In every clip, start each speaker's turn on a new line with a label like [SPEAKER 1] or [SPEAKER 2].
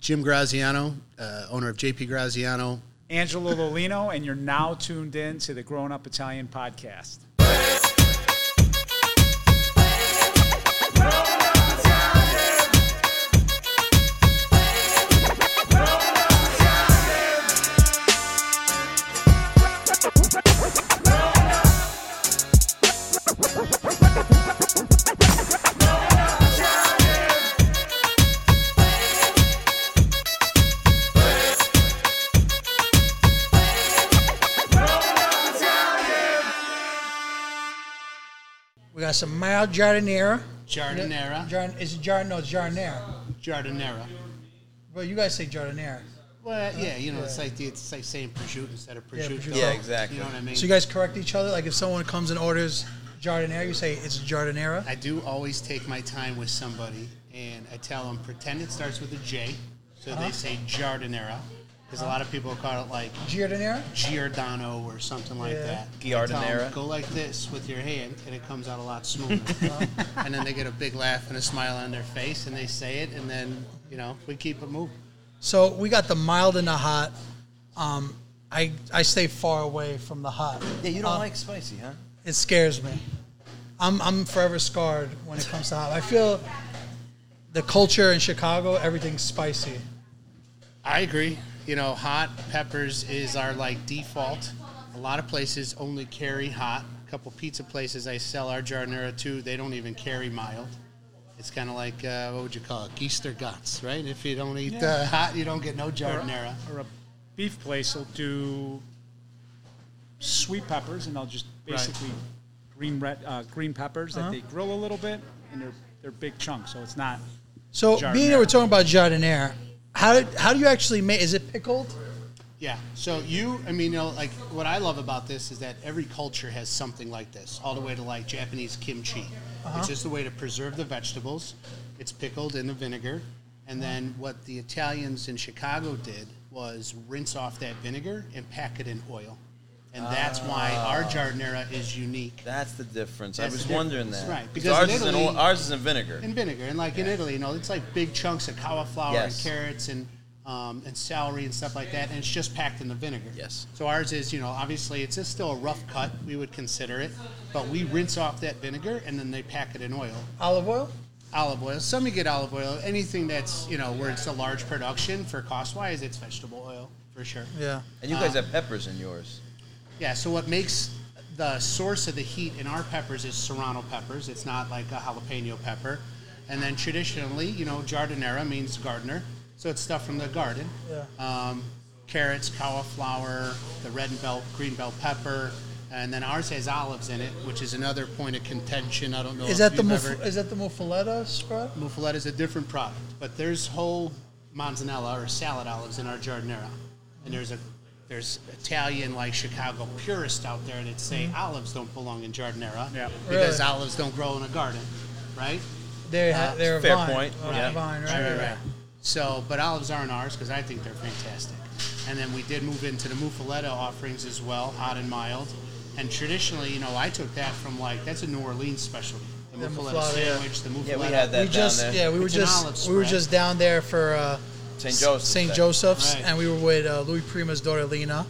[SPEAKER 1] Jim Graziano, uh, owner of JP Graziano.
[SPEAKER 2] Angelo Lolino, and you're now tuned in to the Grown Up Italian podcast.
[SPEAKER 3] We got some mild jardinera.
[SPEAKER 1] Jardinera.
[SPEAKER 3] Jard, is it jard? No, it's jardinera.
[SPEAKER 1] Jardinera.
[SPEAKER 3] Well, you guys say jardinera.
[SPEAKER 1] Well, yeah, you know, it's like the, it's like saying prosciutto instead of
[SPEAKER 3] Uh, Yeah,
[SPEAKER 1] prosciutto.
[SPEAKER 3] prosciutto. Yeah,
[SPEAKER 4] exactly.
[SPEAKER 1] You know what I mean?
[SPEAKER 3] So you guys correct each other. Like if someone comes and orders jardinera, you say it's jardinera.
[SPEAKER 1] I do always take my time with somebody, and I tell them pretend it starts with a J, so
[SPEAKER 3] Uh-huh.
[SPEAKER 1] they say jardinera, because a lot of people call it like
[SPEAKER 3] Giardinera.
[SPEAKER 1] Giordano or something like
[SPEAKER 3] Yeah.
[SPEAKER 1] that. I tell 'em,
[SPEAKER 4] Giardinera.
[SPEAKER 1] Go like this with your hand, and it comes out a lot smoother.
[SPEAKER 3] Uh-huh.
[SPEAKER 1] and then they get a big laugh and a smile on their face, and they say it, and then you know we keep it moving.
[SPEAKER 3] So we got the mild and the hot. Um, I I stay far away from the hot.
[SPEAKER 4] Yeah, you don't
[SPEAKER 3] Uh,
[SPEAKER 4] like spicy, huh?
[SPEAKER 3] It scares me. I'm I'm forever scarred when it comes to hot. I feel the culture in Chicago, everything's spicy.
[SPEAKER 1] I agree. You know, hot peppers is our like default. A lot of places only carry hot. A couple pizza places I sell our jardinera to, they don't even carry mild. It's kind of like uh, what would you call it, Geister Guts, right? If you don't eat uh, hot, you don't get no jardinera.
[SPEAKER 2] Or a beef place will do sweet peppers, and they'll just basically green red uh, green peppers that they grill a little bit, and they're they're big chunks, so it's not.
[SPEAKER 3] So being that
[SPEAKER 2] Jardinera.
[SPEAKER 3] we're talking about jardinera, how did, how do you actually make? Is it pickled?
[SPEAKER 1] Yeah. So you, I mean, you know, like what I love about this is that every culture has something like this, all the way to like Japanese kimchi. It's just a way to preserve the vegetables. It's pickled in the vinegar, and then what the Italians in Chicago did was rinse off that vinegar and pack it in oil, and that's why our jardinera is unique.
[SPEAKER 4] That's the difference.
[SPEAKER 1] That's
[SPEAKER 4] I
[SPEAKER 1] the
[SPEAKER 4] was
[SPEAKER 1] difference,
[SPEAKER 4] wondering that.
[SPEAKER 1] right,
[SPEAKER 4] 'Cause
[SPEAKER 1] because
[SPEAKER 4] ours,
[SPEAKER 1] in
[SPEAKER 4] is in,
[SPEAKER 1] Italy-
[SPEAKER 4] oil- ours is in vinegar.
[SPEAKER 1] in vinegar. And like in Italy, you know, it's like big chunks of cauliflower
[SPEAKER 4] Yes.
[SPEAKER 1] and carrots and um, and celery and stuff like that, and it's just packed in the vinegar.
[SPEAKER 4] Yes.
[SPEAKER 1] So ours is, you know, obviously it's just still a rough cut. We would consider it, but we rinse off that vinegar and then they pack it in oil,
[SPEAKER 3] Olive oil?
[SPEAKER 1] olive oil. Some you get olive oil. Anything that's you know where it's a large production for cost wise, it's vegetable oil for sure.
[SPEAKER 3] Yeah.
[SPEAKER 4] and you guys have peppers in yours.
[SPEAKER 1] Yeah, so what makes the source of the heat in our peppers is serrano peppers. It's not like a jalapeno pepper. And then traditionally, you know, jardinera means gardener, so it's stuff from the garden.
[SPEAKER 3] Yeah.
[SPEAKER 1] Um, carrots, cauliflower, the red and bell, green bell pepper, and then ours has olives in it, which is another point of contention. I don't know.
[SPEAKER 3] Is
[SPEAKER 1] if
[SPEAKER 3] that the
[SPEAKER 1] you've
[SPEAKER 3] muf-
[SPEAKER 1] ever-
[SPEAKER 3] is that the muffaletta spread?
[SPEAKER 1] Muffaletta is a different product, but there's whole manzanella or salad olives in our jardinera, and there's a there's Italian like Chicago purists out there that say olives don't belong in jardinera
[SPEAKER 2] Yeah.
[SPEAKER 1] because
[SPEAKER 3] Mm-hmm. Really?
[SPEAKER 1] olives don't grow in a garden, right?
[SPEAKER 3] They ha- they're a
[SPEAKER 4] fair
[SPEAKER 3] vine.
[SPEAKER 4] point.
[SPEAKER 3] Uh,
[SPEAKER 4] Yeah.
[SPEAKER 3] vine, right, right, right.
[SPEAKER 1] So, but olives aren't ours because I think they're fantastic. And then we did move into the muffaletta offerings as well, hot and mild. And traditionally, you know, I took that from like that's a New Orleans specialty, the,
[SPEAKER 3] The
[SPEAKER 1] muffaletta
[SPEAKER 3] muffaletta, yeah.
[SPEAKER 1] sandwich, the muffaletta.
[SPEAKER 4] Yeah, we had that
[SPEAKER 3] We
[SPEAKER 4] down
[SPEAKER 3] just
[SPEAKER 4] there.
[SPEAKER 3] yeah we were
[SPEAKER 1] It's an olive
[SPEAKER 3] just we were
[SPEAKER 1] spread.
[SPEAKER 3] just down there for uh,
[SPEAKER 4] St.
[SPEAKER 3] S-
[SPEAKER 4] Joseph's.
[SPEAKER 3] St.
[SPEAKER 4] Day.
[SPEAKER 3] Joseph's,
[SPEAKER 1] Right.
[SPEAKER 3] and we were with uh, Louis Prima's daughter Lena,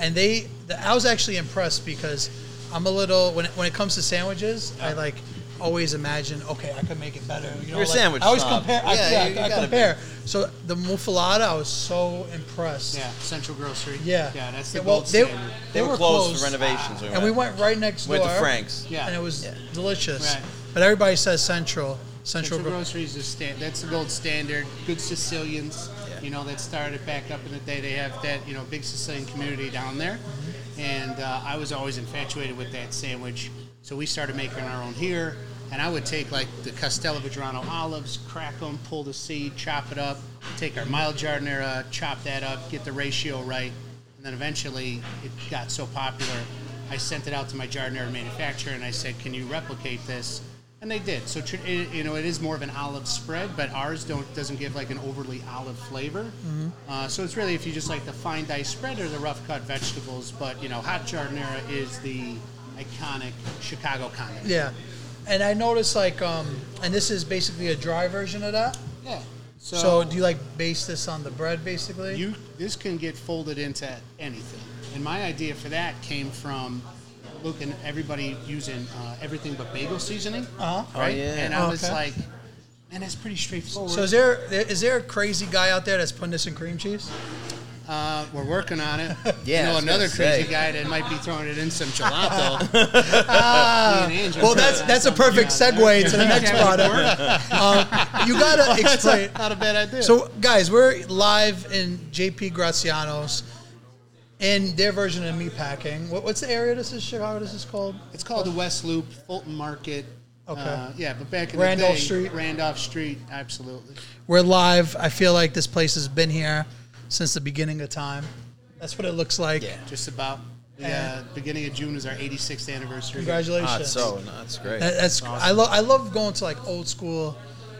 [SPEAKER 3] and they. The, I was actually impressed because I'm a little when it, when it comes to sandwiches, I like always imagine okay I could make it better. You
[SPEAKER 4] You're
[SPEAKER 3] know,
[SPEAKER 4] a
[SPEAKER 3] like,
[SPEAKER 4] sandwich
[SPEAKER 3] I always
[SPEAKER 4] snob.
[SPEAKER 3] compare. I,
[SPEAKER 4] Yeah,
[SPEAKER 3] yeah,
[SPEAKER 4] you- you
[SPEAKER 3] I,
[SPEAKER 4] gotta be.
[SPEAKER 3] compare. So the muffaletta, I was so impressed.
[SPEAKER 1] Yeah, Central Grocery.
[SPEAKER 3] Yeah.
[SPEAKER 1] Yeah, that's the
[SPEAKER 3] Yeah, well,
[SPEAKER 1] gold
[SPEAKER 3] they,
[SPEAKER 1] standard.
[SPEAKER 3] they were
[SPEAKER 4] for renovations.
[SPEAKER 3] And we went right next
[SPEAKER 4] Went
[SPEAKER 3] door.
[SPEAKER 4] to Frank's.
[SPEAKER 1] Yeah.
[SPEAKER 3] And it was
[SPEAKER 4] Yeah.
[SPEAKER 3] delicious.
[SPEAKER 1] Right.
[SPEAKER 3] But everybody says Central. Central,
[SPEAKER 1] Central Grocery is the stand. That's the gold standard. Good Sicilians,
[SPEAKER 4] Yeah.
[SPEAKER 1] you know, that started back up in the day. They have that, you know, big Sicilian community down there,
[SPEAKER 3] Mm-hmm.
[SPEAKER 1] and uh, I was always infatuated with that sandwich. So we started making our own here, and I would take like the Castello Vedrano olives, crack them, pull the seed, chop it up, take our mild jardinera, chop that up, get the ratio right, and then eventually it got so popular. I sent it out to my jardinera manufacturer, and I said, "Can you replicate this?" And they did. So tr- it, you know, it is more of an olive spread, but ours don't doesn't give like an overly olive flavor.
[SPEAKER 3] Mm-hmm.
[SPEAKER 1] Uh, so it's really if you just like the fine dice spread or the rough cut vegetables. But you know, hot jardinera is the iconic Chicago condiment.
[SPEAKER 3] Yeah. And I noticed like um and this is basically a dry version of that.
[SPEAKER 1] Yeah. So,
[SPEAKER 3] So, do you like base this on the bread basically?
[SPEAKER 1] you this can get folded into anything. And my idea for that came from looking everybody using uh, everything but bagel seasoning,
[SPEAKER 3] Uh-huh.
[SPEAKER 1] right?
[SPEAKER 4] yeah.
[SPEAKER 1] And I
[SPEAKER 3] Oh,
[SPEAKER 1] was
[SPEAKER 3] okay.
[SPEAKER 1] like, man, that's pretty straightforward.
[SPEAKER 3] So is there there- is there a crazy guy out there that's putting this in cream cheese?
[SPEAKER 1] Uh, we're working on it.
[SPEAKER 4] Yeah, I
[SPEAKER 1] you know
[SPEAKER 4] was gonna
[SPEAKER 1] another crazy
[SPEAKER 4] say.
[SPEAKER 1] guy that might be throwing it in some gelato. Me and Andrew
[SPEAKER 3] Ah. Well,
[SPEAKER 1] are
[SPEAKER 3] that's
[SPEAKER 1] working on
[SPEAKER 3] that's a
[SPEAKER 1] something
[SPEAKER 3] perfect
[SPEAKER 1] out there.
[SPEAKER 3] segue to the
[SPEAKER 1] Yeah,
[SPEAKER 3] next
[SPEAKER 1] that would
[SPEAKER 3] product.
[SPEAKER 1] work.
[SPEAKER 3] Um, you gotta explain.
[SPEAKER 1] Not a bad idea.
[SPEAKER 3] So, guys, we're live in JP Graziano's in their version of meatpacking. What, what's the area this is, Chicago? This is called?
[SPEAKER 1] It's called the West Loop, Fulton Market.
[SPEAKER 3] Okay.
[SPEAKER 1] Uh, yeah, but back in
[SPEAKER 3] Randolph
[SPEAKER 1] the day,
[SPEAKER 3] Street.
[SPEAKER 1] Randolph Street, absolutely.
[SPEAKER 3] We're live. I feel like this place has been here since the beginning of time. That's what it looks like.
[SPEAKER 4] Yeah.
[SPEAKER 1] Just about the uh, beginning of June is our 86th anniversary.
[SPEAKER 3] Congratulations.
[SPEAKER 4] Not so. No, that's great.
[SPEAKER 3] That- that's I love I love going to like old school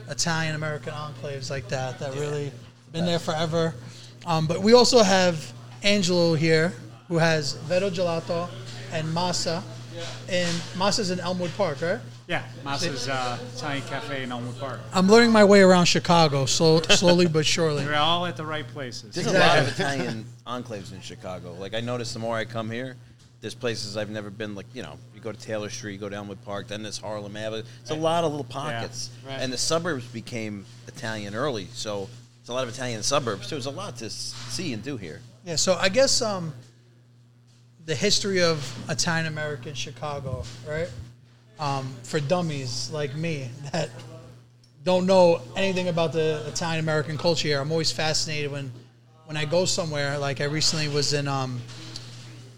[SPEAKER 3] Italian American enclaves like that. That really been there forever. Um, but we also have Angelo here who has Vero Gelato and Masa. And Masa's in Elmwood Park, right?
[SPEAKER 2] Yeah, Masa's uh, Italian Cafe in Elmwood Park.
[SPEAKER 3] I'm learning my way around Chicago, slow, slowly but surely.
[SPEAKER 2] We're all at the right places.
[SPEAKER 4] There's a lot of Italian enclaves in Chicago. Like I noticed, the more I come here, there's places I've never been. Like you know, you go to Taylor Street, you go to Elmwood Park, then there's Harlem Avenue. It's a lot of little pockets,
[SPEAKER 1] Right.
[SPEAKER 4] and the suburbs became Italian early, so it's a lot of Italian suburbs. too. There's a lot to s- see and do here.
[SPEAKER 3] Yeah, so I guess um, the history of Italian American Chicago, right? Um, for dummies like me that don't know anything about the Italian American culture here, I'm always fascinated when when I go somewhere. Like I recently was in um,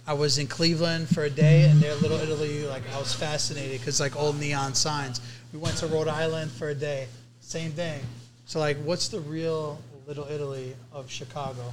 [SPEAKER 3] I was in Cleveland for a day, and their Little Italy, like I was fascinated because like old neon signs. We went to Rhode Island for a day, same thing. So like, what's the real Little Italy of Chicago?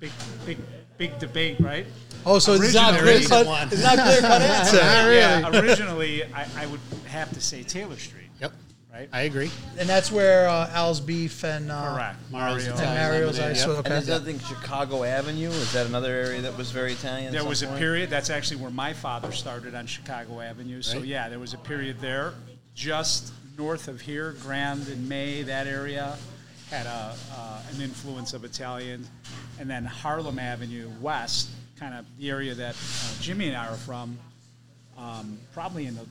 [SPEAKER 2] Big, big, big debate, right?
[SPEAKER 3] Oh,
[SPEAKER 1] Uh,
[SPEAKER 3] so it's not
[SPEAKER 2] Originally.
[SPEAKER 3] clear cut. It's not clear cut answer,
[SPEAKER 2] Yeah, originally, I, I would have to say Taylor Street,
[SPEAKER 1] Yep.
[SPEAKER 2] right?
[SPEAKER 1] I agree.
[SPEAKER 3] and that's where uh, Al's beef and uh,
[SPEAKER 2] Correct.
[SPEAKER 1] Mario's
[SPEAKER 2] Mario.
[SPEAKER 1] Italian.
[SPEAKER 3] and Mario's
[SPEAKER 1] Lemonade,
[SPEAKER 3] ice.
[SPEAKER 1] yep.
[SPEAKER 3] cream.
[SPEAKER 4] And there's
[SPEAKER 3] Okay.
[SPEAKER 4] another thing, Chicago Avenue is that another area that was very Italian? at
[SPEAKER 2] There
[SPEAKER 4] some
[SPEAKER 2] was a
[SPEAKER 4] point?
[SPEAKER 2] period, that's actually where my father started on Chicago Avenue. So,
[SPEAKER 1] Right.
[SPEAKER 2] yeah, there was a period there just north of here, Grand and May, that area had a, uh, an influence of Italian. And then Harlem Avenue West, kind of the area that uh, Jimmy and I are from, um, probably in the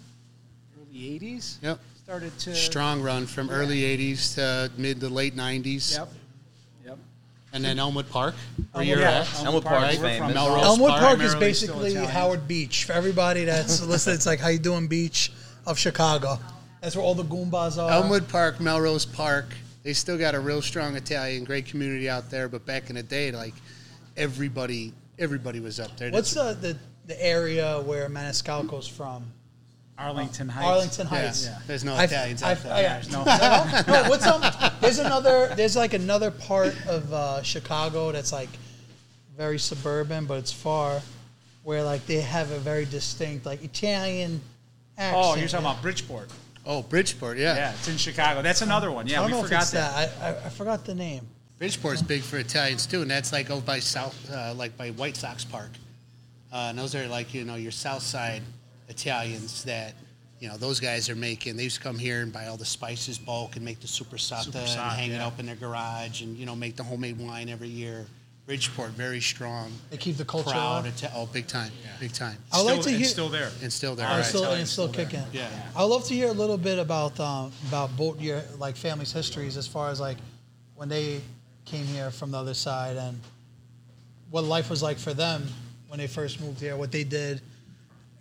[SPEAKER 2] early 80s,
[SPEAKER 1] Yep.
[SPEAKER 2] started to.
[SPEAKER 1] Strong run from early 80s to mid to late 90s.
[SPEAKER 2] Yep. Yep.
[SPEAKER 1] And then Elmwood Park, where
[SPEAKER 3] Elmwood
[SPEAKER 1] you're
[SPEAKER 3] Park.
[SPEAKER 1] at.
[SPEAKER 4] Elmwood Park's
[SPEAKER 2] we're from
[SPEAKER 4] famous.
[SPEAKER 1] Melrose.
[SPEAKER 3] Elmwood
[SPEAKER 1] Park
[SPEAKER 3] Park is
[SPEAKER 2] primarily still
[SPEAKER 3] basically
[SPEAKER 2] Italian.
[SPEAKER 3] Howard Beach for everybody that's listening. It's like how you doing, Beach of Chicago. That's where all the Goombas are.
[SPEAKER 1] Elmwood Park, Melrose Park. They still got a real strong Italian, great community out there. But back in the day, like everybody, everybody was up there.
[SPEAKER 3] What's
[SPEAKER 1] That's-
[SPEAKER 3] the, the the area where Maniscalco's from?
[SPEAKER 2] Arlington Heights.
[SPEAKER 3] Arlington
[SPEAKER 1] Yeah,
[SPEAKER 3] Heights.
[SPEAKER 1] There's no
[SPEAKER 3] I've-
[SPEAKER 1] Italians out
[SPEAKER 3] I've- oh,
[SPEAKER 1] there.
[SPEAKER 3] I- I-
[SPEAKER 2] No.
[SPEAKER 3] no, what's um? There's another. There's like another part of uh, Chicago that's like very suburban, but it's far, where like they have a very distinct like Italian accent.
[SPEAKER 2] Oh, you're talking about Bridgeport.
[SPEAKER 1] oh, Bridgeport, yeah.
[SPEAKER 2] Yeah, it's in Chicago. That's another one.
[SPEAKER 3] I
[SPEAKER 2] Yeah,
[SPEAKER 3] don't
[SPEAKER 2] we
[SPEAKER 3] know if
[SPEAKER 2] forgot
[SPEAKER 3] it's
[SPEAKER 2] that.
[SPEAKER 3] that. I, I, I forgot the name.
[SPEAKER 1] Bridgeport's big for Italians too, and that's like over by South, uh, like by White Sox Park, uh, and those are like you know your South Side Italians that you know those guys are making. They used to come here and buy all the spices bulk and make the supersata
[SPEAKER 2] Supersata,
[SPEAKER 1] and hang it
[SPEAKER 2] yeah.
[SPEAKER 1] up in their garage and you know make the homemade wine every year. Bridgeport very strong,
[SPEAKER 3] They keep the culture.
[SPEAKER 1] proud,
[SPEAKER 3] alive.
[SPEAKER 1] Ita- oh big time, big time,
[SPEAKER 3] I would like
[SPEAKER 2] Still-
[SPEAKER 3] to
[SPEAKER 2] it's
[SPEAKER 3] hear.
[SPEAKER 2] still there.
[SPEAKER 1] and still there.
[SPEAKER 3] I'm
[SPEAKER 1] right.
[SPEAKER 3] still,
[SPEAKER 2] Italian's
[SPEAKER 3] and it's still
[SPEAKER 2] still there.
[SPEAKER 3] kicking.
[SPEAKER 1] Yeah.
[SPEAKER 3] I'd love to hear a little bit about um, about both your like family's histories as far as like when they came here from the other side and what life was like for them when they first moved here, what they did,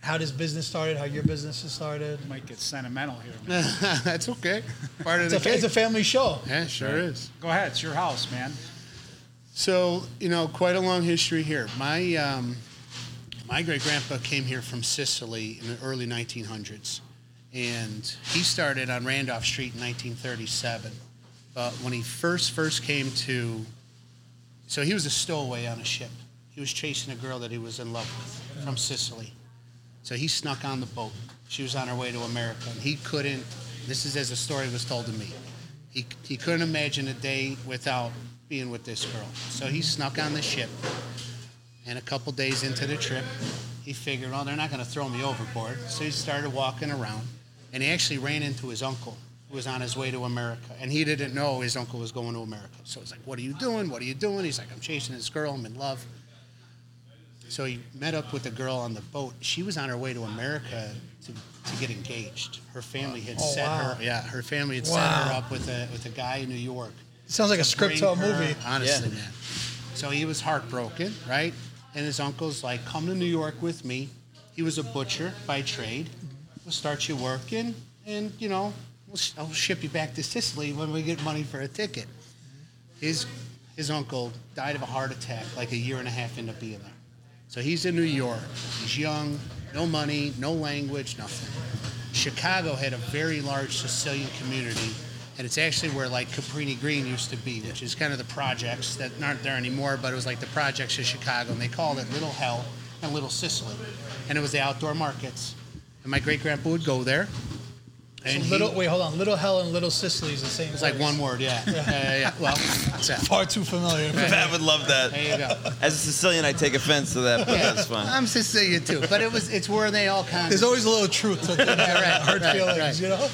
[SPEAKER 3] how this business started, how your business has started.
[SPEAKER 2] Might get sentimental here. man.
[SPEAKER 1] that's okay. Part of
[SPEAKER 3] It's
[SPEAKER 1] the
[SPEAKER 3] a, fa- it's a
[SPEAKER 1] cake.
[SPEAKER 3] family show.
[SPEAKER 1] Yeah, sure is.
[SPEAKER 2] Go ahead, it's your house, man.
[SPEAKER 1] So you know, quite a long history here. My um, my great grandpa came here from Sicily in the early 1900s, and he started on Randolph Street in 1937. But when he first first came to, so he was a stowaway on a ship. He was chasing a girl that he was in love with from Sicily. So he snuck on the boat. She was on her way to America, and he couldn't. This is as the story was told to me. He, he couldn't imagine a day without being with this girl. So he snuck on the ship, and a couple days into the trip, he figured, "Oh, well, they're not going to throw me overboard. So he started walking around, and he actually ran into his uncle, who was on his way to America, and he didn't know his uncle was going to America. So it's like, "What are you doing? What are you doing?" He's like, "I'm chasing this girl. I'm in love." So he met up with a girl on the boat. She was on her way to America to, to get engaged. Her family had
[SPEAKER 3] Oh,
[SPEAKER 1] set
[SPEAKER 3] wow.
[SPEAKER 1] her yeah, her family had set her
[SPEAKER 3] Wow.
[SPEAKER 1] up with a with a guy in New York.
[SPEAKER 3] Sounds like a script to a
[SPEAKER 1] Bring her-
[SPEAKER 3] movie.
[SPEAKER 1] Honestly,
[SPEAKER 4] Yeah.
[SPEAKER 1] man. So he was heartbroken, right? And his uncle's like, "Come to New York with me." He was a butcher by trade. We'll start you working, and you know, we'll, sh- I'll ship you back to Sicily when we get money for a ticket. His his uncle died of a heart attack like a year and a half into being there. So he's in New York. He's young, no money, no language, nothing. Chicago had a very large Sicilian community, and it's actually where like Caprini Green used to be, which is kind of the projects that aren't there anymore, but it was like the projects of Chicago, and they called it Little Hell and Little Sicily, and it was the outdoor markets. And my great grandpa would go there.
[SPEAKER 3] So
[SPEAKER 1] And he-
[SPEAKER 3] little wait, hold on. Little Hell and Little Sicily is the same.
[SPEAKER 1] it's like one word, yeah. yeah, yeah, yeah. Well, it's that.
[SPEAKER 3] Far too familiar.
[SPEAKER 4] Pat would love
[SPEAKER 1] There
[SPEAKER 4] that.
[SPEAKER 1] you go.
[SPEAKER 4] As a Sicilian, I take offense to that, but that's fine.
[SPEAKER 1] I'm Sicilian too, but it was it's where they all kind
[SPEAKER 3] There's
[SPEAKER 1] of
[SPEAKER 3] always a little truth to that
[SPEAKER 1] right,
[SPEAKER 3] hurt
[SPEAKER 1] right,
[SPEAKER 3] feelings,
[SPEAKER 1] right.
[SPEAKER 3] you know.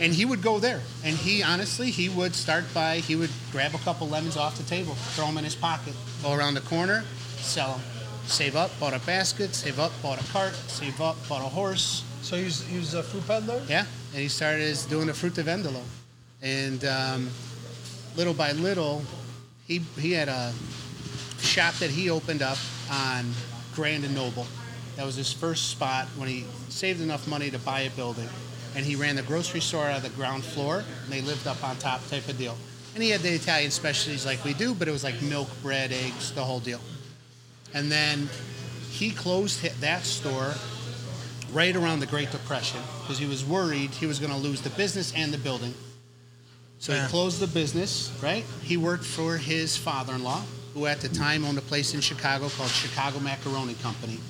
[SPEAKER 1] and he would go there. And he honestly, he would start by he would grab a couple lemons off the table, throw them in his pocket, go around the corner, sell them, save up, bought a basket, save up, bought a cart, save up, bought a horse.
[SPEAKER 3] So he was, he was a fruit peddler.
[SPEAKER 1] Yeah, and he started as doing the fruit de vendolo, and um, little by little, he he had a shop that he opened up on Grand and Noble. That was his first spot when he saved enough money to buy a building, and he ran the grocery store out of the ground floor, and they lived up on top type of deal. And he had the Italian specialties like we do, but it was like milk, bread, eggs, the whole deal. And then he closed hi- that store right around the Great Depression because he was worried he was going to lose the business and the building. So
[SPEAKER 3] Yeah.
[SPEAKER 1] he closed the business, right? He worked for his father in law, who at the time owned a place in Chicago called Chicago Macaroni Company.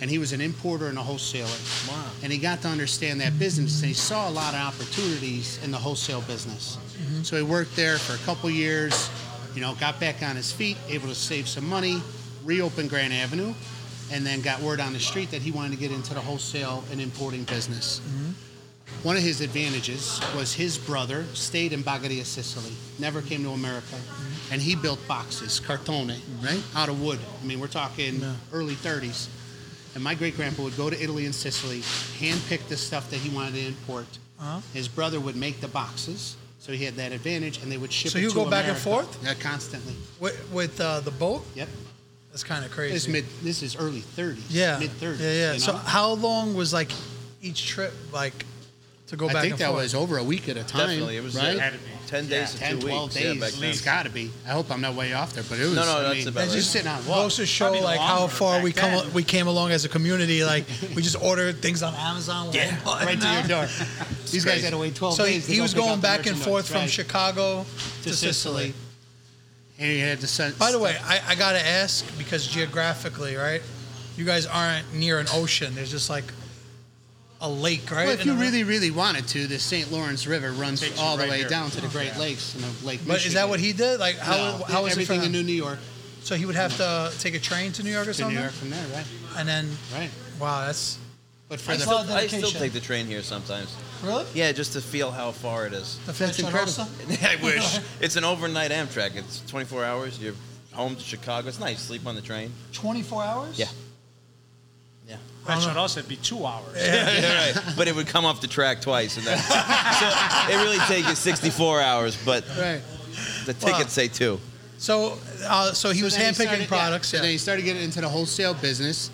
[SPEAKER 1] And he was an importer and a wholesaler. Wow. And he got to understand that business and he saw a lot of opportunities in the wholesale business. Mm-hmm. So he worked there for a couple years, you know, got back on his feet, able to save some money, reopened Grand Avenue, and then got word on the street that he wanted to get into the wholesale and importing business. One of his advantages was his brother stayed in Bagheria, Sicily, never came to America,
[SPEAKER 3] Mm-hmm.
[SPEAKER 1] and he built boxes, cartone, right, out of wood. I mean, we're talking early 30s. And my great grandpa would go to Italy and Sicily, handpick the stuff that he wanted to import.
[SPEAKER 3] Uh-huh.
[SPEAKER 1] His brother would make the boxes, so he had that advantage, and they would ship.
[SPEAKER 3] So
[SPEAKER 1] it
[SPEAKER 3] he would
[SPEAKER 1] to
[SPEAKER 3] go back and
[SPEAKER 1] America.
[SPEAKER 3] forth?
[SPEAKER 1] yeah, constantly.
[SPEAKER 3] With, with uh, the boat.
[SPEAKER 1] Yep.
[SPEAKER 3] That's kind of
[SPEAKER 1] This
[SPEAKER 3] crazy.
[SPEAKER 1] mid, this is early 30s.
[SPEAKER 3] yeah.
[SPEAKER 1] mid 30s.
[SPEAKER 3] Yeah, yeah.
[SPEAKER 1] you
[SPEAKER 3] So
[SPEAKER 1] know?
[SPEAKER 3] how long was like each trip like to go back?
[SPEAKER 1] I think
[SPEAKER 3] and
[SPEAKER 1] that
[SPEAKER 3] forth?
[SPEAKER 1] was over a week at a time.
[SPEAKER 4] Definitely, it was
[SPEAKER 1] right?
[SPEAKER 4] uh,
[SPEAKER 2] Had to be.
[SPEAKER 4] ten days to
[SPEAKER 1] 10,
[SPEAKER 4] two
[SPEAKER 1] 12
[SPEAKER 4] weeks.
[SPEAKER 1] days.
[SPEAKER 4] Yeah, back then.
[SPEAKER 1] it's got to be. I hope I'm not way off there, but it was.
[SPEAKER 4] No, no,
[SPEAKER 1] I
[SPEAKER 4] that's
[SPEAKER 1] mean,
[SPEAKER 4] about
[SPEAKER 1] it's
[SPEAKER 4] right.
[SPEAKER 1] just sitting on what?
[SPEAKER 3] Goes to show
[SPEAKER 2] Probably
[SPEAKER 3] like
[SPEAKER 2] longer
[SPEAKER 3] how far
[SPEAKER 2] back
[SPEAKER 3] we come
[SPEAKER 2] then.
[SPEAKER 3] we came along as a community. Like we just ordered things on Amazon.
[SPEAKER 1] Yeah,
[SPEAKER 3] Walmart,
[SPEAKER 1] right to your
[SPEAKER 3] now.
[SPEAKER 1] door. These guys had to wait 12
[SPEAKER 3] So he,
[SPEAKER 1] days. to
[SPEAKER 3] he
[SPEAKER 1] go
[SPEAKER 3] was
[SPEAKER 1] pick
[SPEAKER 3] going
[SPEAKER 1] up the
[SPEAKER 3] back and
[SPEAKER 1] merchandise,
[SPEAKER 3] forth from
[SPEAKER 1] right,
[SPEAKER 3] Chicago to, Sicily.
[SPEAKER 1] And he had to send.
[SPEAKER 3] By the way, I, I gotta ask because geographically, right? You guys aren't near an ocean. There's just like a lake, right?
[SPEAKER 1] well, if
[SPEAKER 3] in
[SPEAKER 1] you
[SPEAKER 3] the-
[SPEAKER 1] really, really wanted to, the St. Lawrence River runs
[SPEAKER 2] Takes you
[SPEAKER 1] all the
[SPEAKER 2] right
[SPEAKER 1] way
[SPEAKER 2] here. Oh,
[SPEAKER 1] down to the Great Lakes and the Lake.
[SPEAKER 3] but is that what he did? Like how
[SPEAKER 1] How,
[SPEAKER 3] how is it for
[SPEAKER 1] everything in
[SPEAKER 3] him?
[SPEAKER 1] New New York
[SPEAKER 3] So he would have to take a train to New York or
[SPEAKER 1] to
[SPEAKER 3] something,
[SPEAKER 1] New York from there, right?
[SPEAKER 3] and then
[SPEAKER 1] Right.
[SPEAKER 3] wow, that's
[SPEAKER 1] But for
[SPEAKER 3] I
[SPEAKER 1] the
[SPEAKER 3] saw
[SPEAKER 4] I still
[SPEAKER 3] dedication.
[SPEAKER 4] take the train here sometimes.
[SPEAKER 3] really
[SPEAKER 4] Yeah, just to feel how far it is.
[SPEAKER 3] the
[SPEAKER 1] That's
[SPEAKER 3] French
[SPEAKER 1] incredible.
[SPEAKER 3] Rosa?
[SPEAKER 4] I wish. It's an overnight Amtrak. It's 24 hours. You're home to Chicago. It's nice. Sleep on the train.
[SPEAKER 3] 24 hours?
[SPEAKER 4] Yeah. Yeah.
[SPEAKER 2] That should also be two hours.
[SPEAKER 4] Yeah, right. But it would come off the track twice, and then so it really takes you 64 hours. But
[SPEAKER 1] right.
[SPEAKER 4] the tickets
[SPEAKER 3] Wow.
[SPEAKER 4] say two.
[SPEAKER 3] So, uh, so he was
[SPEAKER 1] then
[SPEAKER 3] handpicking
[SPEAKER 1] started- yeah.
[SPEAKER 3] products.
[SPEAKER 1] So
[SPEAKER 3] Yeah.
[SPEAKER 1] then he started getting into the wholesale business,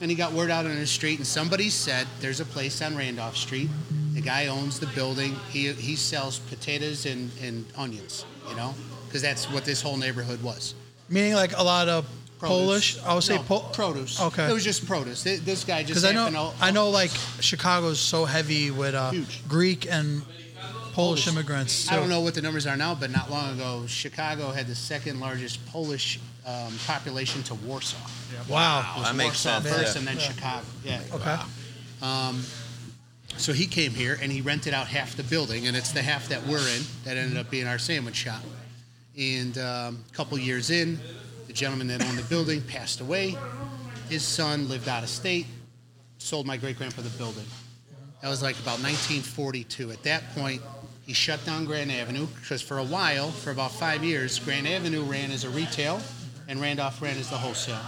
[SPEAKER 1] and he got word out on the street, and somebody said, "There's a place on Randolph Street. The guy owns the building. He he sells potatoes and and onions. You know, because that's what this whole neighborhood was."
[SPEAKER 3] Meaning like a lot of
[SPEAKER 1] Produce.
[SPEAKER 3] Polish. I would say
[SPEAKER 1] No,
[SPEAKER 3] Pol-
[SPEAKER 1] produce.
[SPEAKER 3] Okay.
[SPEAKER 1] It was just produce. Th- This guy just
[SPEAKER 3] Because I know,
[SPEAKER 1] happened to-
[SPEAKER 3] I know, like Chicago's so heavy with uh,
[SPEAKER 1] Huge.
[SPEAKER 3] Greek and Polish
[SPEAKER 1] Polish.
[SPEAKER 3] immigrants.
[SPEAKER 1] I
[SPEAKER 3] too.
[SPEAKER 1] don't know what the numbers are now, but not long ago, Chicago had the second largest Polish um, population to Warsaw.
[SPEAKER 3] Wow.
[SPEAKER 1] It was
[SPEAKER 4] that makes
[SPEAKER 1] Warsaw
[SPEAKER 4] sense,
[SPEAKER 1] first,
[SPEAKER 4] yeah.
[SPEAKER 1] and then
[SPEAKER 3] Yeah.
[SPEAKER 1] Chicago. Yeah.
[SPEAKER 3] Okay.
[SPEAKER 1] So he came here and he rented out half the building, and it's the half that we're in that ended up being our sandwich shop. And um, a couple years in, the gentleman that owned the building passed away. His son lived out of state, sold my great grandpa the building. That was like about 1942. At that point, He shut down Grand Avenue because for a while, for about five years, Grand Avenue ran as a retail and Randolph ran as the wholesale.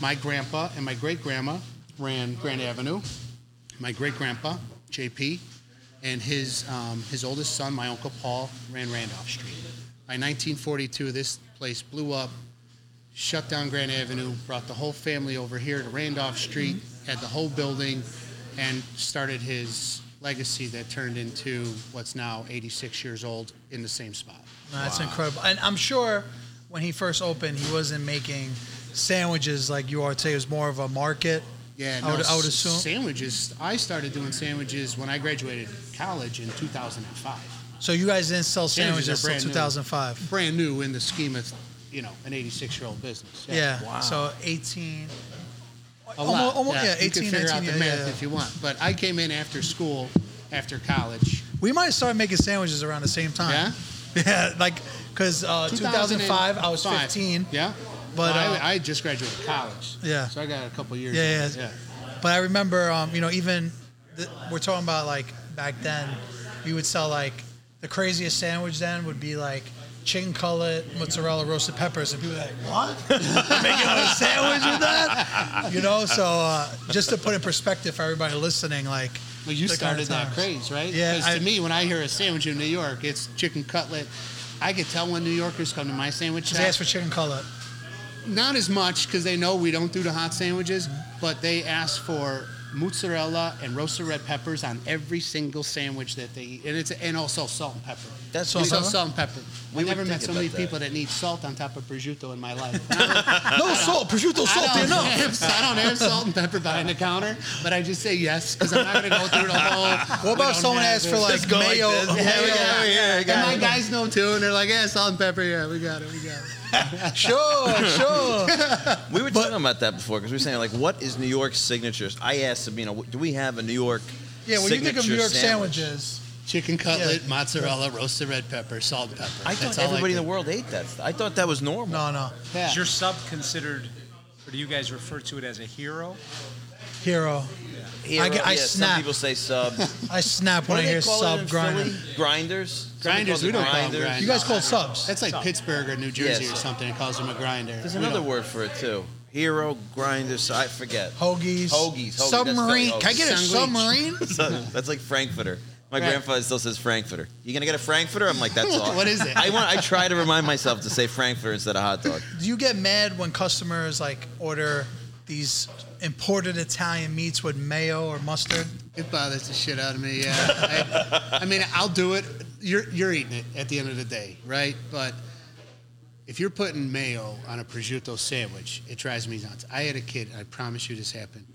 [SPEAKER 1] My grandpa and my great grandma ran Grand Avenue. My great grandpa, JP, and his, um, his oldest son, my uncle Paul, ran Randolph Street. By 1942, this place blew up, shut down Grand Avenue, brought the whole family over here to Randolph Street, had the whole building, and started his legacy that turned into what's now 86 years old in the same spot.
[SPEAKER 3] That's incredible. And I'm sure when he first opened, he wasn't making sandwiches like you are today. It was more of a market.
[SPEAKER 1] Yeah,
[SPEAKER 3] I would, I would
[SPEAKER 1] s-
[SPEAKER 3] assume.
[SPEAKER 1] sandwiches. I started doing sandwiches when I graduated college in 2005.
[SPEAKER 3] So you guys didn't sell
[SPEAKER 1] Sandwiches are
[SPEAKER 3] sandwiches until
[SPEAKER 1] brand new.
[SPEAKER 3] 2005.
[SPEAKER 1] Brand new in the scheme of, you know, an 86 year old business.
[SPEAKER 3] Yeah. So 18.
[SPEAKER 1] a
[SPEAKER 3] Almo-
[SPEAKER 1] lot.
[SPEAKER 3] almo- yeah,
[SPEAKER 1] you can
[SPEAKER 3] 18,
[SPEAKER 1] figure
[SPEAKER 3] 19,
[SPEAKER 1] out the
[SPEAKER 3] yeah,
[SPEAKER 1] math
[SPEAKER 3] yeah, yeah.
[SPEAKER 1] if you want. But I came in after school, after college.
[SPEAKER 3] We might start making sandwiches around the same time. Yeah. Yeah. Like, because uh, 2005, I was
[SPEAKER 1] 2005.
[SPEAKER 3] 15.
[SPEAKER 1] Yeah,
[SPEAKER 3] But,
[SPEAKER 1] Well,
[SPEAKER 3] uh,
[SPEAKER 1] I, I just graduated college.
[SPEAKER 3] Yeah.
[SPEAKER 1] so I got a couple years.
[SPEAKER 3] Yeah,
[SPEAKER 1] on
[SPEAKER 3] yeah.
[SPEAKER 1] it, yeah.
[SPEAKER 3] But I remember, um, you know, even th- we're talking about like back then, we would sell like the craziest sandwich then would be like chicken cutlet, mozzarella, roasted peppers, and people were like, "What? Making a sandwich with that?" You know. So uh, just to put in perspective for everybody listening, like,
[SPEAKER 1] Well, you
[SPEAKER 3] the kind
[SPEAKER 1] started
[SPEAKER 3] of
[SPEAKER 1] that
[SPEAKER 3] times.
[SPEAKER 1] craze, right?
[SPEAKER 3] Yeah,
[SPEAKER 1] Because
[SPEAKER 3] I-
[SPEAKER 1] to me, when I hear a sandwich in New York, it's chicken cutlet. I could tell when New Yorkers come to my sandwich
[SPEAKER 3] Just ask
[SPEAKER 1] shop.
[SPEAKER 3] for chicken cutlet.
[SPEAKER 1] Not as much because they know we don't do the hot sandwiches, but they ask for mozzarella and roasted red peppers on every single sandwich that they eat, and it's and also salt and pepper.
[SPEAKER 4] That's
[SPEAKER 1] we
[SPEAKER 4] what
[SPEAKER 1] sell
[SPEAKER 4] I'm-
[SPEAKER 1] salt and pepper.
[SPEAKER 4] We
[SPEAKER 1] I never
[SPEAKER 4] would
[SPEAKER 1] met
[SPEAKER 4] think
[SPEAKER 1] so many
[SPEAKER 4] about that.
[SPEAKER 1] people that need salt on top of prosciutto in my life.
[SPEAKER 3] No salt, prosciutto,
[SPEAKER 1] I
[SPEAKER 3] salty
[SPEAKER 1] don't,
[SPEAKER 3] enough.
[SPEAKER 1] have, I don't have salt and pepper behind the counter, but I just say yes because I'm not going to go through the whole.
[SPEAKER 3] What
[SPEAKER 1] we
[SPEAKER 3] about
[SPEAKER 1] don't
[SPEAKER 3] someone
[SPEAKER 1] have
[SPEAKER 3] asks
[SPEAKER 1] it.
[SPEAKER 3] for like
[SPEAKER 4] Just go like
[SPEAKER 3] mayo?
[SPEAKER 4] this. Yeah,
[SPEAKER 3] mayo-
[SPEAKER 1] yeah,
[SPEAKER 4] yeah, I got
[SPEAKER 1] and my
[SPEAKER 4] it.
[SPEAKER 1] guys know too, and they're like, "Yeah, salt and pepper. Yeah, we got it. We got it."
[SPEAKER 3] Sure, sure.
[SPEAKER 4] We were talking about that before because we were saying like, what is New York's signatures? I asked him, you know, do we have a New York?
[SPEAKER 3] Yeah, when you think of
[SPEAKER 4] signature
[SPEAKER 3] New York
[SPEAKER 4] sandwich?
[SPEAKER 3] sandwiches,
[SPEAKER 1] Chicken
[SPEAKER 3] cutlet,
[SPEAKER 1] cutlet, mozzarella, roasted red pepper, salt and pepper.
[SPEAKER 4] I thought everybody in the world ate that. I thought that was normal.
[SPEAKER 3] no, no,
[SPEAKER 2] Is your sub considered, or do you guys refer to it as a hero?
[SPEAKER 3] hero.
[SPEAKER 4] Here,
[SPEAKER 3] I get- I
[SPEAKER 4] yeah,
[SPEAKER 3] snap.
[SPEAKER 4] Some people say sub.
[SPEAKER 3] I snap
[SPEAKER 4] What
[SPEAKER 3] when
[SPEAKER 4] do
[SPEAKER 3] I
[SPEAKER 4] they
[SPEAKER 3] hear
[SPEAKER 4] call it in
[SPEAKER 3] sub grinder.
[SPEAKER 4] Philly? Grinders. Somebody
[SPEAKER 1] Grinders,
[SPEAKER 4] calls it
[SPEAKER 1] we don't call 'em grinders.
[SPEAKER 3] You guys call it subs.
[SPEAKER 1] That's like Pittsburgh or New Jersey
[SPEAKER 4] Yes.
[SPEAKER 1] or something. It calls them a grinder.
[SPEAKER 4] There's
[SPEAKER 1] We
[SPEAKER 4] another
[SPEAKER 1] don't-
[SPEAKER 4] word for it too. Hero grinders. I forget.
[SPEAKER 3] Hoagies.
[SPEAKER 4] Hoagies, hoagies, that's
[SPEAKER 3] Submarine.
[SPEAKER 4] Philly
[SPEAKER 3] Can I get a
[SPEAKER 1] hoagies.
[SPEAKER 3] submarine?
[SPEAKER 4] So, that's like Frankfurter. My
[SPEAKER 1] Right.
[SPEAKER 4] grandfather still says Frankfurter. You gonna get a Frankfurter? I'm like, that's all.
[SPEAKER 1] What is it?
[SPEAKER 4] I want. I try to remind myself to say Frankfurter instead of hot dog.
[SPEAKER 3] Do you get mad when customers like order these imported Italian meats with mayo or mustard?
[SPEAKER 1] It bothers the shit out of me. Yeah, I, I mean, I'll do it. You're you're eating it at the end of the day, right? But if you're putting mayo on a prosciutto sandwich, it drives me nuts. I had a kid. I promise you, this happened.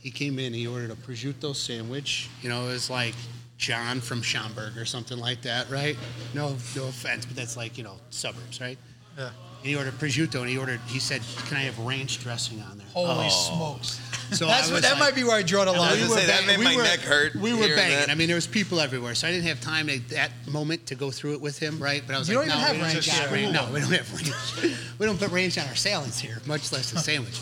[SPEAKER 1] He came in. He ordered a prosciutto sandwich. You know, it was like John from Schaumburg or something like that, right? No, no offense, but that's like you know suburbs, right?
[SPEAKER 3] Yeah.
[SPEAKER 1] And he ordered prosciutto, and he ordered. He said, "Can I have ranch dressing on there?"
[SPEAKER 3] Holy smokes.
[SPEAKER 1] So Oh. I
[SPEAKER 3] That's what,
[SPEAKER 1] was
[SPEAKER 3] that
[SPEAKER 1] like-
[SPEAKER 3] might be where I draw the
[SPEAKER 4] I was
[SPEAKER 3] line.
[SPEAKER 4] gonna say, that made
[SPEAKER 1] we
[SPEAKER 4] my
[SPEAKER 1] were-
[SPEAKER 4] neck hurt
[SPEAKER 1] We were
[SPEAKER 4] hearing
[SPEAKER 1] banging.
[SPEAKER 4] that.
[SPEAKER 1] I mean, there was people everywhere, so I didn't have time at that moment to go through it with him, right? But I was
[SPEAKER 3] You
[SPEAKER 1] like,
[SPEAKER 3] don't
[SPEAKER 1] no,
[SPEAKER 3] even
[SPEAKER 1] we
[SPEAKER 3] have
[SPEAKER 1] don't
[SPEAKER 3] ranch
[SPEAKER 1] got
[SPEAKER 3] here.
[SPEAKER 1] ranch. No, we don't have ranch. we don't put ranch on our salads here, much less a sandwich.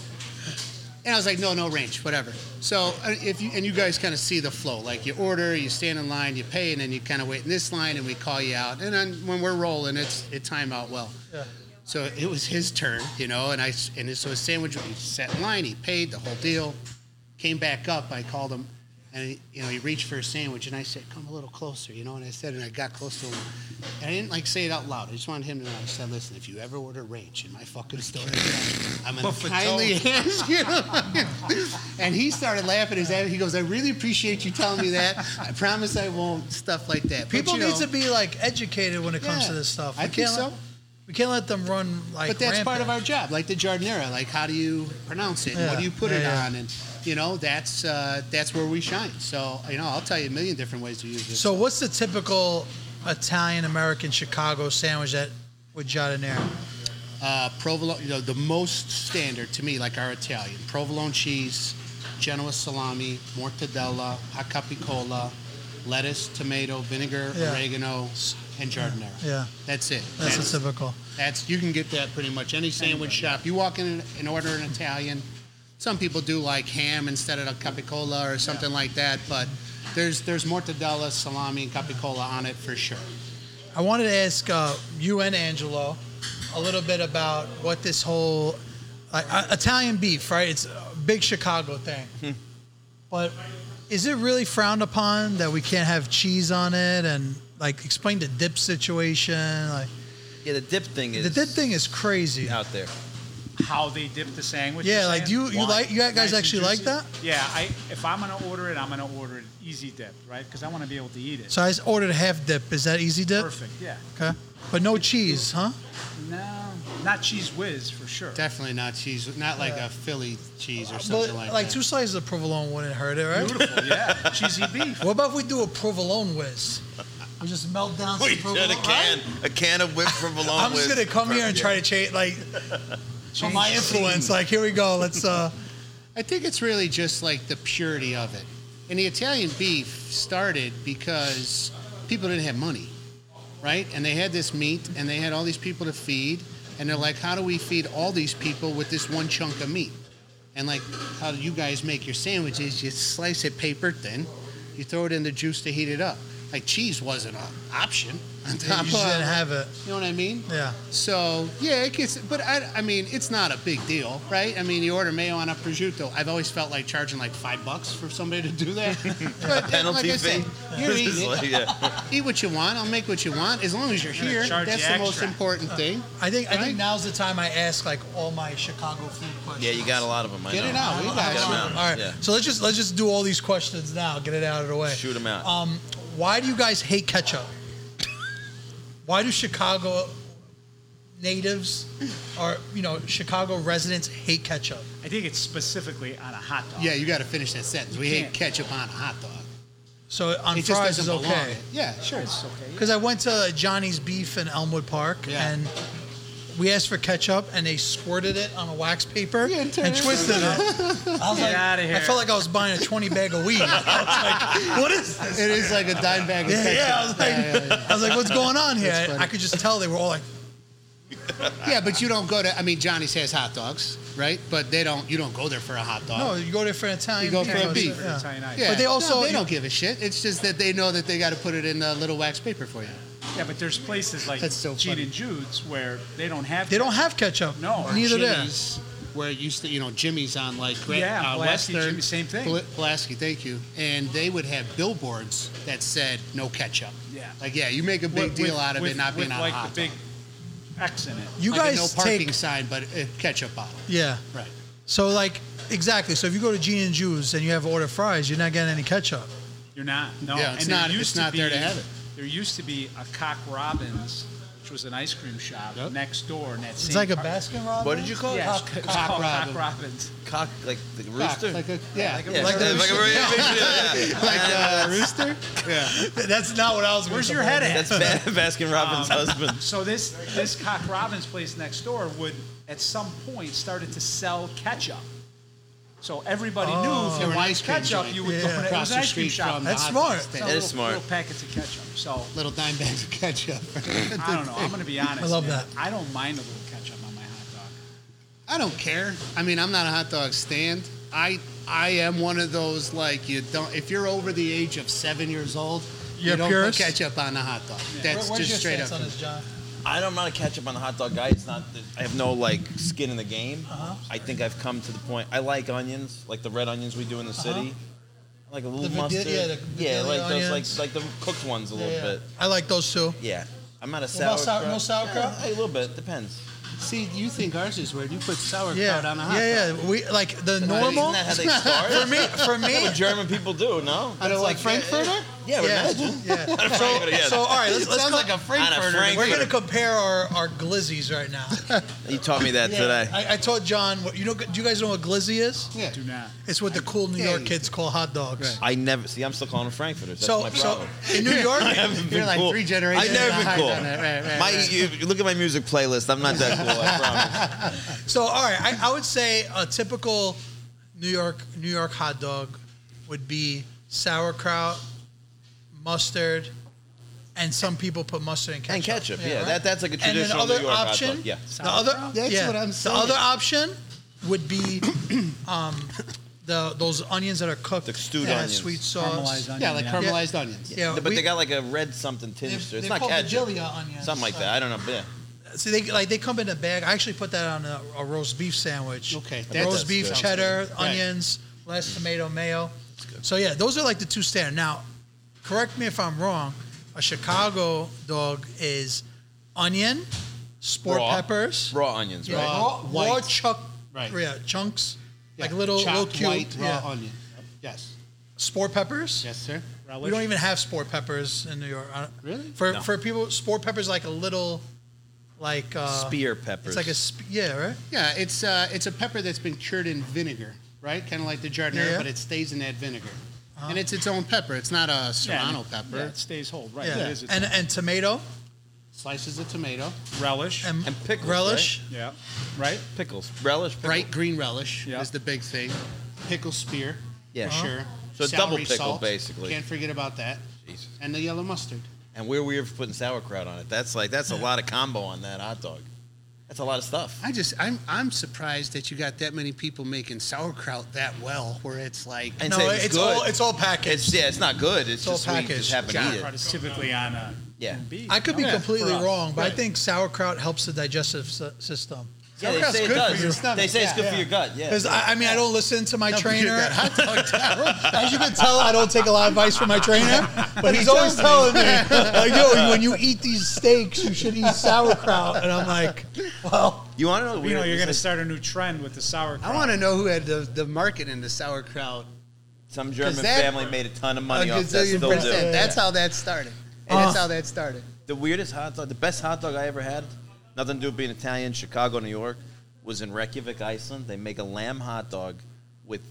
[SPEAKER 1] And I was like, no, no ranch, whatever. So uh, if you and you guys kind of see the flow, like you order, you stand in line, you pay, and then you kind of wait in this line, and we call you out. And then when we're rolling, it's it time out well.
[SPEAKER 3] Yeah.
[SPEAKER 1] So it was his turn, you know, and I s- and so his sandwich he set in line, he paid the whole deal, came back up. I called him, and he, you know he reached for his sandwich, and I said, "Come a little closer," you know, and I said, and I got close to him, and I didn't like say it out loud. I just wanted him to know. I said, "Listen, if you ever order ranch in my fucking store, again, I'm gonna
[SPEAKER 2] Buffalo.
[SPEAKER 1] kindly ask you." and he started laughing his ass. He goes, "I really appreciate you telling me that. I promise I won't." Stuff like that. But,
[SPEAKER 3] People
[SPEAKER 1] you
[SPEAKER 3] need
[SPEAKER 1] know,
[SPEAKER 3] to be like educated when it comes
[SPEAKER 1] Yeah,
[SPEAKER 3] to this stuff.
[SPEAKER 1] I
[SPEAKER 3] We
[SPEAKER 1] think
[SPEAKER 3] can't
[SPEAKER 1] so.
[SPEAKER 3] let- We can't let them run like.
[SPEAKER 1] But that's part of
[SPEAKER 3] rampant.
[SPEAKER 1] our job, like the jardinera. Like, how do you pronounce it? and
[SPEAKER 3] Yeah,
[SPEAKER 1] What do you put
[SPEAKER 3] yeah,
[SPEAKER 1] it
[SPEAKER 3] yeah.
[SPEAKER 1] on? And you know, that's uh, that's where we shine. So you know, I'll tell you a million different ways to use this.
[SPEAKER 3] So what's the typical Italian American Chicago sandwich that with giardiniera?
[SPEAKER 1] uh, provolone, you know, the most standard to me, like our Italian provolone cheese, Genoa salami, mortadella, hot capicola, lettuce, tomato, vinegar,
[SPEAKER 3] Yeah.
[SPEAKER 1] oregano, and jardinera.
[SPEAKER 3] Yeah.
[SPEAKER 1] that's it.
[SPEAKER 3] That's the typical.
[SPEAKER 1] That's you can get that pretty much any sandwich shop. You walk in and order an Italian. Some people do like ham instead of a capicola or something like that, but there's there's mortadella, salami, and capicola on it for sure.
[SPEAKER 3] I wanted to ask uh, you and Angelo a little bit about what this whole like, uh, Italian beef, right? It's a big Chicago thing. but is it really frowned upon that we can't have cheese on it? And like, explain the dip situation. Like,
[SPEAKER 4] Yeah, the dip thing is
[SPEAKER 3] the dip thing is crazy.
[SPEAKER 4] out there.
[SPEAKER 2] How they dip the sandwich?
[SPEAKER 3] Yeah,
[SPEAKER 2] you're
[SPEAKER 3] like, do
[SPEAKER 2] saying?
[SPEAKER 3] you- you like- you guys
[SPEAKER 2] and
[SPEAKER 3] actually like
[SPEAKER 2] juicy?
[SPEAKER 3] that?
[SPEAKER 2] Yeah, I if I'm gonna order it, I'm gonna order it easy dip, right? Because I want to be able to eat it.
[SPEAKER 3] So I just ordered a half dip. Is that easy dip?
[SPEAKER 2] Perfect. Yeah.
[SPEAKER 3] Okay. But no cheese, huh?
[SPEAKER 2] No, not cheese whiz for sure.
[SPEAKER 1] Definitely not cheese, not like a Philly cheese or something
[SPEAKER 3] Uh, But
[SPEAKER 1] like,
[SPEAKER 3] like,
[SPEAKER 1] that.
[SPEAKER 3] two slices of provolone wouldn't hurt it, right?
[SPEAKER 2] Beautiful. Yeah, cheesy beef.
[SPEAKER 3] What about if we do a provolone whiz? We just melt down some
[SPEAKER 5] We
[SPEAKER 3] provolone.
[SPEAKER 5] did a can, a can of whipped provolone.
[SPEAKER 3] I'm just
[SPEAKER 5] with-
[SPEAKER 3] gonna come here and
[SPEAKER 5] Yeah.
[SPEAKER 3] try to change, like, on my
[SPEAKER 2] Change
[SPEAKER 3] influence. Like, here we go. Let's. uh
[SPEAKER 1] I think it's really just like the purity of it. And the Italian beef started because people didn't have money, right? And they had this meat and they had all these people to feed. And they're like, how do we feed all these people with this one chunk of meat? And like, how you guys make your sandwiches, you slice it paper thin, you throw it in the juice to heat it up. Like, cheese wasn't an option. On
[SPEAKER 3] You
[SPEAKER 1] top
[SPEAKER 3] just
[SPEAKER 1] of-
[SPEAKER 3] didn't have it.
[SPEAKER 1] you know what I mean?
[SPEAKER 3] Yeah.
[SPEAKER 1] So yeah, it gets. But I, I mean, it's not a big deal, right? I mean, you order mayo on a prosciutto. I've always felt like charging like five bucks for somebody to do that. but
[SPEAKER 4] Penalty
[SPEAKER 1] like I said,
[SPEAKER 4] fee.
[SPEAKER 1] you're
[SPEAKER 4] It's
[SPEAKER 1] eating
[SPEAKER 4] like,
[SPEAKER 1] it.
[SPEAKER 4] yeah.
[SPEAKER 1] Eat what you want. I'll make what you want as long as you're
[SPEAKER 2] gonna
[SPEAKER 1] here.
[SPEAKER 2] charge
[SPEAKER 1] That's
[SPEAKER 2] you
[SPEAKER 1] the most
[SPEAKER 2] extra.
[SPEAKER 1] important thing.
[SPEAKER 3] I think. I
[SPEAKER 1] Right?
[SPEAKER 3] think now's the time I ask like all my Chicago food questions.
[SPEAKER 4] Yeah, you got a lot of them. I
[SPEAKER 1] Get
[SPEAKER 4] know.
[SPEAKER 1] it out. We got
[SPEAKER 4] Get 'em
[SPEAKER 1] you.
[SPEAKER 4] out.
[SPEAKER 3] All right.
[SPEAKER 4] Yeah.
[SPEAKER 3] So let's just let's just do all these questions now. Get it out of the way.
[SPEAKER 4] Shoot 'em out.
[SPEAKER 3] Um, why do you guys hate ketchup? why do Chicago natives or you know Chicago residents hate ketchup?
[SPEAKER 2] I think it's specifically on a hot dog.
[SPEAKER 1] Yeah, you got to finish that sentence. We hate
[SPEAKER 2] can't.
[SPEAKER 1] ketchup on a hot dog.
[SPEAKER 3] So on
[SPEAKER 1] It just
[SPEAKER 3] fries
[SPEAKER 1] doesn't
[SPEAKER 3] is
[SPEAKER 1] belong.
[SPEAKER 3] okay.
[SPEAKER 1] Yeah, sure.
[SPEAKER 2] It's okay.
[SPEAKER 3] Because I went to Johnny's Beef in Elmwood Park
[SPEAKER 1] Yeah.
[SPEAKER 3] and we asked for ketchup and they squirted it on a wax paper
[SPEAKER 1] Yeah, and
[SPEAKER 3] and,
[SPEAKER 1] turned it
[SPEAKER 3] twisted it. I was
[SPEAKER 2] Get
[SPEAKER 3] like,
[SPEAKER 2] outta
[SPEAKER 3] I
[SPEAKER 2] here.
[SPEAKER 3] felt like I was buying a 20 bag of weed. I was like, what is this?
[SPEAKER 1] It is like a dime bag of
[SPEAKER 3] Yeah,
[SPEAKER 1] ketchup.
[SPEAKER 3] yeah, I was like,
[SPEAKER 1] yeah, yeah.
[SPEAKER 3] I was like, what's going on here?
[SPEAKER 1] That's funny.
[SPEAKER 3] I could just tell they were all like,
[SPEAKER 1] Yeah, but you don't go to. I mean, Johnny's has hot dogs, right? But they don't. You don't go there for a hot dog.
[SPEAKER 3] no, you go there for an Italian.
[SPEAKER 1] You go
[SPEAKER 3] beef.
[SPEAKER 1] for a
[SPEAKER 3] I was
[SPEAKER 1] beef.
[SPEAKER 3] like, yeah.
[SPEAKER 2] Italian ice.
[SPEAKER 1] Yeah,
[SPEAKER 3] But they
[SPEAKER 1] no,
[SPEAKER 3] also-
[SPEAKER 1] they don't give a shit. It's just that they know that they got to put it in a little wax paper for you.
[SPEAKER 2] Yeah, but there's places like
[SPEAKER 1] That's so
[SPEAKER 2] Gene
[SPEAKER 1] funny.
[SPEAKER 2] and Jude's where they don't have.
[SPEAKER 3] They don't have ketchup.
[SPEAKER 2] No.
[SPEAKER 3] neither does.
[SPEAKER 1] Jimmy's, where it used to, you know, Jimmy's on like Gra-
[SPEAKER 2] Yeah,
[SPEAKER 1] uh,
[SPEAKER 2] Pulaski,
[SPEAKER 1] Western,
[SPEAKER 2] Jimmy, same thing.
[SPEAKER 1] Pul- Pulaski, thank you. And they would have billboards that said no ketchup.
[SPEAKER 2] Yeah.
[SPEAKER 1] like yeah, you make a big
[SPEAKER 2] with-
[SPEAKER 1] deal
[SPEAKER 2] with-
[SPEAKER 1] out of
[SPEAKER 2] with-
[SPEAKER 1] it not being
[SPEAKER 2] with
[SPEAKER 1] on
[SPEAKER 2] like
[SPEAKER 1] a hot
[SPEAKER 2] the big
[SPEAKER 1] dog.
[SPEAKER 2] X in it.
[SPEAKER 3] You
[SPEAKER 1] like a no
[SPEAKER 3] guys
[SPEAKER 1] parking
[SPEAKER 3] take
[SPEAKER 1] sign, but a ketchup bottle.
[SPEAKER 3] yeah.
[SPEAKER 1] Right.
[SPEAKER 3] So like exactly. So if you go to Gene and Jude's and you have order fries, you're not getting any ketchup.
[SPEAKER 2] You're not. No,
[SPEAKER 1] Yeah, it's
[SPEAKER 2] and there
[SPEAKER 1] not-
[SPEAKER 2] Used
[SPEAKER 1] it's
[SPEAKER 2] to
[SPEAKER 1] not
[SPEAKER 2] be,
[SPEAKER 1] there to have it.
[SPEAKER 2] There used to be a Cock Robbins, which was an ice cream shop
[SPEAKER 1] Yep.
[SPEAKER 2] next door, and that
[SPEAKER 3] It's
[SPEAKER 2] same
[SPEAKER 3] like a
[SPEAKER 2] part-
[SPEAKER 3] Baskin Robbins.
[SPEAKER 4] What did you call it?
[SPEAKER 2] Yeah,
[SPEAKER 3] Cock-
[SPEAKER 2] it's
[SPEAKER 1] Cock
[SPEAKER 2] called Cock
[SPEAKER 1] Robin.
[SPEAKER 2] Robbins.
[SPEAKER 4] Cock like the rooster.
[SPEAKER 1] Like a yeah,
[SPEAKER 4] yeah,
[SPEAKER 3] Like
[SPEAKER 4] like, a
[SPEAKER 3] the
[SPEAKER 4] uh,
[SPEAKER 3] rooster.
[SPEAKER 4] yeah.
[SPEAKER 1] like a rooster. Yeah.
[SPEAKER 3] That's not what I was.
[SPEAKER 2] Where's
[SPEAKER 3] gonna
[SPEAKER 2] your head
[SPEAKER 3] come up
[SPEAKER 2] at?
[SPEAKER 4] That's Ba- Baskin Robbins' husband.
[SPEAKER 2] So this this Cock Robbins place next door would at some point started to sell ketchup. So everybody knew if you
[SPEAKER 1] An
[SPEAKER 2] were
[SPEAKER 1] Oh. ice
[SPEAKER 2] ice
[SPEAKER 1] cream
[SPEAKER 2] ketchup,
[SPEAKER 1] joint.
[SPEAKER 2] you would
[SPEAKER 3] Yeah.
[SPEAKER 2] go to it
[SPEAKER 1] Across
[SPEAKER 2] was an
[SPEAKER 1] the
[SPEAKER 2] ice cream
[SPEAKER 1] street
[SPEAKER 2] shop.
[SPEAKER 1] from the
[SPEAKER 3] That's
[SPEAKER 1] hot
[SPEAKER 3] smart.
[SPEAKER 1] dog stand.
[SPEAKER 2] Sell
[SPEAKER 4] That is
[SPEAKER 2] little,
[SPEAKER 4] smart.
[SPEAKER 2] Little packets of ketchup. So
[SPEAKER 1] Little dime bags of ketchup.
[SPEAKER 2] I don't know. I'm going to be honest.
[SPEAKER 3] I love
[SPEAKER 2] man.
[SPEAKER 3] that.
[SPEAKER 2] I don't mind a little ketchup on my hot dog.
[SPEAKER 1] I don't care. I mean, I'm not a hot dog stand. I I am one of those like you don't. If you're over the age of seven years old,
[SPEAKER 3] You're
[SPEAKER 1] you don't
[SPEAKER 3] purist?
[SPEAKER 1] put ketchup on a hot dog.
[SPEAKER 3] with-
[SPEAKER 1] That's
[SPEAKER 3] Where's your
[SPEAKER 1] just straight
[SPEAKER 3] stance
[SPEAKER 1] up.
[SPEAKER 3] on this, John?
[SPEAKER 4] I don't, I'm not a ketchup on the hot dog guy. It's not. That I have no like skin in the game. I think I've come to the point. I like onions, like the red onions we do in the city. I like a little
[SPEAKER 3] The vide-
[SPEAKER 4] mustard.
[SPEAKER 3] yeah, the
[SPEAKER 4] Uh-huh. Yeah,
[SPEAKER 3] Vidalia
[SPEAKER 4] like
[SPEAKER 3] onions.
[SPEAKER 4] those, like like the cooked ones a little
[SPEAKER 3] Yeah.
[SPEAKER 4] bit.
[SPEAKER 3] I like those two.
[SPEAKER 4] Yeah, I'm not a
[SPEAKER 3] What about
[SPEAKER 4] sauerkraut.
[SPEAKER 3] sau- no sauerkraut?
[SPEAKER 4] Yeah, a little bit depends.
[SPEAKER 1] See, you think ours is weird? You put sauerkraut
[SPEAKER 3] Yeah,
[SPEAKER 1] on a hot
[SPEAKER 3] yeah,
[SPEAKER 1] dog.
[SPEAKER 3] yeah. We like the
[SPEAKER 4] But
[SPEAKER 3] normal.
[SPEAKER 4] Isn't that how they start?
[SPEAKER 3] For me, for me,
[SPEAKER 4] What German people do, no?
[SPEAKER 1] I don't like Frankfurter.
[SPEAKER 4] Yeah,
[SPEAKER 3] yeah,
[SPEAKER 4] imagine.
[SPEAKER 3] yeah.
[SPEAKER 4] Yeah.
[SPEAKER 3] So, so all right, let's, let's
[SPEAKER 1] Sounds
[SPEAKER 3] go-
[SPEAKER 1] like a
[SPEAKER 4] On a
[SPEAKER 1] Frankfurter.
[SPEAKER 4] Frank-
[SPEAKER 3] We're gonna compare our, our glizzies right now.
[SPEAKER 4] You taught me that today.
[SPEAKER 3] I, I told John, what, you know, do you guys know what glizzy is?
[SPEAKER 1] yeah.
[SPEAKER 2] Do not.
[SPEAKER 3] It's what the cool New York
[SPEAKER 1] Yeah.
[SPEAKER 3] kids call hot dogs.
[SPEAKER 4] I never see. I'm still calling them Frankfurters. That's
[SPEAKER 3] So,
[SPEAKER 4] my
[SPEAKER 3] so
[SPEAKER 4] problem.
[SPEAKER 3] in New York,
[SPEAKER 4] I haven't
[SPEAKER 1] You're
[SPEAKER 4] been
[SPEAKER 1] like
[SPEAKER 4] cool.
[SPEAKER 1] three generations
[SPEAKER 4] I've never been
[SPEAKER 1] behind
[SPEAKER 4] cool.
[SPEAKER 1] on that. Right, right,
[SPEAKER 4] my,
[SPEAKER 1] right.
[SPEAKER 4] You, you look at my music playlist. I'm not that cool. I promise.
[SPEAKER 3] so all right, I, I would say a typical New York New York hot dog would be sauerkraut, mustard, and some people put mustard and ketchup.
[SPEAKER 4] And ketchup. Yeah,
[SPEAKER 3] right?
[SPEAKER 4] that, that's like a
[SPEAKER 3] And then
[SPEAKER 4] traditional
[SPEAKER 3] the other
[SPEAKER 4] New York hot
[SPEAKER 3] option,
[SPEAKER 4] dog. Yeah.
[SPEAKER 3] the other
[SPEAKER 1] That's
[SPEAKER 3] yeah,
[SPEAKER 1] what I'm saying.
[SPEAKER 3] The other option would be um, the those onions that are cooked.
[SPEAKER 4] The stewed
[SPEAKER 3] that have
[SPEAKER 4] onions.
[SPEAKER 3] Sweet sauce.
[SPEAKER 2] Caramelized onion.
[SPEAKER 1] Yeah, like
[SPEAKER 2] yeah.
[SPEAKER 1] caramelized onions.
[SPEAKER 3] Yeah,
[SPEAKER 4] but
[SPEAKER 3] we-
[SPEAKER 4] they got like a red something
[SPEAKER 3] They're-
[SPEAKER 4] tinge to it. It's
[SPEAKER 3] they're
[SPEAKER 4] not
[SPEAKER 3] called
[SPEAKER 4] ketchup.
[SPEAKER 3] Vigilia onions,
[SPEAKER 4] Something like
[SPEAKER 3] so-
[SPEAKER 4] that. I don't know. Yeah.
[SPEAKER 3] See, they like they come in a bag. I actually put that on a, a roast beef sandwich.
[SPEAKER 1] Okay, that
[SPEAKER 3] roast
[SPEAKER 1] does
[SPEAKER 3] beef,
[SPEAKER 1] good.
[SPEAKER 3] cheddar,
[SPEAKER 1] Sounds good. Right. Mm.
[SPEAKER 3] onions, less tomato, mayo. So yeah, those are like the two standard. Now, correct me if I'm wrong. A Chicago dog is onion, sport
[SPEAKER 4] Raw.
[SPEAKER 3] peppers,
[SPEAKER 4] Raw onions,
[SPEAKER 3] yeah,
[SPEAKER 4] right?
[SPEAKER 3] raw,
[SPEAKER 1] White.
[SPEAKER 3] raw chuck,
[SPEAKER 1] Right.
[SPEAKER 3] yeah, chunks,
[SPEAKER 1] Yeah,
[SPEAKER 3] like little
[SPEAKER 1] chopped
[SPEAKER 3] little cubed,
[SPEAKER 1] white raw
[SPEAKER 3] yeah.
[SPEAKER 1] onion. Yes,
[SPEAKER 3] sport peppers.
[SPEAKER 1] yes, sir.
[SPEAKER 3] We don't even have sport peppers in New York. I don't-
[SPEAKER 1] Really?
[SPEAKER 3] For
[SPEAKER 4] No.
[SPEAKER 3] for people, sport peppers like a little, like uh,
[SPEAKER 4] Spear peppers.
[SPEAKER 3] It's like a sp- yeah, right.
[SPEAKER 1] Yeah, it's uh, it's a pepper that's been cured in vinegar, right? Kind of like the jardinera,
[SPEAKER 3] Yeah.
[SPEAKER 1] but it stays in that vinegar, and it's its own pepper. It's not a serrano pepper.
[SPEAKER 2] Yeah, it stays whole. Right.
[SPEAKER 3] Yeah,
[SPEAKER 2] It is. It's
[SPEAKER 3] and and tomato
[SPEAKER 1] Slices of tomato,
[SPEAKER 2] relish.
[SPEAKER 3] and,
[SPEAKER 4] And pickles,
[SPEAKER 3] relish.
[SPEAKER 2] yeah. Right?
[SPEAKER 4] pickles, relish, pickle.
[SPEAKER 1] bright green relish
[SPEAKER 2] Yeah.
[SPEAKER 1] is the big thing. Pickle spear,
[SPEAKER 4] Yeah.
[SPEAKER 1] for
[SPEAKER 4] Uh-huh.
[SPEAKER 1] sure.
[SPEAKER 4] So
[SPEAKER 1] Celery
[SPEAKER 4] double pickle,
[SPEAKER 1] salt,
[SPEAKER 4] basically.
[SPEAKER 1] Can't forget about that.
[SPEAKER 4] Jesus.
[SPEAKER 1] And the yellow mustard.
[SPEAKER 4] And we're weird for putting sauerkraut on it. That's like that's a lot of combo on that hot dog. That's a lot of stuff.
[SPEAKER 1] I just I'm I'm surprised that you got that many people making sauerkraut that well, where it's like
[SPEAKER 4] And
[SPEAKER 3] No,
[SPEAKER 4] say it was
[SPEAKER 3] it's
[SPEAKER 4] good.
[SPEAKER 3] all it's all packaged.
[SPEAKER 4] It's yeah, it's not good. It's,
[SPEAKER 3] all
[SPEAKER 4] just we
[SPEAKER 3] packaged.
[SPEAKER 4] just haven't eaten
[SPEAKER 2] Sauerkraut
[SPEAKER 4] it.
[SPEAKER 2] is typically on a
[SPEAKER 4] Yeah.
[SPEAKER 2] beef.
[SPEAKER 3] I could be
[SPEAKER 2] Yeah,
[SPEAKER 3] completely
[SPEAKER 2] for us.
[SPEAKER 3] wrong, but I
[SPEAKER 2] Right.
[SPEAKER 3] think sauerkraut helps the digestive s- system.
[SPEAKER 4] Yeah, they
[SPEAKER 1] Sauerkraut's
[SPEAKER 4] say it
[SPEAKER 1] good for
[SPEAKER 4] does.
[SPEAKER 1] your stomach.
[SPEAKER 4] They say it's
[SPEAKER 1] Yeah,
[SPEAKER 4] good for your gut. Yeah.
[SPEAKER 3] Because I, I mean, I don't listen to my trainer.
[SPEAKER 1] hot dog
[SPEAKER 3] As you can tell, I don't take a lot of advice from my trainer, but he's always telling me, like, yo, when you eat these steaks, you should eat sauerkraut. And I'm like, well,
[SPEAKER 4] You want to know? the
[SPEAKER 2] You know,
[SPEAKER 4] weird-
[SPEAKER 2] you're going to
[SPEAKER 4] it's
[SPEAKER 2] start a new trend with the sauerkraut.
[SPEAKER 1] I want to know who had the, the market in the sauerkraut.
[SPEAKER 4] like Some German
[SPEAKER 1] that-
[SPEAKER 4] family made a ton of money
[SPEAKER 1] A
[SPEAKER 4] off that.
[SPEAKER 1] gazillion
[SPEAKER 4] Still
[SPEAKER 1] percent.
[SPEAKER 4] do.
[SPEAKER 1] That's Uh. how that started. And that's how that started.
[SPEAKER 4] The weirdest hot dog, the best hot dog I ever had, nothing to do with being Italian, Chicago, New York, was in Reykjavik, Iceland. They make a lamb hot dog with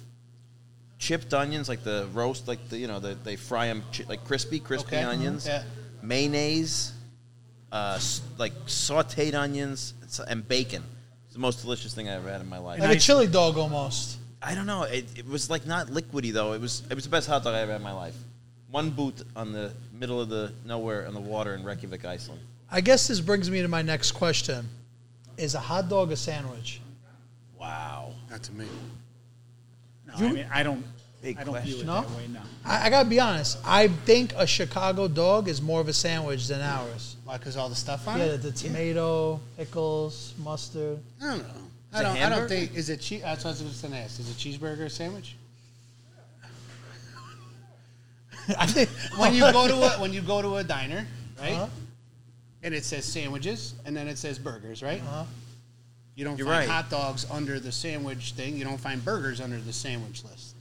[SPEAKER 4] chipped onions, like the roast, like the you know the, they fry them chi- like crispy, crispy
[SPEAKER 1] Okay. mm-hmm,
[SPEAKER 4] onions,
[SPEAKER 1] Yeah.
[SPEAKER 4] mayonnaise, uh, s- like sautéed onions, and sa- and bacon. It's the most delicious thing I ever had in my life.
[SPEAKER 3] like a chili dog almost.
[SPEAKER 4] I don't know. It, it was like not liquidy though. It was it was the best hot dog I ever had in my life. One boot on the middle of the nowhere on the water in Reykjavik, Iceland.
[SPEAKER 3] I guess this brings me to my next question Is a hot dog a sandwich?
[SPEAKER 4] Wow.
[SPEAKER 1] Not to me.
[SPEAKER 2] No, I mean, I don't.
[SPEAKER 4] Big
[SPEAKER 2] I don't view it
[SPEAKER 4] question.
[SPEAKER 2] that
[SPEAKER 3] No?
[SPEAKER 2] way. No.
[SPEAKER 3] I, I gotta be honest. I think a Chicago dog is more of a sandwich than ours.
[SPEAKER 1] Why? Because all the stuff on
[SPEAKER 3] Yeah,
[SPEAKER 1] it?
[SPEAKER 3] the tomato, pickles, mustard.
[SPEAKER 1] I don't know.
[SPEAKER 4] it
[SPEAKER 1] I don't, I
[SPEAKER 4] hamburger?
[SPEAKER 1] don't think. Is it cheese? That's what I was just going to ask. Is it cheeseburger or sandwich?
[SPEAKER 3] I think
[SPEAKER 1] When you go to a, when you go to a diner, right?
[SPEAKER 3] Uh-huh.
[SPEAKER 1] And it says sandwiches, and then it says burgers, right?
[SPEAKER 3] Uh-huh.
[SPEAKER 1] You don't
[SPEAKER 4] You're
[SPEAKER 1] find
[SPEAKER 4] right.
[SPEAKER 1] hot dogs under the sandwich thing. You don't find burgers under the sandwich list.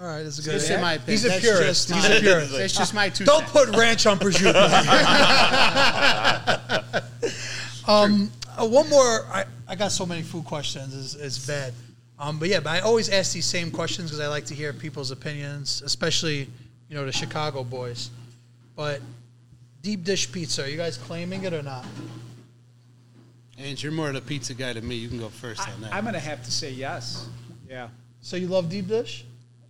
[SPEAKER 3] All right, that's a good.
[SPEAKER 1] Just in my opinion.
[SPEAKER 3] He's a
[SPEAKER 1] That's
[SPEAKER 3] purist.
[SPEAKER 1] just
[SPEAKER 3] He's
[SPEAKER 1] my-
[SPEAKER 3] a purist.
[SPEAKER 1] That's just my two
[SPEAKER 3] Don't
[SPEAKER 1] cents.
[SPEAKER 3] put ranch on prosciutto. um, uh, one more. I, I got so many food questions. It's, it's bad. Um, but yeah, but I always ask these same questions because I like to hear people's opinions, especially you know the Chicago boys. But deep dish pizza, are you guys claiming it or not?
[SPEAKER 1] And you're more of the pizza guy than me. You can go first on that.
[SPEAKER 2] I, am going to have to say yes. Yeah.
[SPEAKER 3] So you love deep dish?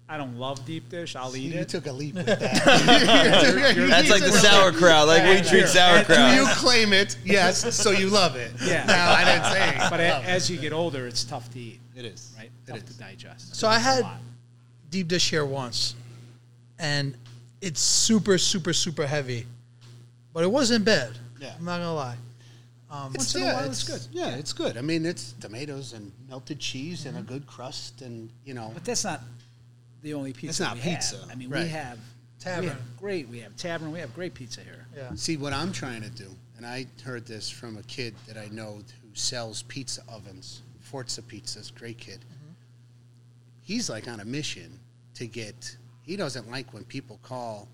[SPEAKER 2] I don't love deep dish. I'll eat
[SPEAKER 1] you
[SPEAKER 2] it.
[SPEAKER 1] took a leap with that.
[SPEAKER 4] That's like the sauerkraut. Like we treat
[SPEAKER 1] Do you
[SPEAKER 4] sauerkraut.
[SPEAKER 1] claim it? Yes. So you love it.
[SPEAKER 2] Yeah.
[SPEAKER 1] No, I didn't say it.
[SPEAKER 2] But
[SPEAKER 1] Love
[SPEAKER 2] a-
[SPEAKER 1] it.
[SPEAKER 2] as you get older, it's tough to eat,
[SPEAKER 1] it is.
[SPEAKER 2] right?
[SPEAKER 1] It
[SPEAKER 2] tough
[SPEAKER 1] is.
[SPEAKER 2] to digest.
[SPEAKER 3] So I
[SPEAKER 2] It's a
[SPEAKER 3] had
[SPEAKER 2] lot.
[SPEAKER 3] deep dish here once, and it's super, super, super heavy, but it wasn't bad.
[SPEAKER 1] Yeah.
[SPEAKER 3] I'm not gonna lie. Um,
[SPEAKER 1] It's,
[SPEAKER 2] in a
[SPEAKER 1] yeah,
[SPEAKER 2] while, it's good.
[SPEAKER 1] Yeah, it's good. I mean, it's tomatoes and melted cheese and
[SPEAKER 2] Mm-hmm.
[SPEAKER 1] a good crust and, you know.
[SPEAKER 2] But that's not the only pizza.
[SPEAKER 1] not
[SPEAKER 2] we
[SPEAKER 1] pizza,
[SPEAKER 2] Have. I mean,
[SPEAKER 1] right.
[SPEAKER 2] we have We
[SPEAKER 3] Tavern.
[SPEAKER 2] have great. We have tavern. We have great pizza here.
[SPEAKER 3] Yeah.
[SPEAKER 1] See, what I'm trying to do, and I heard this from a kid that I know who sells pizza ovens, Forza Pizzas, great kid.
[SPEAKER 2] Mm-hmm.
[SPEAKER 1] He's like on a mission to get, he doesn't like when people call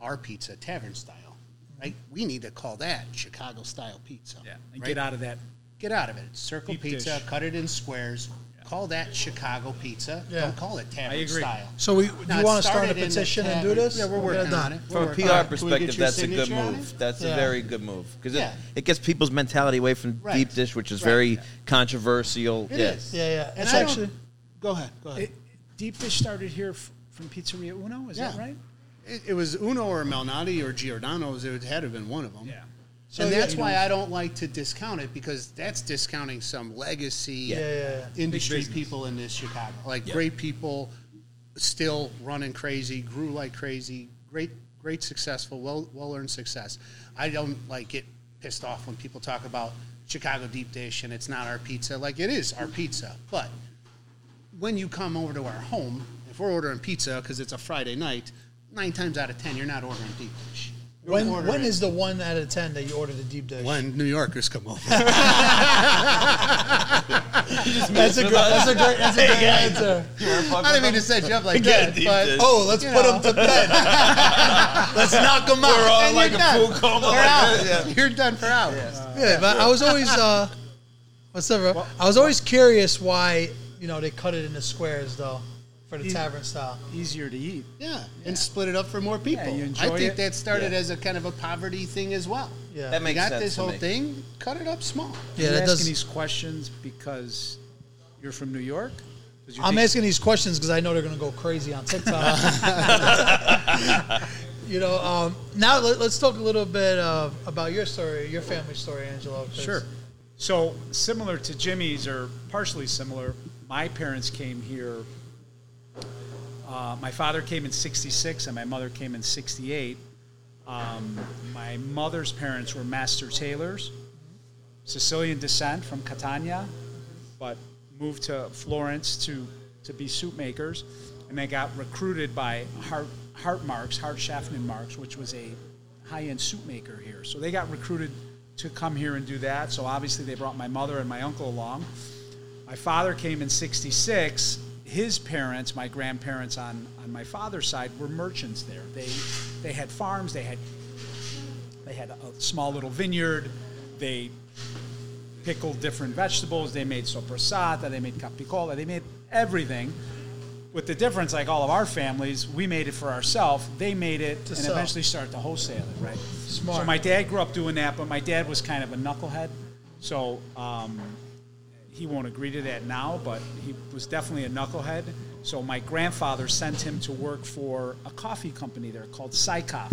[SPEAKER 1] our pizza tavern style. Right?
[SPEAKER 2] Mm-hmm.
[SPEAKER 1] We need to call that Chicago style pizza.
[SPEAKER 2] and
[SPEAKER 1] right?
[SPEAKER 2] get out of that.
[SPEAKER 1] get out of it. It's circle
[SPEAKER 2] Deep
[SPEAKER 1] pizza,
[SPEAKER 2] dish.
[SPEAKER 1] cut it in squares. Call that Chicago pizza.
[SPEAKER 3] Yeah.
[SPEAKER 1] Don't call it tavern
[SPEAKER 2] I agree.
[SPEAKER 1] style.
[SPEAKER 3] So we, do
[SPEAKER 1] Now,
[SPEAKER 3] you
[SPEAKER 1] it
[SPEAKER 3] want to start a
[SPEAKER 1] started in the
[SPEAKER 3] petition and do
[SPEAKER 1] tavern.
[SPEAKER 3] this?
[SPEAKER 1] Yeah, we're
[SPEAKER 3] We'll get
[SPEAKER 1] working on it. We're
[SPEAKER 4] From a
[SPEAKER 1] working
[SPEAKER 4] PR
[SPEAKER 1] on it. Can we get
[SPEAKER 4] perspective,
[SPEAKER 1] your
[SPEAKER 4] that's a good
[SPEAKER 1] signature on
[SPEAKER 4] move.
[SPEAKER 1] it?
[SPEAKER 4] That's
[SPEAKER 3] Yeah.
[SPEAKER 4] a very good move because
[SPEAKER 1] Yeah.
[SPEAKER 4] it, it gets people's mentality away from
[SPEAKER 1] Right.
[SPEAKER 4] deep dish, which is
[SPEAKER 1] Right.
[SPEAKER 4] very controversial.
[SPEAKER 1] It
[SPEAKER 4] yeah.
[SPEAKER 1] is.
[SPEAKER 3] Yeah, yeah.
[SPEAKER 1] And
[SPEAKER 3] It's
[SPEAKER 1] I don't-
[SPEAKER 3] actually-
[SPEAKER 1] Go ahead. Go ahead.
[SPEAKER 2] It, deep dish started here f- from Pizzeria Uno. Is that
[SPEAKER 1] Yeah.
[SPEAKER 2] right?
[SPEAKER 1] Um, It, it was Uno or Malnati or Giordano's. It had to have been one of them. and
[SPEAKER 3] yeah,
[SPEAKER 1] that's
[SPEAKER 3] you
[SPEAKER 1] why I don't like to discount it because that's discounting some legacy
[SPEAKER 3] Yeah, yeah, yeah.
[SPEAKER 1] industry
[SPEAKER 2] business.
[SPEAKER 1] people in this Chicago. Like great people, still running crazy, grew like crazy, great, great, successful, well, well earned success. I don't like get pissed off when people talk about Chicago deep dish and it's not our pizza. Like it is our pizza, but when you come over to our home, if we're ordering pizza because it's a Friday night, nine times out of ten you're not ordering deep dish. You're
[SPEAKER 3] When
[SPEAKER 1] ordering-
[SPEAKER 3] when is the one out of ten that you order the deep dish?
[SPEAKER 1] when New Yorkers come over?
[SPEAKER 3] That's a great. That's a great. That's a great answer.
[SPEAKER 1] I didn't mean to set you up like that,
[SPEAKER 4] deep
[SPEAKER 1] but
[SPEAKER 4] dish.
[SPEAKER 3] Oh, let's
[SPEAKER 1] You
[SPEAKER 3] put
[SPEAKER 1] know.
[SPEAKER 3] them to bed.
[SPEAKER 1] Oh,
[SPEAKER 3] let's knock them out.
[SPEAKER 4] We're all
[SPEAKER 1] And you're
[SPEAKER 4] like a
[SPEAKER 1] done.
[SPEAKER 4] pool coma.
[SPEAKER 1] You're
[SPEAKER 4] like
[SPEAKER 1] out.
[SPEAKER 4] that, yeah.
[SPEAKER 1] You're done for hours.
[SPEAKER 3] Yeah, but I was always uh, what's up, bro? I was always curious why you know they cut it into squares though for the
[SPEAKER 2] Yeah.
[SPEAKER 3] tavern style.
[SPEAKER 2] Easier to eat.
[SPEAKER 1] Yeah. and split it up for more people.
[SPEAKER 2] you
[SPEAKER 1] I
[SPEAKER 2] enjoy
[SPEAKER 1] think
[SPEAKER 2] it.
[SPEAKER 1] that started
[SPEAKER 4] Yeah.
[SPEAKER 1] as a kind of a poverty thing as well.
[SPEAKER 3] Yeah,
[SPEAKER 4] That
[SPEAKER 1] You
[SPEAKER 4] makes
[SPEAKER 1] got
[SPEAKER 4] sense
[SPEAKER 1] this
[SPEAKER 4] to
[SPEAKER 1] whole
[SPEAKER 4] me.
[SPEAKER 1] thing, cut it up small.
[SPEAKER 3] yeah,
[SPEAKER 2] you're
[SPEAKER 3] that
[SPEAKER 2] asking
[SPEAKER 3] does.
[SPEAKER 2] these questions because you're from New York. 'Cause you
[SPEAKER 3] I'm
[SPEAKER 2] think-
[SPEAKER 3] asking these questions because I know they're gonna go crazy on TikTok. you know, um, now let, us talk a little bit uh, about your story, your family story, Angelo. 'cause-
[SPEAKER 2] Sure. So similar to Jimmy's, or partially similar, my parents came here. Uh, my father came in '66, and my mother came in '68. Um, my mother's parents were master tailors, Sicilian descent from Catania, but moved to Florence to to be suit makers, and they got recruited by Hart Hart Marks, Hart Schaffner Marks, which was a high end suit maker here. So they got recruited to come here and do that. So obviously they brought my mother and my uncle along. My father came in '66. His parents, my grandparents on, on my father's side, were merchants there. They they had farms. They had they had a small little vineyard. They pickled different vegetables. They made soppressata, they made capicola, they made everything. With the difference, like all of our families, we made it for ourselves. They made it and
[SPEAKER 3] sell.
[SPEAKER 2] eventually started to wholesale it, right?
[SPEAKER 3] Smart.
[SPEAKER 2] So my dad grew up doing that, but my dad was kind of a knucklehead. So um, he won't agree to that now, but he was definitely a knucklehead. So my grandfather sent him to work for a coffee company there called Psychop.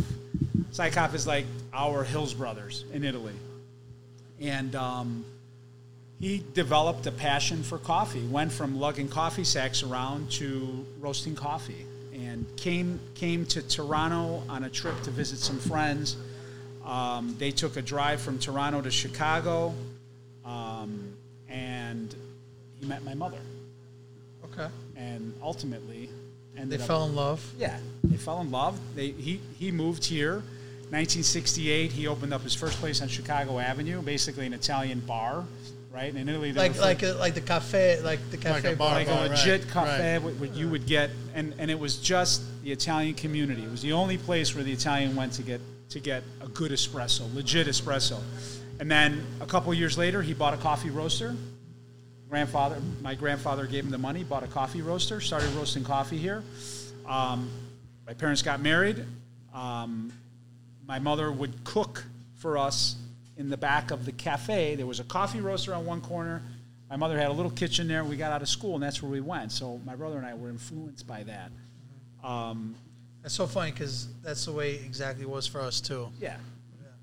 [SPEAKER 2] Psychop is like our Hills Brothers in Italy and um, he developed a passion for coffee. Went from lugging coffee sacks around to roasting coffee, and came came to Toronto on a trip to visit some friends. Um, they took a drive from Toronto to Chicago, um, and he met my mother,
[SPEAKER 3] Okay.
[SPEAKER 2] and ultimately
[SPEAKER 3] They
[SPEAKER 2] ended up
[SPEAKER 3] fell in love.
[SPEAKER 2] yeah, they fell in love. They he he moved here, 1968. He opened up his first place on Chicago Avenue, basically an Italian bar, right? And in Italy, they
[SPEAKER 3] Like
[SPEAKER 2] refer-
[SPEAKER 3] like a, like the cafe, like the cafe
[SPEAKER 1] a bar
[SPEAKER 3] bar.
[SPEAKER 2] like
[SPEAKER 1] bar.
[SPEAKER 2] a legit
[SPEAKER 1] right,
[SPEAKER 2] cafe, what, what you would get, and and it was just the Italian community. It was the only place where the Italian went to get to get a good espresso, legit espresso. And then a couple years later, he bought a coffee roaster. Grandfather, my grandfather gave him the money, bought a coffee roaster, started roasting coffee here. Um, my parents got married. Um, my mother would cook for us in the back of the cafe. There was a coffee roaster on one corner. My mother had a little kitchen there. We got out of school, and that's where we went. So my brother and I were influenced by that.
[SPEAKER 3] That's so funny because that's the way exactly it was for us too.
[SPEAKER 2] Yeah,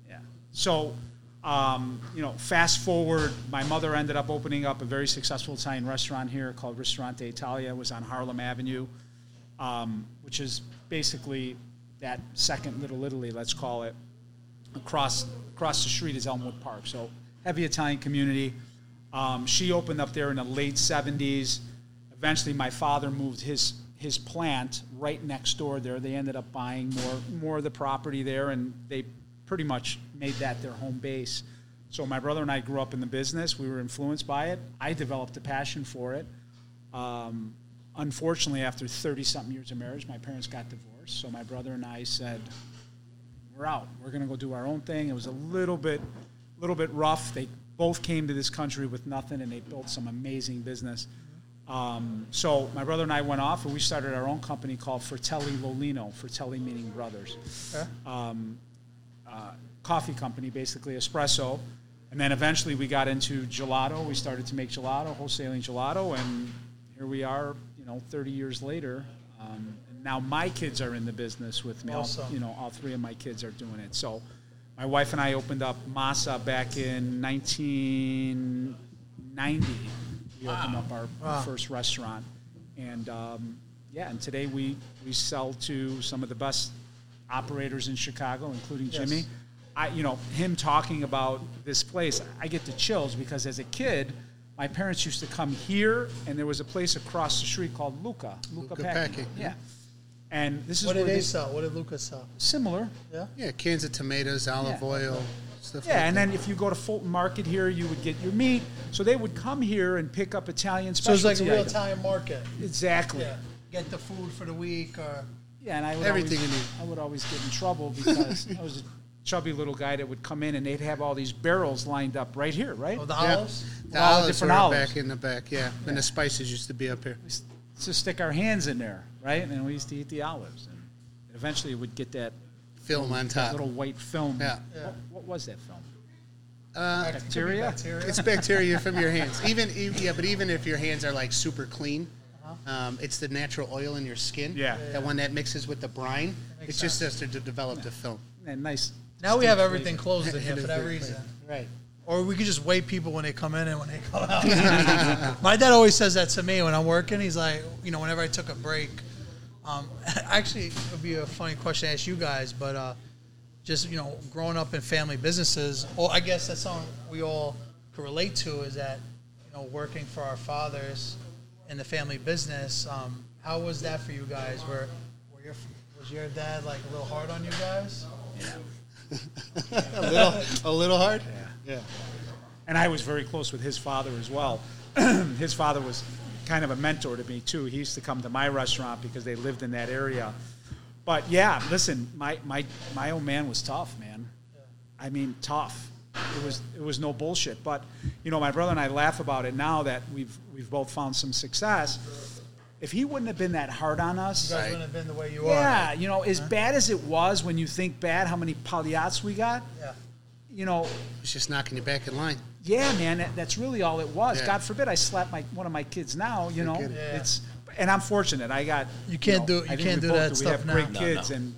[SPEAKER 2] yeah. So, um, you know, fast forward, my mother ended up opening up a very successful Italian restaurant here called Ristorante Italia. It was on Harlem Avenue, um, which is basically that second Little Italy, let's call it. across across the street is Elmwood Park. So heavy Italian community. Um, she opened up there in the late '70s. Eventually, my father moved his his plant right next door there. They ended up buying more more of the property there, and they pretty much made that their home base. So my brother and I grew up in the business. We were influenced by it. I developed a passion for it. Um, unfortunately, after 30 something years of marriage, my parents got divorced. So my brother and I said, we're out. We're going to go do our own thing. It was a little bit, little bit rough. They both came to this country with nothing, and they built some amazing business. Um, so my brother and I went off, and we started our own company called Fratelli Lolino. Fratelli meaning brothers Um, uh, coffee company, basically espresso. And then eventually we got into gelato. We started to make gelato, wholesaling gelato, and here we are, you know, 30 years later. Um, and now my kids are in the business with me. All-
[SPEAKER 3] Awesome.
[SPEAKER 2] you know, all three of my kids are doing it. So my My wife and I opened up Masa back in 1990. We opened up our first restaurant, and um, yeah, and today we we sell to some of the best operators in Chicago, including Jimmy. I, you know, him talking about this place, I get the chills because as a kid, my parents used to come here, and there was a place across the street called Luca, Luca,
[SPEAKER 1] Luca
[SPEAKER 2] Packing.
[SPEAKER 1] Packing.
[SPEAKER 2] Yeah, and this is
[SPEAKER 3] What
[SPEAKER 2] where
[SPEAKER 3] did they
[SPEAKER 2] they-
[SPEAKER 3] sell? What did Lucas sell?
[SPEAKER 2] similar.
[SPEAKER 1] Yeah, cans of tomatoes, olive
[SPEAKER 2] Yeah.
[SPEAKER 1] oil, stuff. like
[SPEAKER 2] Yeah, and
[SPEAKER 1] that.
[SPEAKER 2] then if you go to Fulton Market here, you would get your meat. So they would come here and pick up Italian
[SPEAKER 3] So
[SPEAKER 2] specialty.
[SPEAKER 3] it's like a real
[SPEAKER 2] items.
[SPEAKER 3] Italian market.
[SPEAKER 2] Exactly.
[SPEAKER 3] Yeah.
[SPEAKER 2] Yeah,
[SPEAKER 3] Get the food for the week or
[SPEAKER 2] and I would
[SPEAKER 1] Everything
[SPEAKER 2] always,
[SPEAKER 1] you need.
[SPEAKER 2] I would always get in trouble because I was a chubby little guy that would come in and they'd have all these barrels lined up right here, right?
[SPEAKER 3] oh, the
[SPEAKER 1] Yeah.
[SPEAKER 3] olives.
[SPEAKER 1] The
[SPEAKER 2] All the
[SPEAKER 1] olives
[SPEAKER 2] different
[SPEAKER 1] were
[SPEAKER 2] olives.
[SPEAKER 1] back in the back, yeah. And the spices used to be up here.
[SPEAKER 2] Just to stick our hands in there, right? And we used to eat the olives, and eventually would get that
[SPEAKER 1] Film on top.
[SPEAKER 2] little white film.
[SPEAKER 1] Yeah.
[SPEAKER 2] What, what was that film?
[SPEAKER 1] Uh,
[SPEAKER 2] Bacteria.
[SPEAKER 1] it's bacteria from your hands. Even e- yeah, but even if your hands are like super clean, um, it's the natural oil in your skin.
[SPEAKER 2] Yeah.
[SPEAKER 1] That when that mixes with the brine,
[SPEAKER 3] makes
[SPEAKER 1] it's just starts to de- develop the film.
[SPEAKER 2] And nice.
[SPEAKER 3] Now we have
[SPEAKER 2] distinct
[SPEAKER 3] everything
[SPEAKER 2] flavor.
[SPEAKER 3] closed in here
[SPEAKER 1] It
[SPEAKER 3] for
[SPEAKER 1] is
[SPEAKER 3] that
[SPEAKER 1] very
[SPEAKER 3] reason.
[SPEAKER 1] clean. Right.
[SPEAKER 3] Or we could just wait people when they come in and when they come out. My dad always says that to me when I'm working. He's like, you know, whenever I took a break. Um, actually, it would be a funny question to ask you guys, but uh, just you know, growing up in family businesses, or I guess that's something we all could relate to is that you know, working for our fathers in the family business. Um, how was that for you guys? Were, were your was your dad like a little hard on you guys?
[SPEAKER 1] A little, a little hard. Yeah.
[SPEAKER 2] and I was very close with his father as well. his father was kind of a mentor to me too. He used to come to my restaurant because they lived in that area. But yeah, listen, my my my old man was tough, man. I mean, tough. It was it was no bullshit. But you know, my brother and I laugh about it now that we've we've both found some success. If he wouldn't have been that hard on us,
[SPEAKER 3] You guys wouldn't have been the way you are.
[SPEAKER 2] yeah, you know, as bad as it was when you think bad, how many palliats we got,
[SPEAKER 3] Yeah.
[SPEAKER 2] you know,
[SPEAKER 1] It's just knocking you back in line.
[SPEAKER 2] yeah, man, that, that's really all it was.
[SPEAKER 1] Yeah.
[SPEAKER 2] God forbid I slap my one of my kids now. You know,
[SPEAKER 1] Forget it.
[SPEAKER 3] Yeah.
[SPEAKER 2] it's and I'm fortunate. I got
[SPEAKER 3] You can't do-
[SPEAKER 2] know,
[SPEAKER 3] you
[SPEAKER 2] I think
[SPEAKER 3] can't
[SPEAKER 2] we
[SPEAKER 3] do
[SPEAKER 2] both
[SPEAKER 3] that
[SPEAKER 2] We
[SPEAKER 3] stuff
[SPEAKER 2] have
[SPEAKER 3] now.
[SPEAKER 2] great
[SPEAKER 3] No,
[SPEAKER 2] kids and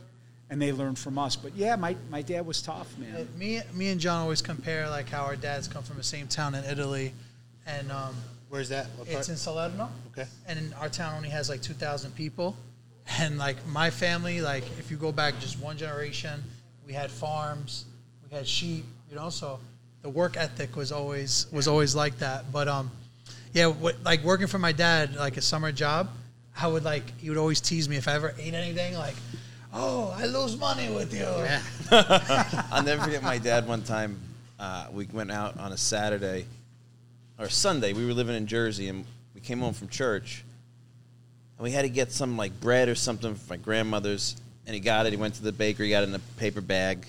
[SPEAKER 2] and they learn from us. But yeah, my my dad was tough, man.
[SPEAKER 3] Me, me and John always compare like how our dads come from the same town in Italy, and um,
[SPEAKER 1] Where's that? What part?
[SPEAKER 3] it's in Salerno.
[SPEAKER 1] Okay.
[SPEAKER 3] And our town only has like two thousand people, and like my family, like if you go back just one generation, we had farms, we had sheep, you know. So the work ethic was always was always like that. But um, yeah, what, like working for my dad, like a summer job, I would like he would always tease me if I ever ate anything like. Oh, I lose money with you.
[SPEAKER 1] yeah.
[SPEAKER 4] I'll never forget my dad one time. Uh, we went out on a Saturday or Sunday. We were living in Jersey and we came home from church and we had to get some like bread or something from my grandmother's. And he got it. He went to the bakery, got it in a paper bag.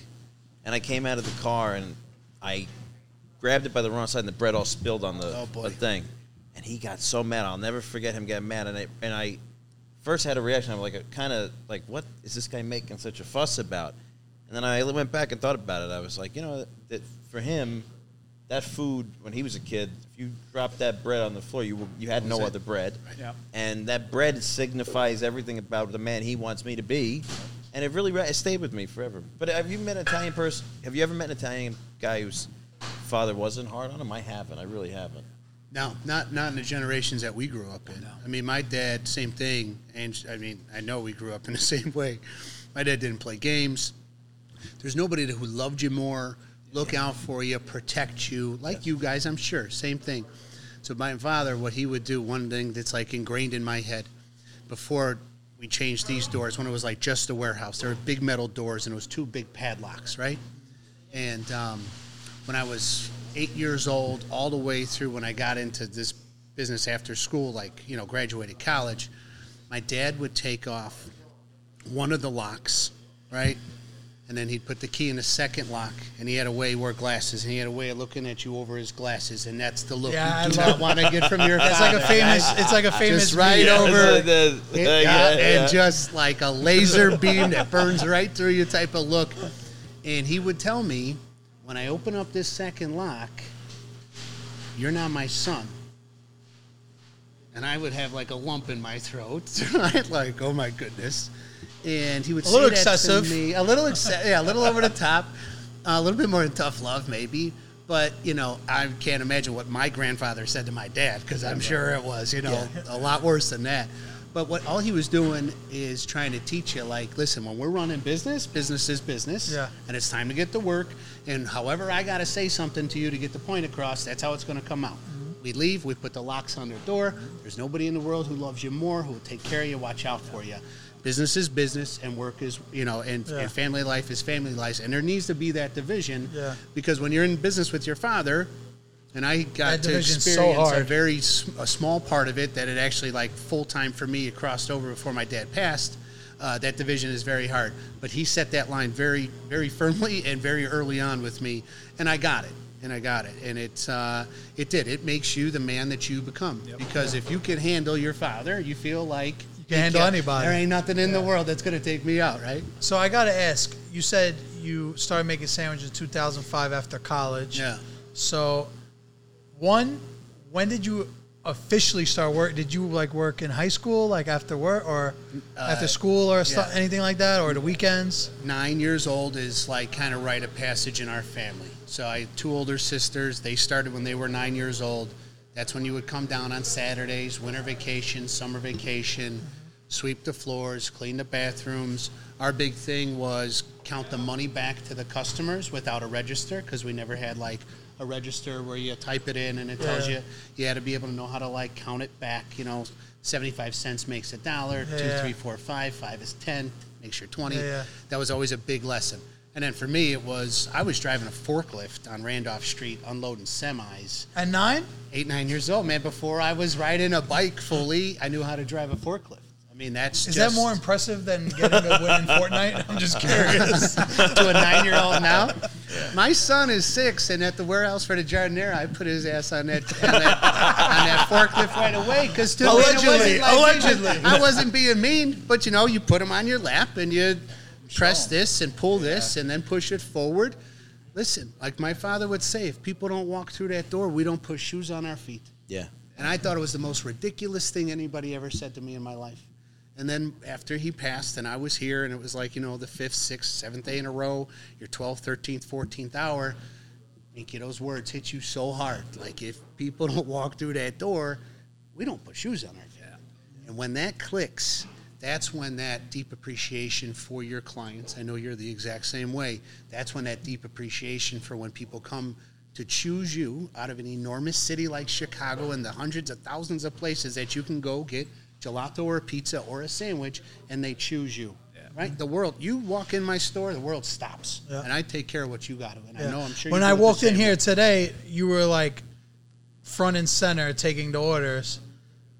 [SPEAKER 4] And I came out of the car and I grabbed it by the wrong side and the bread all spilled on the,
[SPEAKER 1] Oh, boy.
[SPEAKER 4] the thing. And he got so mad. I'll never forget him getting mad. And I, and I first had a reaction. I'm like, kind of like, what is this guy making such a fuss about? And then I went back and thought about it. I was like, you know, that for him, that food when he was a kid, if you dropped that bread on the floor, you you had no
[SPEAKER 1] it.
[SPEAKER 4] other bread.
[SPEAKER 2] Yeah.
[SPEAKER 4] And that bread signifies everything about the man he wants me to be. And it really re- it stayed with me forever. But have you met an Italian person? Have you ever met an Italian guy whose father wasn't hard on him? I haven't. I really haven't.
[SPEAKER 1] No, not not in the generations that we grew up in. I mean, my dad, same thing. And I mean, I know we grew up in the same way. My dad didn't play games. There's nobody who loved you more, look out for you, protect you, like you guys. I'm sure, same thing. So my father, what he would do, one thing that's like ingrained in my head, before we changed these doors, when it was like just the warehouse, there were big metal doors and it was two big padlocks, right? and um, when I was eight years old, all the way through when I got into this business after school, like you know, graduated college, my dad would take off one of the locks, right, and then he'd put the key in the second lock, and he had a way he wore glasses, and he had a way of looking at you over his glasses, and that's the look
[SPEAKER 3] Yeah, I
[SPEAKER 1] you do
[SPEAKER 3] love-
[SPEAKER 1] not want to get from your.
[SPEAKER 3] It's like a
[SPEAKER 1] father,
[SPEAKER 3] famous.
[SPEAKER 1] guys.
[SPEAKER 3] It's like a famous.
[SPEAKER 1] Just right
[SPEAKER 3] video.
[SPEAKER 1] over-
[SPEAKER 4] It's like the-
[SPEAKER 1] It-
[SPEAKER 4] uh,
[SPEAKER 1] yeah,
[SPEAKER 4] yeah, yeah.
[SPEAKER 1] and just like a laser beam that burns right through you type of look. And he would tell me, when I open up this second lock, you're not my son. And I would have like a lump in my throat, right? Like, oh my goodness. And he would
[SPEAKER 3] A little
[SPEAKER 1] say that to
[SPEAKER 3] excessive.
[SPEAKER 1] me, a little excessive, yeah, a little over the top. a little bit more than tough love, maybe. But you know, I can't imagine what my grandfather said to my dad because I'm sure it was you know a lot worse than that. But what all he was doing is trying to teach you, like, listen, when we're running business, business is business,
[SPEAKER 3] Yeah.
[SPEAKER 1] and it's time to get to work. And however I got to say something to you to get the point across, that's how it's going to come out.
[SPEAKER 3] Mm-hmm.
[SPEAKER 1] We leave, we put the locks on their door. There's nobody in the world who loves you more, who will take care of you, watch out for you. Business is business, and work is, you know, and,
[SPEAKER 3] Yeah.
[SPEAKER 1] and family life is family life. And there needs to be that division
[SPEAKER 3] Yeah.
[SPEAKER 1] because when you're in business with your father, and I got
[SPEAKER 3] That
[SPEAKER 1] to
[SPEAKER 3] division's so
[SPEAKER 1] experience a
[SPEAKER 3] hard.
[SPEAKER 1] very s- a small part of it that it actually like full time for me. It crossed over before my dad passed. Uh, that division is very hard, but he set that line very very firmly and very early on with me, and I got it. And I got it, and it uh, it did. It makes you the man that you become. Because if you can handle your father, you feel like you
[SPEAKER 3] can handle anybody.
[SPEAKER 1] There ain't nothing in the world that's going to take me out, right?
[SPEAKER 3] So I gotta ask. You said you started making sandwiches in 2005 after college.
[SPEAKER 1] Yeah.
[SPEAKER 3] So, one, when did you officially start work? Did you like work in high school, like after work or after school or stu-
[SPEAKER 1] Uh, yeah.
[SPEAKER 3] anything like that, or the weekends?
[SPEAKER 1] nine years old is like kind of rite of passage in our family. So I have two older sisters. They started when they were nine years old. That's when you would come down on Saturdays, winter vacation, summer vacation, sweep the floors, clean the bathrooms. Our big thing was count the money back to the customers without a register because we never had like a register where you type it in and it tells
[SPEAKER 3] Yeah.
[SPEAKER 1] you you had to be able to know how to like count it back. You know, seventy-five cents makes a dollar. Two,
[SPEAKER 3] Yeah.
[SPEAKER 1] three, four, five. Five is ten. Makes your twenty.
[SPEAKER 3] Yeah, yeah.
[SPEAKER 1] That was always a big lesson. And then for me, it was I was driving a forklift on Randolph Street, unloading semis,
[SPEAKER 3] At nine?
[SPEAKER 1] eight nine years old, man. Before I was riding a bike fully, I knew how to drive a forklift. I mean, that's
[SPEAKER 3] Is
[SPEAKER 1] just
[SPEAKER 3] that more impressive than getting a win in Fortnite? I'm just curious.
[SPEAKER 1] to a nine year old now. My son is six, and at the warehouse for the jardinier, I put his ass on that on that, on that forklift right away because
[SPEAKER 3] Allegedly,
[SPEAKER 1] allegedly, I wasn't being mean, but you know, you put him on your lap and you press this and pull this and then push it forward. Listen, like my father would say, if people don't walk through that door, we don't put shoes on our feet.
[SPEAKER 4] Yeah.
[SPEAKER 1] And I thought it was the most ridiculous thing anybody ever said to me in my life. And then after he passed, and I was here, and it was like, you know, the fifth, sixth, seventh day in a row, your 12th, 13th, 14th hour. Minky, those words hit you so hard. Like, if people don't walk through that door, we don't put shoes on our feet. And when that clicks, that's when that deep appreciation for your clients, I know you're the exact same way, that's when that deep appreciation for when people come to choose you out of an enormous city like Chicago and the hundreds of thousands of places that you can go get gelato or pizza or a sandwich and they choose you. Right? The world, you walk in my store, the world stops.
[SPEAKER 3] Yeah.
[SPEAKER 1] And I take care of what you got to. And I know I'm sure
[SPEAKER 3] when
[SPEAKER 1] you do
[SPEAKER 3] I
[SPEAKER 1] it the
[SPEAKER 3] walked in
[SPEAKER 1] same
[SPEAKER 3] here today, you were like front and center taking the orders,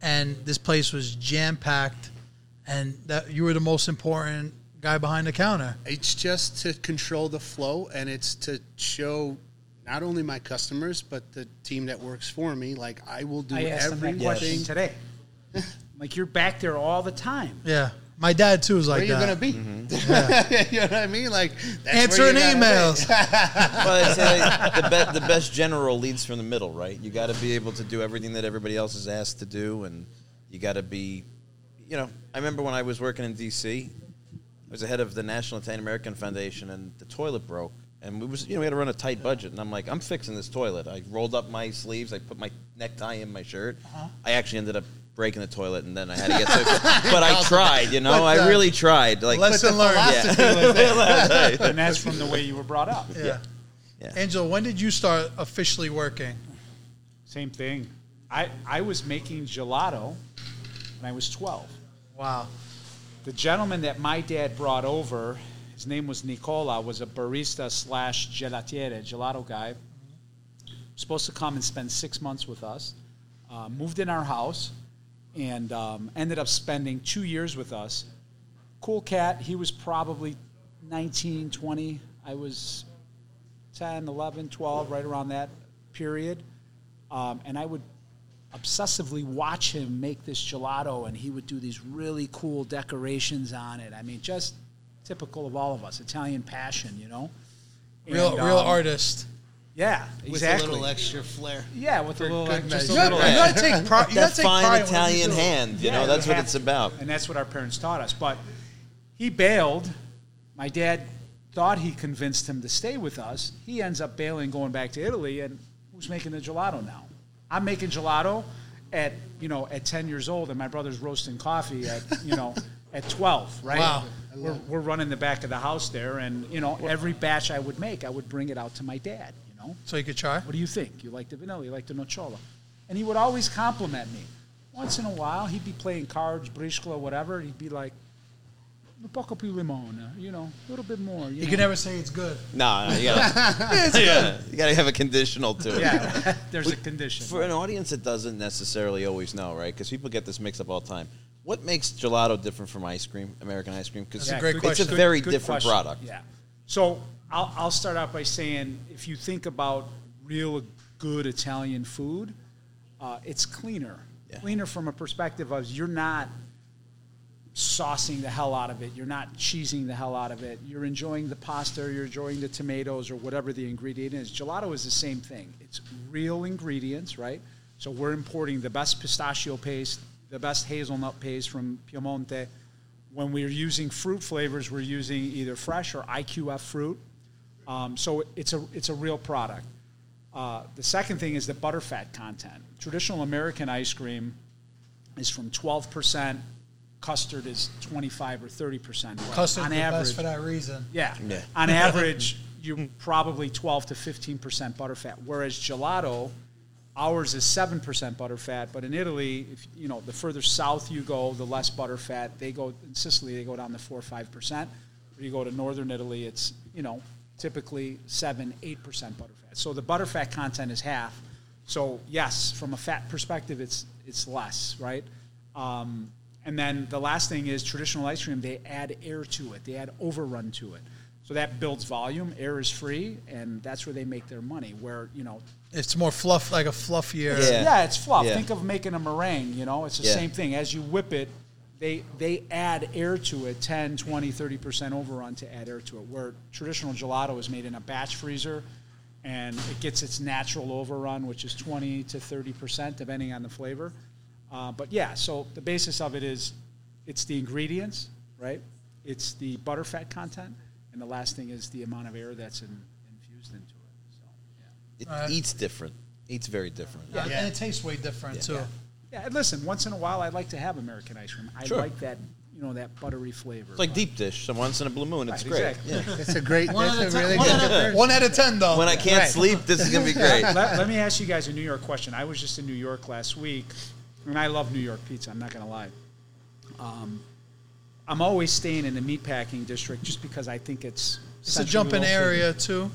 [SPEAKER 3] and this place was jam packed, and that you were the most important guy behind the counter.
[SPEAKER 1] It's just to control the flow, and it's to show not only my customers but the team that works for me. Like I will do
[SPEAKER 2] I asked him that question
[SPEAKER 1] everything.
[SPEAKER 2] today. like you're back there all the time.
[SPEAKER 3] Yeah, my dad too was
[SPEAKER 1] Where
[SPEAKER 3] like
[SPEAKER 1] you
[SPEAKER 3] that.
[SPEAKER 1] gonna be? you know what I mean? Like that's where
[SPEAKER 3] Answering
[SPEAKER 1] you gotta
[SPEAKER 3] emails.
[SPEAKER 4] Well, they say like, the, be- the best general leads from the middle, right? You got to be able to do everything that everybody else is asked to do, and you got to be, you know. I remember when I was working in D.C., I was the head of the National Italian American Foundation, and the toilet broke, and we was, you know, we had to run a tight budget, and I'm like, I'm fixing this toilet. I rolled up my sleeves, I put my necktie in my shirt. I actually ended up breaking the toilet, and then I had to get. to But I tried, you know, I really tried. Like,
[SPEAKER 3] Lesson learned. Yeah.
[SPEAKER 2] And that's from the way you were brought up.
[SPEAKER 3] yeah.
[SPEAKER 4] Yeah.
[SPEAKER 3] Angela, when did you start officially working?
[SPEAKER 2] Same thing. I, I was making gelato when I was 12.
[SPEAKER 3] Wow.
[SPEAKER 2] The gentleman that my dad brought over, his name was Nicola, was a barista slash gelatiere, gelato guy. Supposed to come and spend six months with us. Uh, moved in our house and um, ended up spending two years with us. Cool cat. He was probably 19, 20. I was 10, 11, 12, right around that period. Um, and I would obsessively watch him make this gelato, and he would do these really cool decorations on it. I mean, just typical of all of us Italian passion, you know?
[SPEAKER 3] Real,
[SPEAKER 2] And,
[SPEAKER 3] real
[SPEAKER 2] um,
[SPEAKER 3] artist.
[SPEAKER 2] Yeah,
[SPEAKER 1] With
[SPEAKER 2] exactly.
[SPEAKER 1] a little extra flair.
[SPEAKER 2] yeah, with a little,
[SPEAKER 1] good
[SPEAKER 2] just a
[SPEAKER 1] measure.
[SPEAKER 2] little
[SPEAKER 3] You gotta take pride. You
[SPEAKER 4] that
[SPEAKER 3] gotta take pride
[SPEAKER 4] fine
[SPEAKER 3] in what you
[SPEAKER 4] Italian
[SPEAKER 3] do.
[SPEAKER 4] hand, you
[SPEAKER 2] Yeah,
[SPEAKER 4] know, that's what
[SPEAKER 2] have
[SPEAKER 4] it's
[SPEAKER 2] to.
[SPEAKER 4] about.
[SPEAKER 2] And that's what our parents taught us. But he bailed. My dad thought he convinced him to stay with us. He ends up bailing, going back to Italy, and who's making the gelato now? I'm making gelato at you know at 10 years old, and my brother's roasting coffee at you know at 12. Right?
[SPEAKER 3] Wow.
[SPEAKER 2] We're, we're running the back of the house there, and you know every batch I would make, I would bring it out to my dad. You know.
[SPEAKER 3] So you could try.
[SPEAKER 2] What do you think? You like the vanilla? You like the nocciola? And he would always compliment me. Once in a while, he'd be playing cards, briscola, whatever. He'd be like, "Un poco più limone," uh, you know, a little bit more. You
[SPEAKER 3] You
[SPEAKER 2] know?
[SPEAKER 3] can never say it's good.
[SPEAKER 4] No, no, you gotta, yeah, you gotta have a conditional to it.
[SPEAKER 2] yeah, there's a condition.
[SPEAKER 4] For an audience that doesn't necessarily always know, right? Because people get this mix up all the time. What makes gelato different from ice cream, American ice cream? Because
[SPEAKER 3] a great
[SPEAKER 2] good-
[SPEAKER 4] it's a
[SPEAKER 3] question.
[SPEAKER 4] very
[SPEAKER 2] good
[SPEAKER 4] different
[SPEAKER 2] question.
[SPEAKER 4] product.
[SPEAKER 2] Yeah. So I'll, I'll start out by saying if you think about real good Italian food, uh, it's cleaner.
[SPEAKER 4] Yeah.
[SPEAKER 2] Cleaner from a perspective of you're not saucing the hell out of it. You're not cheesing the hell out of it. You're enjoying the pasta, you're enjoying the tomatoes or whatever the ingredient is. Gelato is the same thing. It's real ingredients, right? So we're importing the best pistachio paste, the best hazelnut paste from Piemonte. When we're using fruit flavors, we're using either fresh or IQF fruit. Um, so it's a it's a real product. Uh, the second thing is the butterfat content. Traditional American ice cream is from 12%. Custard is 25 or 30%. Well,
[SPEAKER 3] Custard's
[SPEAKER 2] on
[SPEAKER 3] the
[SPEAKER 2] average,
[SPEAKER 3] best for that reason.
[SPEAKER 2] Yeah.
[SPEAKER 4] Yeah.
[SPEAKER 2] On average, you're probably 12 to 15% butterfat. Whereas gelato, ours is 7% butterfat. But in Italy, if, you know, the further south you go, the less butterfat. They go, in Sicily, they go down to 4 or 5%. Where you go to northern Italy, it's, you know, typically 7, 8% butterfat. So the butterfat content is half. So yes, from a fat perspective, it's, it's less, right? Um, and then the last thing is traditional ice cream, they add air to it, they add overrun to it. So that builds volume. Air is free, and that's where they make their money. Where, you know,
[SPEAKER 3] It's more fluff, like a fluffier.
[SPEAKER 4] Yeah.
[SPEAKER 2] yeah, it's fluff.
[SPEAKER 4] Yeah.
[SPEAKER 2] Think of making a meringue, you know, it's the
[SPEAKER 4] Yeah.
[SPEAKER 2] same thing. As you whip it, they, they add air to it 10, 20, 30% overrun to add air to it. Where traditional gelato is made in a batch freezer and it gets its natural overrun, which is 20 to 30%, depending on the flavor. Uh, but yeah, so the basis of it is it's the ingredients, right? It's the butterfat content. And the last thing is the amount of air that's in, infused into it. So, yeah.
[SPEAKER 4] It eats different. Eats very different.
[SPEAKER 3] Yeah,
[SPEAKER 1] Yeah.
[SPEAKER 3] And it tastes way different too.
[SPEAKER 2] Yeah, and listen, once in a while, I like to have American ice cream. I
[SPEAKER 4] Sure.
[SPEAKER 2] like that, you know, that buttery flavor.
[SPEAKER 4] It's like deep dish. So once in a blue moon, it's
[SPEAKER 2] Right,
[SPEAKER 4] great.
[SPEAKER 2] exactly.
[SPEAKER 4] Yeah.
[SPEAKER 1] That's a great.
[SPEAKER 3] One,
[SPEAKER 1] that's
[SPEAKER 3] out
[SPEAKER 1] a
[SPEAKER 3] of ten,
[SPEAKER 1] really
[SPEAKER 3] one,
[SPEAKER 1] good.
[SPEAKER 3] out of, one out of ten though.
[SPEAKER 4] When I can't
[SPEAKER 1] Right.
[SPEAKER 4] sleep, this is gonna be great.
[SPEAKER 2] let, let me ask you guys a New York question. I was just in New York last week, and I love New York pizza. I'm not going to lie. Um, I'm always staying in the meatpacking district just because I think it's
[SPEAKER 3] it's a
[SPEAKER 2] centrally
[SPEAKER 3] jumping
[SPEAKER 2] located.
[SPEAKER 3] area too.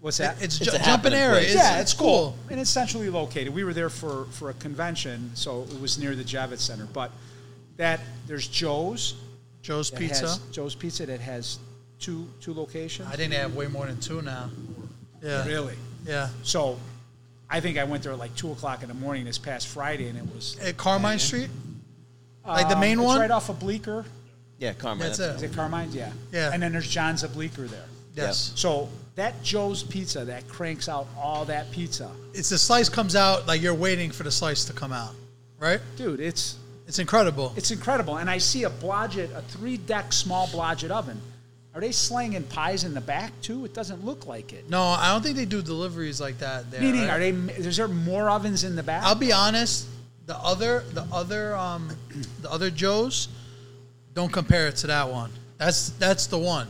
[SPEAKER 2] What's
[SPEAKER 3] It-
[SPEAKER 2] that?
[SPEAKER 3] It's,
[SPEAKER 4] It's
[SPEAKER 3] ju-
[SPEAKER 4] a
[SPEAKER 3] jumping
[SPEAKER 4] happening
[SPEAKER 3] area.
[SPEAKER 4] place.
[SPEAKER 2] yeah, it's cool. And it's centrally located. We were there for, for a convention, so it was near the Javits Center. But that there's Joe's
[SPEAKER 3] Joe's
[SPEAKER 2] that
[SPEAKER 3] Pizza.
[SPEAKER 2] has- Joe's Pizza that has two two locations.
[SPEAKER 3] I think they have way more than two now. Yeah.
[SPEAKER 2] Really?
[SPEAKER 3] Yeah.
[SPEAKER 2] So I think I went there at like 2 o'clock in the morning this past Friday, and it was.
[SPEAKER 3] At Carmine Street. Like the main
[SPEAKER 2] Um, it's
[SPEAKER 3] one?
[SPEAKER 2] right off of Bleecker.
[SPEAKER 4] Yeah, Carmen.
[SPEAKER 3] That's it.
[SPEAKER 2] Is it Carmine's? Yeah.
[SPEAKER 3] Yeah.
[SPEAKER 2] And then there's John's of Bleecker there.
[SPEAKER 3] Yes.
[SPEAKER 2] So that Joe's Pizza that cranks out all that pizza,
[SPEAKER 3] It's the slice comes out like you're waiting for the slice to come out, right?
[SPEAKER 2] dude, it's
[SPEAKER 3] It's incredible.
[SPEAKER 2] it's incredible. And I see a blodget, a three deck small blodget oven. Are they slanging pies in the back too? It doesn't look like it.
[SPEAKER 3] no, I don't think they do deliveries like that there.
[SPEAKER 2] Meaning,
[SPEAKER 3] right?
[SPEAKER 2] are they? Is there more ovens in the back?
[SPEAKER 3] I'll be honest. The other, the other, um, the other Joes, don't compare it to that one. That's that's the one.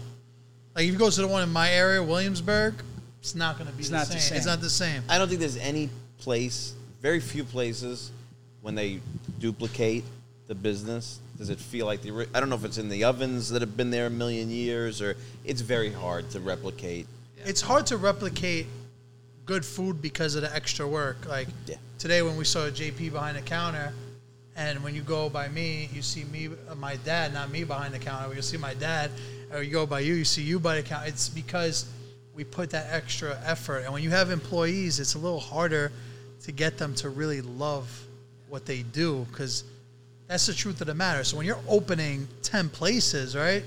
[SPEAKER 3] Like if you go to the one in my area, Williamsburg, it's not going to be
[SPEAKER 2] It's
[SPEAKER 3] the,
[SPEAKER 2] not
[SPEAKER 3] same.
[SPEAKER 2] the same.
[SPEAKER 3] It's not the same.
[SPEAKER 4] I don't think there's any place, very few places, when they duplicate the business, does it feel like the? ori- I don't know if it's in the ovens that have been there a million years, or it's very hard to replicate.
[SPEAKER 3] It's hard to replicate good food because of the extra work. Like
[SPEAKER 4] Yeah.
[SPEAKER 3] today when we saw JP behind the counter, and when you go by me, you see me, uh, my dad, not me behind the counter. You see my dad, or you go by you, you see you by the counter. It's because we put that extra effort, and when you have employees, it's a little harder to get them to really love what they do because that's the truth of the matter. So when you're opening ten places, right?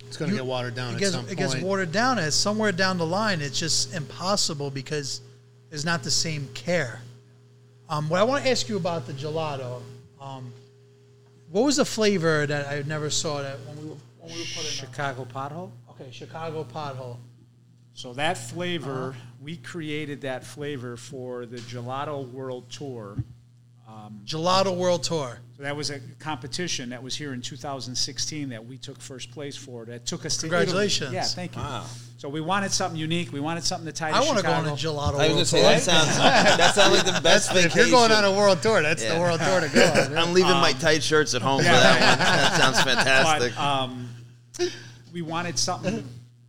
[SPEAKER 1] It's going to
[SPEAKER 3] you-
[SPEAKER 1] get watered down
[SPEAKER 3] It
[SPEAKER 1] at
[SPEAKER 3] gets,
[SPEAKER 1] some
[SPEAKER 3] it gets
[SPEAKER 1] point.
[SPEAKER 3] watered down. It's somewhere down the line. It's just impossible because there's not the same care. Um, what I want to ask you about the gelato. Um, what was the flavor that I never saw that when we were, when we were putting
[SPEAKER 2] Chicago pothole.
[SPEAKER 3] it? Okay, Chicago pothole.
[SPEAKER 2] So that flavor, we created that flavor for the Gelato World Tour.
[SPEAKER 3] Gelato World Tour.
[SPEAKER 2] So that was a competition that was here in 2016 that we took first place for. That took us to
[SPEAKER 3] Congratulations.
[SPEAKER 2] Italy. Yeah, thank you. So we wanted something unique. We wanted something to tie to
[SPEAKER 3] I want to go on a
[SPEAKER 2] Chicago.
[SPEAKER 3] Gelato
[SPEAKER 4] I was gonna say
[SPEAKER 3] World Tour.
[SPEAKER 4] that sounds that sounds like the best
[SPEAKER 3] if
[SPEAKER 4] vacation.
[SPEAKER 3] you're going on a world tour, that's
[SPEAKER 4] Yeah.
[SPEAKER 3] the world tour to go on.
[SPEAKER 4] I'm leaving
[SPEAKER 3] Um,
[SPEAKER 4] my tight shirts at home for that one. That sounds
[SPEAKER 3] uh,
[SPEAKER 4] fantastic.
[SPEAKER 2] But um, we wanted something,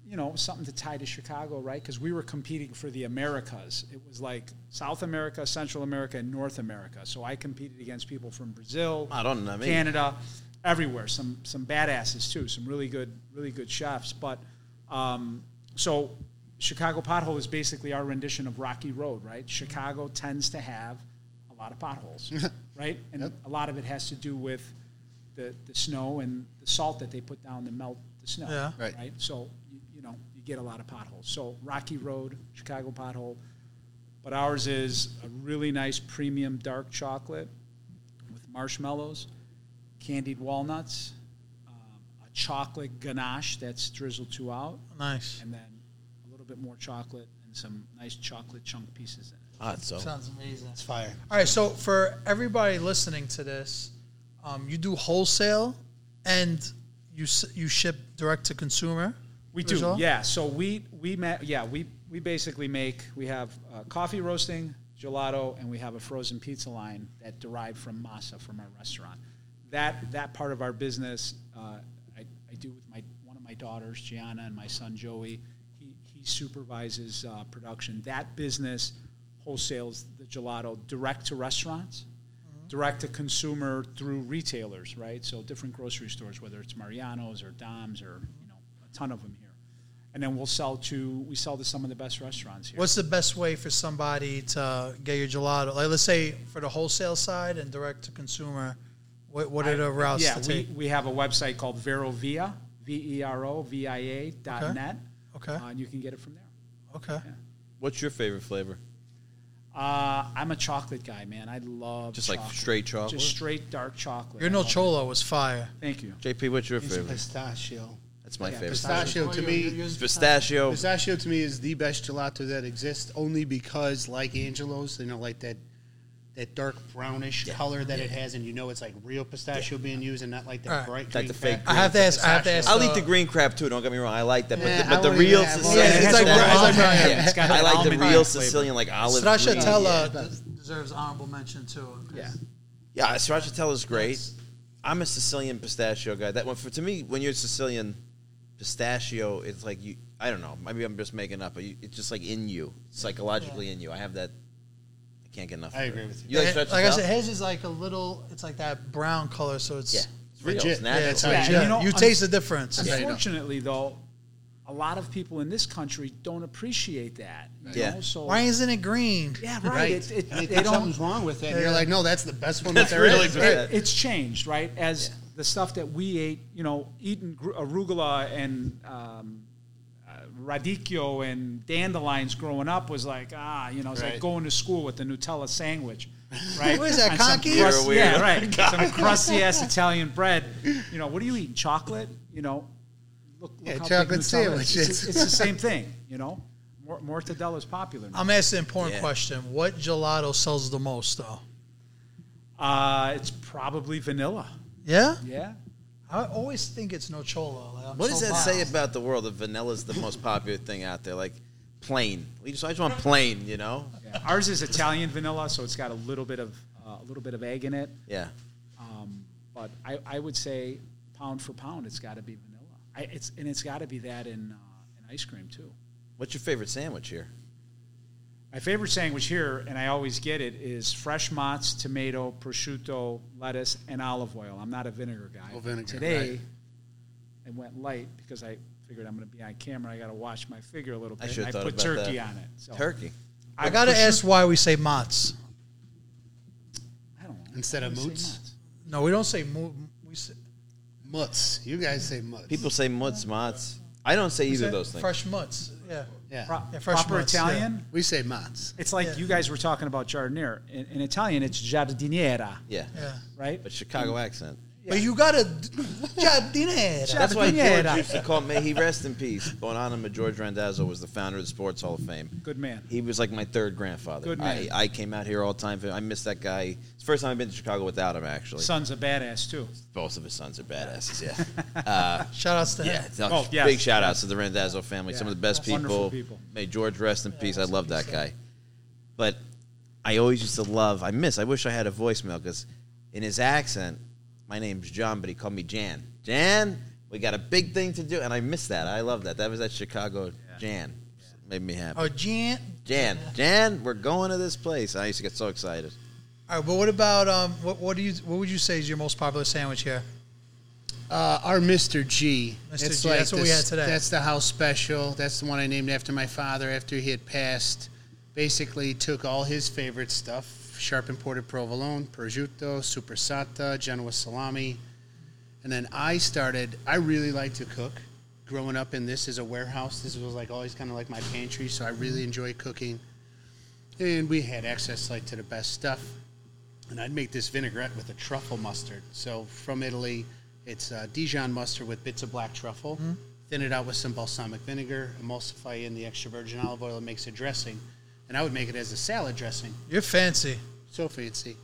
[SPEAKER 2] you know, something to tie to Chicago, right? Because we were competing for the Americas. It was like South America, Central America, and North America. So I competed against people from Brazil,
[SPEAKER 4] I don't know, I mean-
[SPEAKER 2] Canada, everywhere. Some some badasses too. Some really good, really good chefs. But um, so Chicago pothole is basically our rendition of Rocky Road, right? Chicago tends to have a lot of potholes, right? And a lot of it has to do with the, the snow and the salt that they put down to melt the snow.
[SPEAKER 3] Yeah.
[SPEAKER 1] Right.
[SPEAKER 2] So, you, you know, you get a lot of potholes. So, Rocky Road, Chicago pothole. But ours is a really nice premium dark chocolate with marshmallows, candied walnuts, um, a chocolate ganache that's drizzled two out,
[SPEAKER 3] Nice.
[SPEAKER 2] and then a little bit more chocolate and some nice chocolate chunk pieces in it.
[SPEAKER 4] Odd, so.
[SPEAKER 3] Sounds amazing.
[SPEAKER 1] It's fire.
[SPEAKER 3] All right, so for everybody listening to this, um, you do wholesale and you s- you ship direct to consumer.
[SPEAKER 2] We do,
[SPEAKER 3] Result?
[SPEAKER 2] yeah. So we we ma- yeah we we basically make we have uh, coffee roasting, gelato, and we have a frozen pizza line that derived from masa from our restaurant. That that part of our business, uh, I, I do with my one of my daughters Gianna and my son Joey. He he supervises uh, production. That business wholesales the gelato direct to restaurants direct to consumer through retailers, right? So different grocery stores, whether it's Mariano's or Dom's or you know a ton of them here, and then we'll sell to we sell to some of the best restaurants here.
[SPEAKER 3] What's the best way for somebody to get your gelato? Like, let's say for the wholesale side and direct to consumer, what, what are the routes
[SPEAKER 2] yeah,
[SPEAKER 3] to
[SPEAKER 2] we,
[SPEAKER 3] take?
[SPEAKER 2] we have a website called Verovia, V E R O V I A dot
[SPEAKER 3] Okay.
[SPEAKER 2] net.
[SPEAKER 3] Okay.
[SPEAKER 2] uh, and you can get it from there.
[SPEAKER 3] okay.
[SPEAKER 4] What's your favorite flavor?
[SPEAKER 2] Uh, I'm a chocolate guy, man. I love
[SPEAKER 4] Just like
[SPEAKER 2] chocolate.
[SPEAKER 4] straight chocolate?
[SPEAKER 2] just straight dark chocolate.
[SPEAKER 3] Your
[SPEAKER 2] I
[SPEAKER 3] no
[SPEAKER 2] love it.
[SPEAKER 3] cholo was fire.
[SPEAKER 2] Thank you.
[SPEAKER 4] JP, what's your
[SPEAKER 1] Use some
[SPEAKER 4] favorite?
[SPEAKER 1] pistachio.
[SPEAKER 4] That's my
[SPEAKER 2] Yeah,
[SPEAKER 4] favorite.
[SPEAKER 1] Pistachio to me,
[SPEAKER 4] It's pistachio.
[SPEAKER 1] pistachio to me is the best gelato that exists. Only because, like Angelo's, you know, like that that dark brownish color that it has, and you know it's like real pistachio being used, and not like that
[SPEAKER 3] Alright.
[SPEAKER 1] bright.
[SPEAKER 4] Like
[SPEAKER 1] green
[SPEAKER 4] the fake
[SPEAKER 1] crap.
[SPEAKER 3] I have to ask. I have to ask.
[SPEAKER 1] Pistachio.
[SPEAKER 4] I'll eat the
[SPEAKER 3] uh,
[SPEAKER 4] green crab too. Don't get me wrong. I like that, but
[SPEAKER 1] Yeah,
[SPEAKER 4] the,
[SPEAKER 1] I
[SPEAKER 4] but the
[SPEAKER 1] won't even
[SPEAKER 4] real
[SPEAKER 1] have all
[SPEAKER 4] Sicilian.
[SPEAKER 3] that. It's like- it's like Brian.
[SPEAKER 4] Yeah.
[SPEAKER 2] It's got
[SPEAKER 4] I
[SPEAKER 2] that
[SPEAKER 4] like the
[SPEAKER 2] almond
[SPEAKER 4] real
[SPEAKER 2] flavor.
[SPEAKER 4] Sicilian, like olive. green.
[SPEAKER 3] Stracciatella deserves honorable mention too.
[SPEAKER 2] Yeah.
[SPEAKER 4] Yeah, stracciatella is great. I'm a Sicilian pistachio guy. That one for to me, when you're Sicilian, pistachio, it's like you. I don't know. Maybe I'm just making up, but you, it's just like in you, psychologically in you. I have that. I can't get enough.
[SPEAKER 1] I
[SPEAKER 4] of it.
[SPEAKER 1] agree with you.
[SPEAKER 4] You like
[SPEAKER 3] Like
[SPEAKER 4] stracciatella?
[SPEAKER 3] I said, his is like a little. It's like that brown color, so it's
[SPEAKER 4] yeah, it's real. It's
[SPEAKER 1] Legit.
[SPEAKER 4] natural.
[SPEAKER 1] Yeah, it's
[SPEAKER 3] Yeah,
[SPEAKER 1] legit.
[SPEAKER 3] yeah.
[SPEAKER 2] You know,
[SPEAKER 3] you
[SPEAKER 2] I'm-
[SPEAKER 3] taste the difference.
[SPEAKER 1] Yeah.
[SPEAKER 2] Unfortunately, though, a lot of people in this country don't appreciate that. You
[SPEAKER 4] Yeah.
[SPEAKER 2] Know? So
[SPEAKER 3] Why isn't it green?
[SPEAKER 2] yeah, right.
[SPEAKER 1] Right.
[SPEAKER 2] It, it,
[SPEAKER 1] and they
[SPEAKER 2] they
[SPEAKER 1] think
[SPEAKER 2] don't.
[SPEAKER 1] something's wrong with it. And you're
[SPEAKER 3] Yeah.
[SPEAKER 1] like, no, that's the best one that
[SPEAKER 4] That's
[SPEAKER 1] there is.
[SPEAKER 4] really
[SPEAKER 2] It,
[SPEAKER 4] good.
[SPEAKER 2] it's changed, right? As the stuff that we ate, you know, eating gr- arugula and um, uh, radicchio and dandelions growing up was like ah, you know, it's like
[SPEAKER 1] Right.
[SPEAKER 2] going to school with a Nutella sandwich, right?
[SPEAKER 3] What is that,
[SPEAKER 2] And some
[SPEAKER 3] conky?
[SPEAKER 2] crust-
[SPEAKER 4] You're a
[SPEAKER 2] yeah,
[SPEAKER 4] weirdo.
[SPEAKER 2] right. Some crusty ass Italian bread. You know, what are you eating? Chocolate? You know, look, look
[SPEAKER 1] Yeah,
[SPEAKER 2] how big
[SPEAKER 1] chocolate
[SPEAKER 2] Nutella is. It's,
[SPEAKER 1] sandwiches.
[SPEAKER 2] it's the same thing, you know. Mor- Mortadella's popular. Now.
[SPEAKER 3] I'm asking an important
[SPEAKER 4] Yeah.
[SPEAKER 3] question. What gelato sells the most, though?
[SPEAKER 2] Uh, it's probably vanilla.
[SPEAKER 3] Yeah,
[SPEAKER 2] Yeah.
[SPEAKER 3] I always think it's nocholo. Like, I'm
[SPEAKER 4] What does
[SPEAKER 3] so
[SPEAKER 4] that say
[SPEAKER 3] biased.
[SPEAKER 4] about the world that vanilla's the most popular thing out there? Like plain. We just I just want plain. You know.
[SPEAKER 2] Yeah. Ours is Italian vanilla, so it's got a little bit of uh, a little bit of egg in it.
[SPEAKER 4] Yeah.
[SPEAKER 2] Um, but I, I would say pound for pound, it's got to be vanilla. I, it's and it's got to be that in uh, in ice cream too.
[SPEAKER 4] What's your favorite sandwich here?
[SPEAKER 2] My favorite sandwich here, and I always get it, is fresh mozz, tomato, prosciutto, lettuce, and olive oil. I'm not a vinegar guy.
[SPEAKER 1] Oh, vinegar,
[SPEAKER 2] Today,
[SPEAKER 1] right.
[SPEAKER 2] I went light because I figured I'm going to be on camera. I got to watch my figure a little
[SPEAKER 4] I
[SPEAKER 2] bit.
[SPEAKER 4] should
[SPEAKER 2] and
[SPEAKER 4] have
[SPEAKER 2] I
[SPEAKER 4] thought
[SPEAKER 2] put
[SPEAKER 4] about
[SPEAKER 2] turkey
[SPEAKER 4] that.
[SPEAKER 2] on it. So
[SPEAKER 4] Turkey.
[SPEAKER 3] I gotta ask why we say mozz.
[SPEAKER 2] I don't know.
[SPEAKER 1] Instead of
[SPEAKER 2] Why do you say
[SPEAKER 1] moots?
[SPEAKER 2] mozz?
[SPEAKER 3] No, we don't say mu- we say,
[SPEAKER 1] Mutz. You guys say mutz.
[SPEAKER 4] People say mutz, motz. I don't say either of those things.
[SPEAKER 3] fresh mutz. Yeah,
[SPEAKER 1] yeah.
[SPEAKER 2] Pro-
[SPEAKER 3] Yeah, fresh
[SPEAKER 2] proper
[SPEAKER 3] mozz, yeah.
[SPEAKER 2] Italian.
[SPEAKER 1] we say mutz.
[SPEAKER 2] It's like
[SPEAKER 3] Yeah.
[SPEAKER 2] you guys were talking about jardinier. In, in Italian, it's giardiniera,
[SPEAKER 4] Yeah.
[SPEAKER 3] yeah.
[SPEAKER 2] right?
[SPEAKER 4] But Chicago accent.
[SPEAKER 3] But you gotta d- jardinera.
[SPEAKER 4] That's why George
[SPEAKER 2] Jardinera.
[SPEAKER 4] used to call. May he rest in peace. Bonanima George Randazzo was the founder of the Sports Hall of Fame.
[SPEAKER 2] Good man.
[SPEAKER 4] He was like my third grandfather.
[SPEAKER 2] Good man.
[SPEAKER 4] I, I came out here all the time. for- I miss that guy. It's the first time I've been to Chicago without him. Actually,
[SPEAKER 2] Son's a badass too.
[SPEAKER 4] both of his sons are badasses. Yeah.
[SPEAKER 3] Shout outs to him.
[SPEAKER 4] Yeah, no,
[SPEAKER 2] Oh, yes,
[SPEAKER 4] big shout outs to the Randazzo family. Some of the best
[SPEAKER 2] Oh, Wonderful
[SPEAKER 4] people.
[SPEAKER 2] people.
[SPEAKER 4] May George rest in peace. I love that guy. But I always used to love. I miss. I wish I had a voicemail because in his accent, my name's John, but he called me Jan. Jan, we got a big thing to do, and I miss that. I love that. That was that Chicago Jan. Made me happy.
[SPEAKER 3] Oh, Jan.
[SPEAKER 4] Jan, Jan, we're going to this place. And I used to get so excited.
[SPEAKER 3] All right, but what about um? What what do you what would you say is your most popular sandwich here?
[SPEAKER 1] Uh, our Mr. G.
[SPEAKER 3] Mr. G, that's what we had today.
[SPEAKER 1] That's the house special. That's the one I named after my father after he had passed. Basically, took all his favorite stuff: sharp imported provolone, prosciutto, supersata, Genoa salami, and then I started. I really like to cook. Growing up in this is a warehouse. This was like always kind of like my pantry, so I really enjoy cooking. And we had access like to the best stuff and I'd make this vinaigrette with a truffle mustard. So from Italy, it's uh, Dijon mustard with bits of black truffle.
[SPEAKER 3] Mm-hmm.
[SPEAKER 1] Thin it out with some balsamic vinegar, emulsify in the extra virgin olive oil, and makes a dressing. And I would make it as a salad dressing.
[SPEAKER 3] You're fancy.
[SPEAKER 1] So fancy.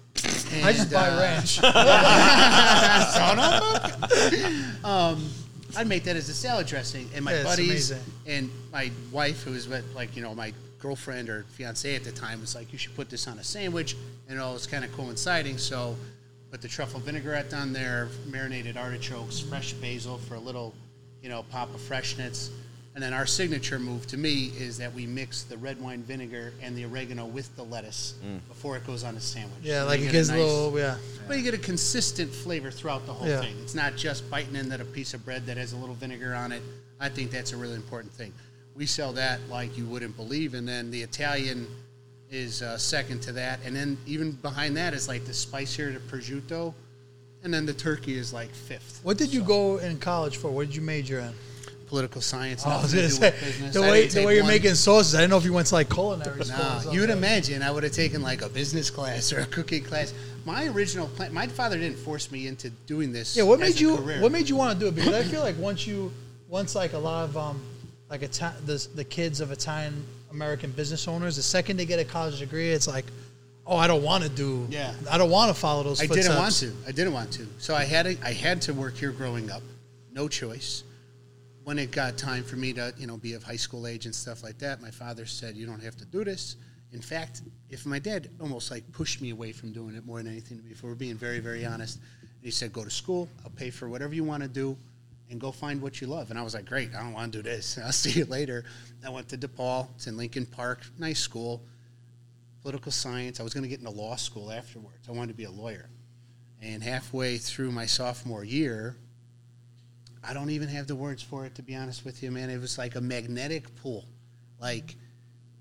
[SPEAKER 3] I just
[SPEAKER 1] And,
[SPEAKER 3] buy
[SPEAKER 1] uh,
[SPEAKER 3] ranch.
[SPEAKER 1] Um, I'd make that as a salad dressing, and my
[SPEAKER 3] Yeah, it's
[SPEAKER 1] buddies
[SPEAKER 3] amazing.
[SPEAKER 1] and my wife, who was with, like you know my girlfriend or fiance at the time, was like, "You should put this on a sandwich," and all was kind of coinciding. So, put the truffle vinaigrette on there, marinated artichokes, fresh basil for a little, you know, pop of freshness, and then our signature move to me is that we mix the red wine vinegar and the oregano with the lettuce before it goes on the sandwich.
[SPEAKER 3] Yeah,
[SPEAKER 1] So
[SPEAKER 3] like
[SPEAKER 1] you
[SPEAKER 3] it
[SPEAKER 1] get
[SPEAKER 3] gives a
[SPEAKER 1] nice-
[SPEAKER 3] little yeah.
[SPEAKER 1] but you get a consistent flavor throughout the whole
[SPEAKER 3] Yeah.
[SPEAKER 1] thing. It's not just biting into a piece of bread that has a little vinegar on it. I think that's a really important thing. We sell that like you wouldn't believe, and then the Italian is uh, second to that, and then even behind that is like the spicier the prosciutto, and then the turkey is like fifth.
[SPEAKER 3] What did you go in college for? What did you major in?
[SPEAKER 1] Political science,
[SPEAKER 3] Oh, I
[SPEAKER 1] nothing
[SPEAKER 3] was
[SPEAKER 1] to
[SPEAKER 3] gonna
[SPEAKER 1] do Oh,
[SPEAKER 3] say
[SPEAKER 1] with business.
[SPEAKER 3] the
[SPEAKER 1] I
[SPEAKER 3] way
[SPEAKER 1] didn't
[SPEAKER 3] the
[SPEAKER 1] take
[SPEAKER 3] way you're
[SPEAKER 1] one-
[SPEAKER 3] making sauces. I didn't know if you went to like culinary school.
[SPEAKER 1] Nah,
[SPEAKER 3] or
[SPEAKER 1] you would
[SPEAKER 3] something.
[SPEAKER 1] imagine I would have taken like a business class or a cooking class. My original plan, my father didn't force me into doing this.
[SPEAKER 3] Yeah, what
[SPEAKER 1] as
[SPEAKER 3] made
[SPEAKER 1] a
[SPEAKER 3] you
[SPEAKER 1] career.
[SPEAKER 3] what made you want to do it? Because I feel like once you once like a lot of um like Ita- the the kids of Italian American business owners, the second they get a college degree, it's like, oh, I don't want to do.
[SPEAKER 1] Yeah.
[SPEAKER 3] I don't want to follow those.
[SPEAKER 1] I
[SPEAKER 3] footsteps.
[SPEAKER 1] didn't want to. I didn't want to. So I had a, I had to work here growing up, no choice. When it got time for me to you know be of high school age and stuff like that, my father said, "You don't have to do this." In fact, if my dad almost like pushed me away from doing it more than anything, if we're being very very honest, and he said, "Go to school. I'll pay for whatever you want to do." And go find what you love. And I was like, great, I don't want to do this. I'll see you later. I went to DePaul. It's in Lincoln Park. Nice school political science. I was going to get into law school afterwards. I wanted to be a lawyer. And halfway through my sophomore year, I don't even have the words for it, to be honest with you, man. It was like a magnetic pull. Like,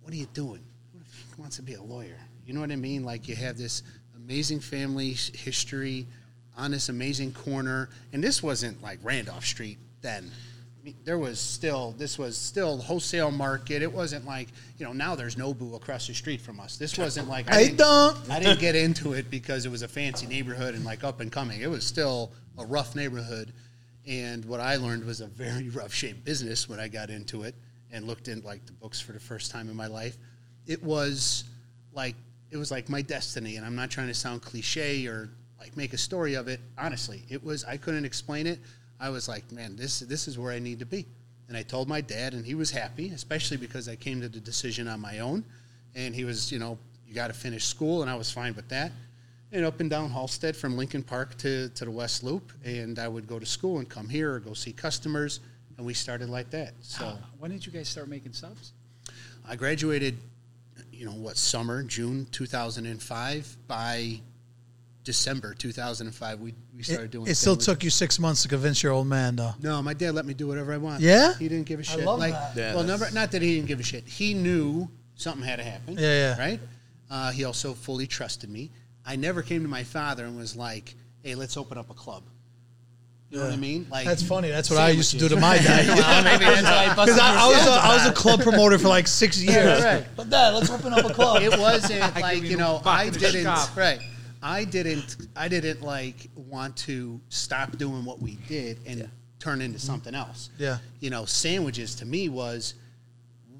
[SPEAKER 1] what are you doing? Who the fuck wants to be a lawyer? You know what I mean? Like, you have this amazing family s- history on this amazing corner. And this wasn't like Randolph Street then. I mean, there was still, this was still wholesale market. It wasn't like, you know, now there's Nobu across the street from us. This wasn't like,
[SPEAKER 3] Hey,
[SPEAKER 1] didn't-
[SPEAKER 3] Dunk.
[SPEAKER 1] I didn't get into it because it was a fancy neighborhood and like up and coming. It was still a rough neighborhood, and what I learned was a very rough shaped business when I got into it and looked in like the books for the first time in my life. It was like it was like my destiny, and I'm not trying to sound cliche or like make a story of it. Honestly, it was I couldn't explain it. I was like, man, this this is where I need to be. And I told my dad, and he was happy, especially because I came to the decision on my own. And he was, you know, you got to finish school, and I was fine with that. And up and down Halstead from Lincoln Park to, to the West Loop, and I would go to school and come here or go see customers, and we started like that. So
[SPEAKER 2] Ah, When did you guys start making subs?
[SPEAKER 3] Ah.
[SPEAKER 1] I graduated, you know, what summer, June 2005. By December 2005, we, we started
[SPEAKER 3] It,
[SPEAKER 1] doing.
[SPEAKER 3] it still
[SPEAKER 1] sandwiches.
[SPEAKER 3] took you six months to convince your old man, though.
[SPEAKER 1] No, my dad let me do whatever I want.
[SPEAKER 3] Yeah?
[SPEAKER 1] he didn't give a shit.
[SPEAKER 3] love
[SPEAKER 1] like,
[SPEAKER 3] that.
[SPEAKER 4] Yeah,
[SPEAKER 1] well,
[SPEAKER 4] that's-
[SPEAKER 1] number, not that he didn't give a shit. He knew something had to happen.
[SPEAKER 3] Yeah, yeah.
[SPEAKER 1] Right. Uh, he also fully trusted me. I never came to my father and was like, "Hey, let's open up a club." You know what I mean? Like
[SPEAKER 3] That's funny. That's what I used to do to
[SPEAKER 1] sandwiches.
[SPEAKER 3] my dad.
[SPEAKER 1] Well, maybe that's why I busted
[SPEAKER 3] Because I, I
[SPEAKER 1] your
[SPEAKER 3] was a,
[SPEAKER 1] chops
[SPEAKER 3] I was a
[SPEAKER 1] about it.
[SPEAKER 3] club promoter for like six years.
[SPEAKER 1] right.
[SPEAKER 3] But dad, let's open up a club.
[SPEAKER 1] It wasn't like
[SPEAKER 2] you
[SPEAKER 1] you know
[SPEAKER 2] back
[SPEAKER 1] I
[SPEAKER 2] in the
[SPEAKER 1] didn't
[SPEAKER 2] shop.
[SPEAKER 1] right. I didn't I didn't like want to stop doing what we did and turn into something else.
[SPEAKER 3] Yeah.
[SPEAKER 1] You know, sandwiches to me was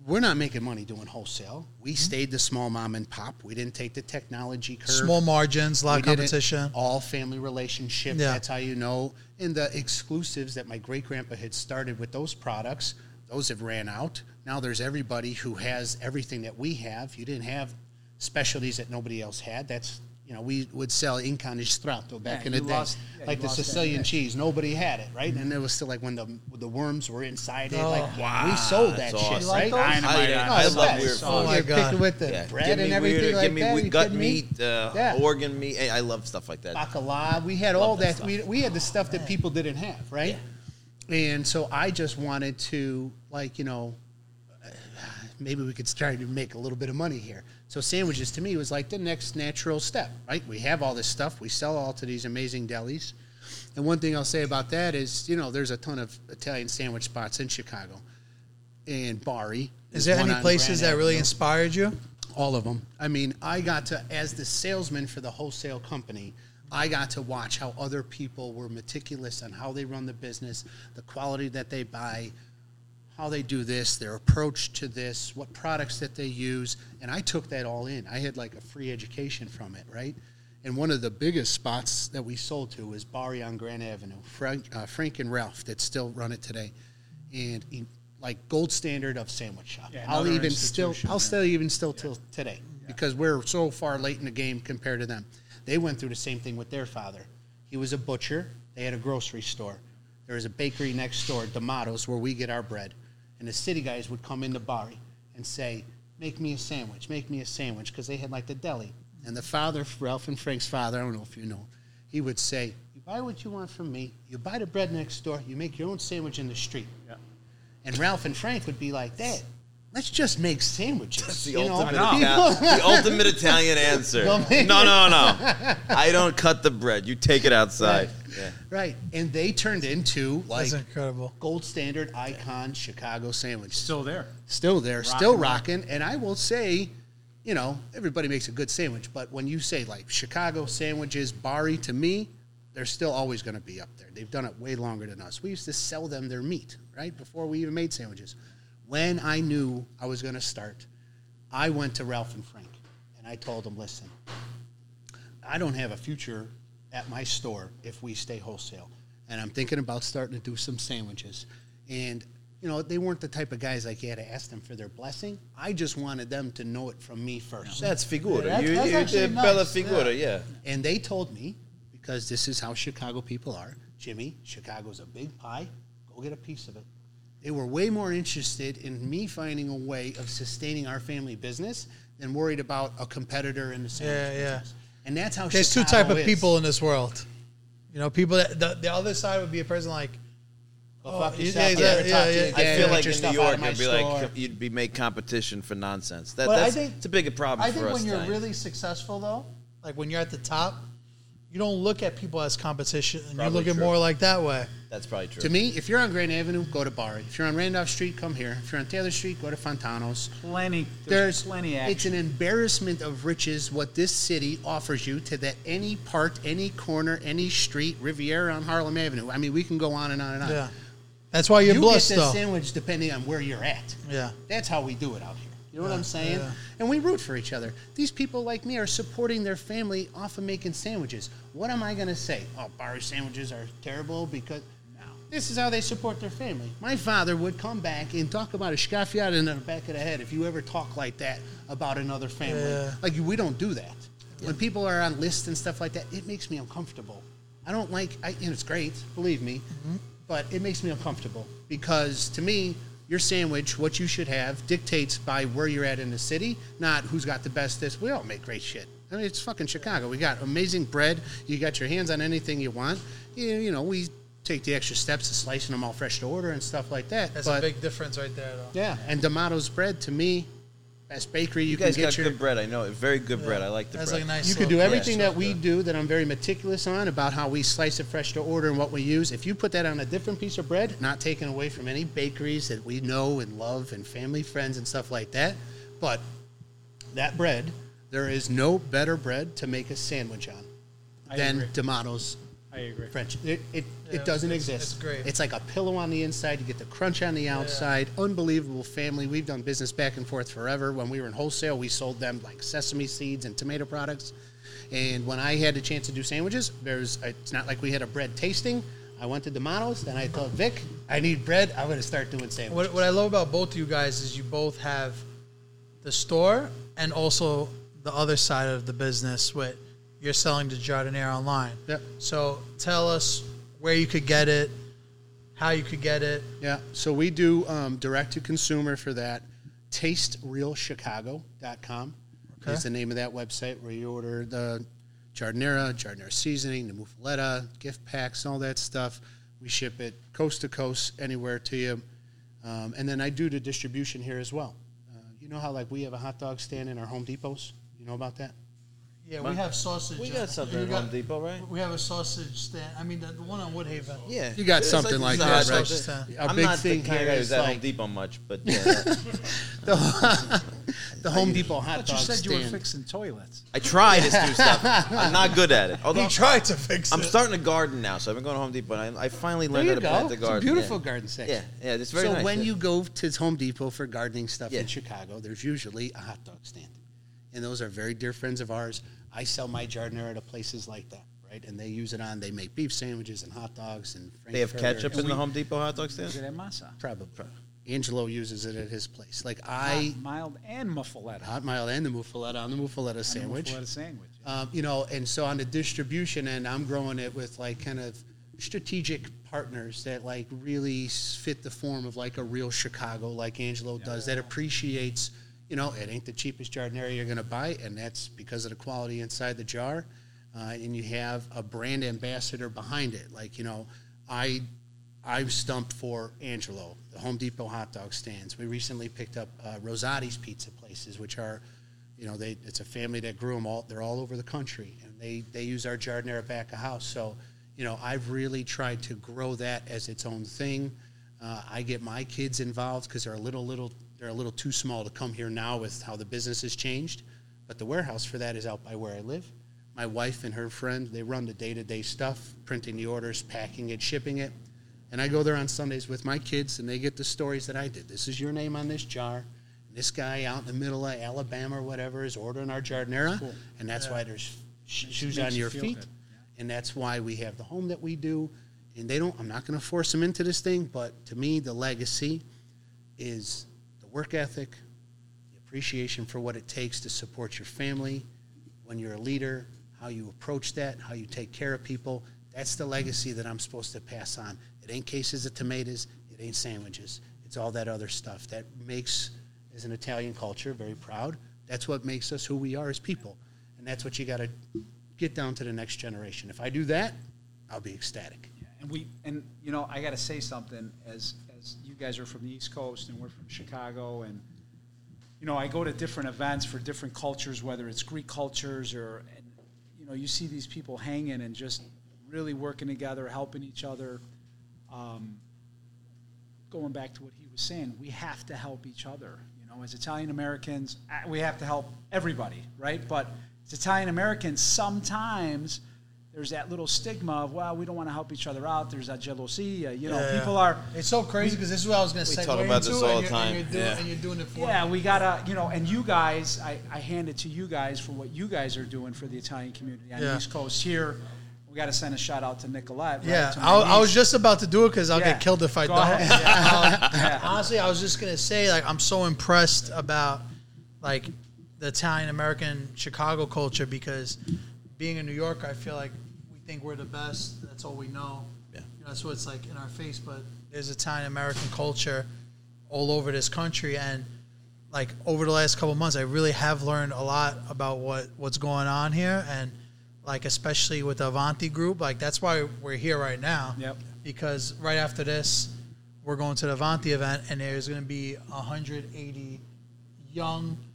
[SPEAKER 1] we're not making money doing wholesale.
[SPEAKER 3] Mm-hmm.
[SPEAKER 1] We stayed the small mom and pop. We didn't take the technology curve.
[SPEAKER 3] Small margins, a lot
[SPEAKER 1] We
[SPEAKER 3] of
[SPEAKER 1] did it
[SPEAKER 3] competition.
[SPEAKER 1] All family relationship.
[SPEAKER 3] Yeah.
[SPEAKER 1] That's how you know. And the exclusives that my great grandpa had started with those products, those have ran out. Now there's everybody who has everything that we have. You didn't have specialties that nobody else had. That's you know, we would sell incanistrato back
[SPEAKER 2] Yeah,
[SPEAKER 1] in the
[SPEAKER 2] you
[SPEAKER 1] day,
[SPEAKER 2] lost- yeah,
[SPEAKER 1] like
[SPEAKER 2] you
[SPEAKER 1] the
[SPEAKER 2] lost that,
[SPEAKER 1] Sicilian
[SPEAKER 2] yeah.
[SPEAKER 1] cheese. Nobody had it, right? And it was still like when the the worms were inside it.
[SPEAKER 3] Mm-hmm. Oh.
[SPEAKER 1] Like we
[SPEAKER 4] Wow,
[SPEAKER 1] sold that
[SPEAKER 4] that's
[SPEAKER 1] shit,
[SPEAKER 4] awesome.
[SPEAKER 1] right?
[SPEAKER 3] You like those?
[SPEAKER 4] I,
[SPEAKER 2] Dynamite on
[SPEAKER 4] I
[SPEAKER 2] it.
[SPEAKER 1] it's
[SPEAKER 4] love
[SPEAKER 1] best.
[SPEAKER 4] weird food.
[SPEAKER 3] Oh my
[SPEAKER 1] You're
[SPEAKER 3] God.
[SPEAKER 1] picking with the
[SPEAKER 4] Yeah,
[SPEAKER 1] bread
[SPEAKER 4] give me
[SPEAKER 1] and everything
[SPEAKER 4] weird,
[SPEAKER 1] like
[SPEAKER 4] give me
[SPEAKER 1] that.
[SPEAKER 4] weird
[SPEAKER 1] You
[SPEAKER 4] gut
[SPEAKER 1] kidding me?
[SPEAKER 4] meat, uh,
[SPEAKER 1] Yeah.
[SPEAKER 4] organ meat. Hey, I love stuff like that.
[SPEAKER 1] bacala. We had all
[SPEAKER 4] Love that
[SPEAKER 1] that.
[SPEAKER 4] stuff.
[SPEAKER 1] We, we had the stuff that people didn't have, right? And so I just wanted to, like, you know, maybe we could try to make a little bit of money here. So sandwiches to me was like the next natural step, right? We have all this stuff. We sell all to these amazing delis. And one thing I'll say about that is, you know, there's a ton of Italian sandwich spots in Chicago and Bari.
[SPEAKER 3] Is there
[SPEAKER 1] one
[SPEAKER 3] any
[SPEAKER 1] on
[SPEAKER 3] places
[SPEAKER 1] Grand
[SPEAKER 3] that really
[SPEAKER 1] Avenue.
[SPEAKER 3] inspired you?
[SPEAKER 1] All of them. I mean, I got to, as the salesman for the wholesale company, I got to watch how other people were meticulous on how they run the business, the quality that they buy, how they do this, their approach to this, what products that they use. And I took that all in. I had like a free education from it, right? And one of the biggest spots that we sold to was Barry on Grand Avenue, Frank, uh, Frank and Ralph that still run it today. And in- like gold standard of sandwich shop.
[SPEAKER 2] Yeah,
[SPEAKER 1] I'll
[SPEAKER 2] another
[SPEAKER 1] even still,
[SPEAKER 2] institution,
[SPEAKER 1] I'll
[SPEAKER 2] yeah.
[SPEAKER 1] still still even still till today because we're so far late in the game compared to them. They went through the same thing with their father. He was a butcher. They had a grocery store. There was a bakery next door, D'Amato's, where we get our bread. And the city guys would come into Bari and say, "Make me a sandwich. Make me a sandwich," because they had like the deli. And the father, Ralph and Frank's father, I don't know if you know, he would say, "You buy what you want from me. You buy the bread next door. You make your own sandwich in the street." And Ralph and Frank would be like, "Dad, let's just make sandwiches."
[SPEAKER 4] That's the
[SPEAKER 1] you know?
[SPEAKER 4] ultimate,
[SPEAKER 2] I
[SPEAKER 1] know.
[SPEAKER 4] Italian, the ultimate Italian answer. No,
[SPEAKER 1] Don't make
[SPEAKER 4] no, no. I don't cut the bread. You take it outside. Yeah.
[SPEAKER 1] Right, and they turned into like
[SPEAKER 3] That's incredible.
[SPEAKER 1] gold standard icon Chicago sandwich.
[SPEAKER 2] Still there.
[SPEAKER 1] Still there, still
[SPEAKER 2] and roll.
[SPEAKER 1] rocking. And I will say, you know, everybody makes a good sandwich, but when you say like Chicago sandwiches, Bari, to me, they're still always going to be up there. They've done it way longer than us. We used to sell them their meat right before we even made sandwiches. When I knew I was going to start, I went to Ralph and Frank, and I told them, listen, I don't have a future at my store if we stay wholesale. And I'm thinking about starting to do some sandwiches. And, you know, they weren't the type of guys like you had to ask them for their blessing. I just wanted them to know it from me first.
[SPEAKER 4] That's figura.
[SPEAKER 3] that's-
[SPEAKER 4] you
[SPEAKER 3] that's
[SPEAKER 4] you
[SPEAKER 3] actually
[SPEAKER 4] did bella
[SPEAKER 3] nice, yeah.
[SPEAKER 4] figura, yeah.
[SPEAKER 1] And they told me, because this is how Chicago people are Jimmy, Chicago's a big pie. Go get a piece of it. They were way more interested in me finding a way of sustaining our family business than worried about a competitor in the sandwich
[SPEAKER 3] Yeah, yeah.
[SPEAKER 1] business. And that's how
[SPEAKER 3] There's two
[SPEAKER 1] Chicago
[SPEAKER 3] type of
[SPEAKER 1] is.
[SPEAKER 3] people in this world. You know, people that the, the other side would be a person like,
[SPEAKER 1] Go
[SPEAKER 3] Oh,
[SPEAKER 1] fuck
[SPEAKER 3] yeah,
[SPEAKER 1] yourself.
[SPEAKER 3] yeah,
[SPEAKER 1] I never
[SPEAKER 3] yeah,
[SPEAKER 1] talked to you
[SPEAKER 3] yeah.
[SPEAKER 1] again.
[SPEAKER 4] I feel
[SPEAKER 1] Get
[SPEAKER 4] like
[SPEAKER 1] your
[SPEAKER 4] in New
[SPEAKER 1] stuff out
[SPEAKER 4] York,
[SPEAKER 1] of my
[SPEAKER 4] you'd be
[SPEAKER 1] store.
[SPEAKER 4] like, you'd be make competition for nonsense. That,
[SPEAKER 3] But I
[SPEAKER 4] that's
[SPEAKER 3] think-
[SPEAKER 4] it's a big problem
[SPEAKER 3] I
[SPEAKER 4] for
[SPEAKER 3] think
[SPEAKER 4] us.
[SPEAKER 3] when you're
[SPEAKER 4] Italians.
[SPEAKER 3] really successful though, like when you're at the top, you don't look at people as competition. you
[SPEAKER 4] Probably
[SPEAKER 3] look at
[SPEAKER 4] true.
[SPEAKER 3] more like that way.
[SPEAKER 4] that's probably true.
[SPEAKER 1] To me, if you're on Grand Avenue, go to Barry. If you're on Randolph Street, come here. If you're on Taylor Street, go to Fontano's.
[SPEAKER 2] Plenty.
[SPEAKER 1] There's
[SPEAKER 2] There's, plenty action.
[SPEAKER 1] It's an embarrassment of riches what this city offers you to that any part, any corner, any street, Riviera on Harlem Avenue. I mean, we can go on and on and on.
[SPEAKER 3] Yeah, that's why you're
[SPEAKER 1] you
[SPEAKER 3] blessed
[SPEAKER 1] get this
[SPEAKER 3] though.
[SPEAKER 1] sandwich depending on where you're at.
[SPEAKER 3] Yeah.
[SPEAKER 1] That's how we do it out here. You know what I'm saying?
[SPEAKER 3] yeah.
[SPEAKER 1] And we root for each other. These people like me are supporting their family off of making sandwiches. What am I going to say? Oh, bar sandwiches are terrible because no. This is how they support their family. My father would come back and talk about a scaffiata in the back of the head if you ever talk like that about another family.
[SPEAKER 3] Yeah.
[SPEAKER 1] Like we don't do that. When people are on lists and stuff like that, it makes me uncomfortable. I don't like. I, you know, it's great, believe me, but it makes me uncomfortable because to me, your sandwich, what you should have, dictates by where you're at in the city, not who's got the best. This we all make great shit. I mean, it's fucking Chicago. We got amazing bread. You got your hands on anything you want. You, you know, we take the extra steps of slicing them all fresh to order and stuff like that.
[SPEAKER 3] That's
[SPEAKER 1] but
[SPEAKER 3] a big difference right there though.
[SPEAKER 1] yeah, and D'Amato's bread to me, best bakery you,
[SPEAKER 4] you
[SPEAKER 1] can
[SPEAKER 4] guys
[SPEAKER 1] get
[SPEAKER 4] got
[SPEAKER 1] your
[SPEAKER 4] good bread. I know very good bread. I like the
[SPEAKER 3] That's
[SPEAKER 4] bread.
[SPEAKER 3] like a nice.
[SPEAKER 1] you
[SPEAKER 3] little
[SPEAKER 1] could do
[SPEAKER 3] touch.
[SPEAKER 1] everything
[SPEAKER 4] Yeah,
[SPEAKER 1] that we do that I'm very meticulous on about how we slice it fresh to order and what we use. If you put that on a different piece of bread, not taken away from any bakeries that we know and love and family friends and stuff like that, but that bread, there is no better bread to make a sandwich on.
[SPEAKER 2] I
[SPEAKER 1] than
[SPEAKER 2] agree.
[SPEAKER 1] D'Amato's
[SPEAKER 2] I agree.
[SPEAKER 1] French. It it,
[SPEAKER 3] Yeah,
[SPEAKER 1] it doesn't
[SPEAKER 3] it's-
[SPEAKER 1] exist.
[SPEAKER 3] it's great.
[SPEAKER 1] It's like a pillow on the inside. You get the crunch on the outside. Unbelievable family. We've done business back and forth forever. When we were in wholesale, we sold them like sesame seeds and tomato products. And when I had a chance to do sandwiches, there's it's not like we had a bread tasting. I went to D'Amato's and I told Vic, I need bread. I'm gonna start doing sandwiches.
[SPEAKER 3] What, what I love about both of you guys is you both have the store and also the other side of the business with you're selling to Jardinier online.
[SPEAKER 1] Yep.
[SPEAKER 3] So tell us where you could get it, how you could get it.
[SPEAKER 1] Yeah. So we do um, direct to consumer for that. TasteRealChicago.com
[SPEAKER 3] Okay.
[SPEAKER 1] is the name of that website where you order the jardinera, jardinera seasoning, the muffaletta, gift packs, and all that stuff. We ship it coast to coast, anywhere to you. Um, and then I do the distribution here as well. Uh, you know how like we have a hot dog stand in our Home Depots. You know about that?
[SPEAKER 3] Yeah, we have sausage.
[SPEAKER 4] We got something
[SPEAKER 3] We
[SPEAKER 4] at Home Depot, right?
[SPEAKER 3] We have a sausage stand. I mean, the, the one on Woodhaven.
[SPEAKER 4] Yeah,
[SPEAKER 1] You got
[SPEAKER 4] It's
[SPEAKER 1] something like
[SPEAKER 4] the
[SPEAKER 3] that,
[SPEAKER 4] hot
[SPEAKER 3] right?
[SPEAKER 4] dogs.
[SPEAKER 3] Just, uh,
[SPEAKER 1] Our
[SPEAKER 4] I'm
[SPEAKER 1] big
[SPEAKER 4] not
[SPEAKER 1] thing
[SPEAKER 4] the kind
[SPEAKER 1] here
[SPEAKER 4] of guy
[SPEAKER 1] is,
[SPEAKER 4] who's at Home
[SPEAKER 1] like-
[SPEAKER 4] Depot much, but yeah,
[SPEAKER 1] The, the Home Depot hot
[SPEAKER 2] But
[SPEAKER 1] dog
[SPEAKER 2] you said
[SPEAKER 1] stand.
[SPEAKER 2] you were fixing toilets.
[SPEAKER 4] I try this new stuff. I'm not good at it. Although
[SPEAKER 3] He tried to fix
[SPEAKER 4] I'm
[SPEAKER 3] it.
[SPEAKER 4] starting to garden now, so I've been going to Home Depot. And I, I finally
[SPEAKER 1] There
[SPEAKER 4] learned
[SPEAKER 1] you
[SPEAKER 4] how to
[SPEAKER 1] go.
[SPEAKER 4] plant the
[SPEAKER 1] It's a
[SPEAKER 4] garden.
[SPEAKER 1] beautiful
[SPEAKER 4] yeah.
[SPEAKER 1] garden section.
[SPEAKER 4] Yeah, yeah, it's very
[SPEAKER 1] so
[SPEAKER 4] nice.
[SPEAKER 1] when
[SPEAKER 4] yeah.
[SPEAKER 1] you go to Home Depot for gardening stuff
[SPEAKER 4] Yeah.
[SPEAKER 1] in Chicago, there's usually a hot dog stand, and those are very dear friends of ours. I sell my jardinera to places like that, right? And they use it on. They make beef sandwiches and hot dogs and.
[SPEAKER 4] they have
[SPEAKER 1] frankfurter.
[SPEAKER 4] ketchup in the Home Depot hot dog stand.
[SPEAKER 2] Is it at Masa?
[SPEAKER 1] Probably. Angelo uses it at his place. Like I,
[SPEAKER 2] mild and muffaletta.
[SPEAKER 1] hot mild and the muffaletta on the muffaletta sandwich.
[SPEAKER 2] Muffaletta sandwich.
[SPEAKER 1] um, you know, and so on the distribution end, I'm growing it with like kind of strategic partners that like really s- fit the form of like a real Chicago, like Angelo does, that appreciates, you know, it ain't the cheapest jardinera you're gonna buy, and that's because of the quality inside the jar, uh, and you have a brand ambassador behind it. Like you know, I I'm stumped for Angelo, the Home Depot hot dog stands. We recently picked up uh, Rosati's Pizza Places, which are, you know, they it's a family that grew them all. They're all over the country, and they they use our jardinera back of house. So, you know, I've really tried to grow that as its own thing. Uh, I get my kids involved because they're a little little they're a little too small to come here now with how the business has changed. But the warehouse for that is out by where I live. My wife and her friend they run the day to day stuff, printing the orders, packing it, shipping it. And I go there on Sundays with my kids, and they get the stories that I did. This is your name on this jar. This guy out in the middle of Alabama or whatever is ordering our jardinera, and that's why there's sh- shoes
[SPEAKER 2] makes
[SPEAKER 1] on
[SPEAKER 2] you
[SPEAKER 1] your
[SPEAKER 2] feel
[SPEAKER 1] feet,
[SPEAKER 2] good.
[SPEAKER 1] and that's why we have the home that we do. And they don't. I'm not going to force them into this thing, but to me, the legacy is the work ethic, the appreciation for what it takes to support your family when you're a leader, how you approach that, how you take care of people. That's the legacy that I'm supposed to pass on. It ain't cases of tomatoes, it ain't sandwiches, it's all that other stuff that makes, as an Italian culture, very proud. That's what makes us who we are as people. And that's what you got to get down to the next generation. If I do that, I'll be ecstatic.
[SPEAKER 2] and we and you know I got to say something as as you guys are from the East Coast and we're from Chicago and you know I go to different events for different cultures whether it's Greek cultures or and, you know you see these people hanging and just really working together helping each other um, going back to what he was saying we have to help each other you know as Italian Americans I- we have to help everybody right but as Italian Americans sometimes there's that little stigma of well we don't want to help each other out there's that jealousy uh, you know
[SPEAKER 3] Yeah.
[SPEAKER 2] people are
[SPEAKER 3] It's so crazy because this is what I was going to
[SPEAKER 4] We
[SPEAKER 3] say.
[SPEAKER 4] talk about this all the time.
[SPEAKER 3] And you're, doing,
[SPEAKER 4] Yeah.
[SPEAKER 3] and you're doing it for
[SPEAKER 2] yeah, we gotta, you know, and you guys, I, I hand it to you guys for what you guys are doing for the Italian community on
[SPEAKER 3] Yeah.
[SPEAKER 2] the East Coast here. We gotta send a shout out to Nicolette. right,
[SPEAKER 3] Yeah,
[SPEAKER 2] to my
[SPEAKER 3] I, I was
[SPEAKER 2] niece.
[SPEAKER 3] just about to do it because I'll
[SPEAKER 2] Yeah.
[SPEAKER 3] get killed if I
[SPEAKER 2] Go
[SPEAKER 3] don't.
[SPEAKER 2] ahead.
[SPEAKER 3] Yeah.
[SPEAKER 2] Yeah.
[SPEAKER 3] Um, Honestly, I was just gonna say like I'm so impressed about like the Italian American Chicago culture because being a New Yorker, I feel like we think we're the best. That's all we know.
[SPEAKER 4] Yeah.
[SPEAKER 3] you know, that's what's like in our face. But there's Italian American culture all over this country, and like over the last couple months, I really have learned a lot about what what's going on here, and like especially with the Avanti group, like that's why we're here right now.
[SPEAKER 2] Yep.
[SPEAKER 3] Because right after this, we're going to the Avanti event, and there's going to be 180 young,
[SPEAKER 4] Oh,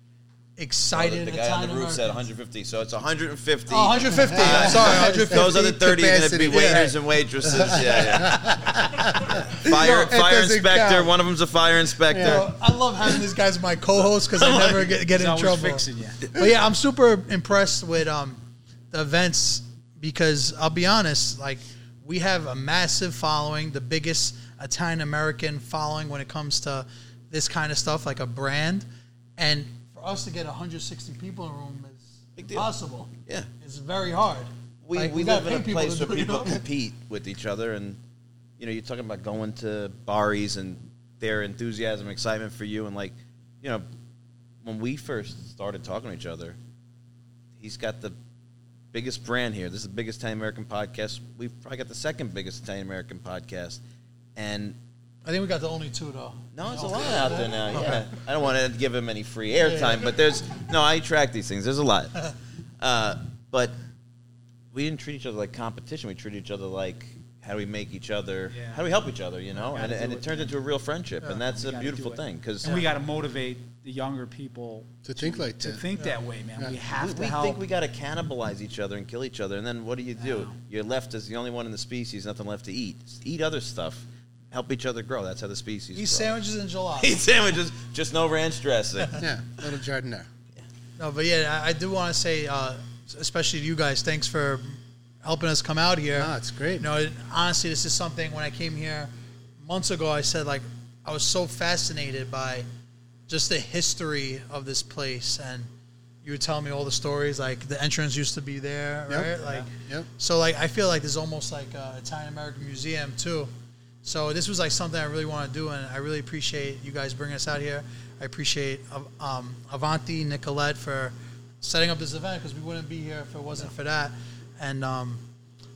[SPEAKER 3] excited
[SPEAKER 4] the, the guy on
[SPEAKER 3] Italian
[SPEAKER 4] the roof said
[SPEAKER 3] Americans.
[SPEAKER 4] 150, so it's 150.
[SPEAKER 3] Oh, 150. I'm sorry, 150.
[SPEAKER 4] Uh, Those other 30 are going to
[SPEAKER 1] capacity.
[SPEAKER 4] be waiters and waitresses. Yeah, yeah. Fire,
[SPEAKER 1] it
[SPEAKER 4] fire
[SPEAKER 1] doesn't
[SPEAKER 4] inspector.
[SPEAKER 1] count.
[SPEAKER 4] One of them's a fire inspector.
[SPEAKER 3] So, I love having this guy's my co-host because I never get, get
[SPEAKER 2] He's
[SPEAKER 3] in
[SPEAKER 2] always
[SPEAKER 3] trouble.
[SPEAKER 2] fixing you.
[SPEAKER 3] But yeah, I'm super impressed with um, the events because I'll be honest, like we have a massive following, the biggest Italian American following when it comes to this kind of stuff, like a brand. And for us to get 160 people in a room
[SPEAKER 4] Big
[SPEAKER 3] is
[SPEAKER 4] deal.
[SPEAKER 3] possible.
[SPEAKER 4] Yeah.
[SPEAKER 3] it's very hard.
[SPEAKER 4] we,
[SPEAKER 3] Like,
[SPEAKER 4] we
[SPEAKER 3] gotta
[SPEAKER 4] live in a
[SPEAKER 3] pay people to
[SPEAKER 4] place where
[SPEAKER 3] do it, you
[SPEAKER 4] people
[SPEAKER 3] know?
[SPEAKER 4] compete with each other and you know you're talking about going to baris and their enthusiasm excitement for you and like you know when we first started talking to each other he's got the biggest brand here this is the biggest italian american podcast we've probably got the second biggest italian american podcast and
[SPEAKER 3] I think we got the only two though.
[SPEAKER 4] no, it's a lot out there now. Yeah, I don't want to give him any free airtime, but there's no. I track these things. There's a lot, uh, but we didn't treat each other like competition. We treated each other like how do we make each other?
[SPEAKER 2] Yeah.
[SPEAKER 4] How do we help each other? You know,
[SPEAKER 2] Gotta
[SPEAKER 4] and, and
[SPEAKER 2] do
[SPEAKER 4] it
[SPEAKER 2] it,
[SPEAKER 4] turned
[SPEAKER 2] man.
[SPEAKER 4] into a real friendship, and that's
[SPEAKER 2] We
[SPEAKER 4] a
[SPEAKER 2] gotta
[SPEAKER 4] beautiful
[SPEAKER 2] do it.
[SPEAKER 4] thing because
[SPEAKER 2] And we got to motivate the younger people
[SPEAKER 1] To think like
[SPEAKER 2] to
[SPEAKER 1] that.
[SPEAKER 2] think that way, man. We
[SPEAKER 1] Yeah.
[SPEAKER 2] have to
[SPEAKER 4] we
[SPEAKER 2] help.
[SPEAKER 4] think we got to cannibalize each other and kill each other, and then what do you do? You're left as the only one in the species, nothing left to eat. Eat other stuff. Help each other grow. That's how the species.
[SPEAKER 3] These
[SPEAKER 4] grows.
[SPEAKER 3] sandwiches and gelato.
[SPEAKER 4] Eat sandwiches, just no ranch dressing.
[SPEAKER 1] Yeah, little jardinere.
[SPEAKER 3] No, but yeah, I, I do want to say, uh, especially to you guys, thanks for helping us come out here.
[SPEAKER 1] No, it's great.
[SPEAKER 3] You know, it- honestly, this is something when I came here months ago, I said, like, I was so fascinated by just the history of this place. And you would tell me all the stories, like, the entrance used to be there,
[SPEAKER 1] Yep.
[SPEAKER 3] right? Like,
[SPEAKER 1] Yep.
[SPEAKER 3] so, like, I feel like there's almost like a Italian American museum, too. So, this was like something I really want to do, and I really appreciate you guys bringing us out here. I appreciate um, Avanti, Nicolette for setting up this event because we wouldn't be here if it wasn't for that. And, um,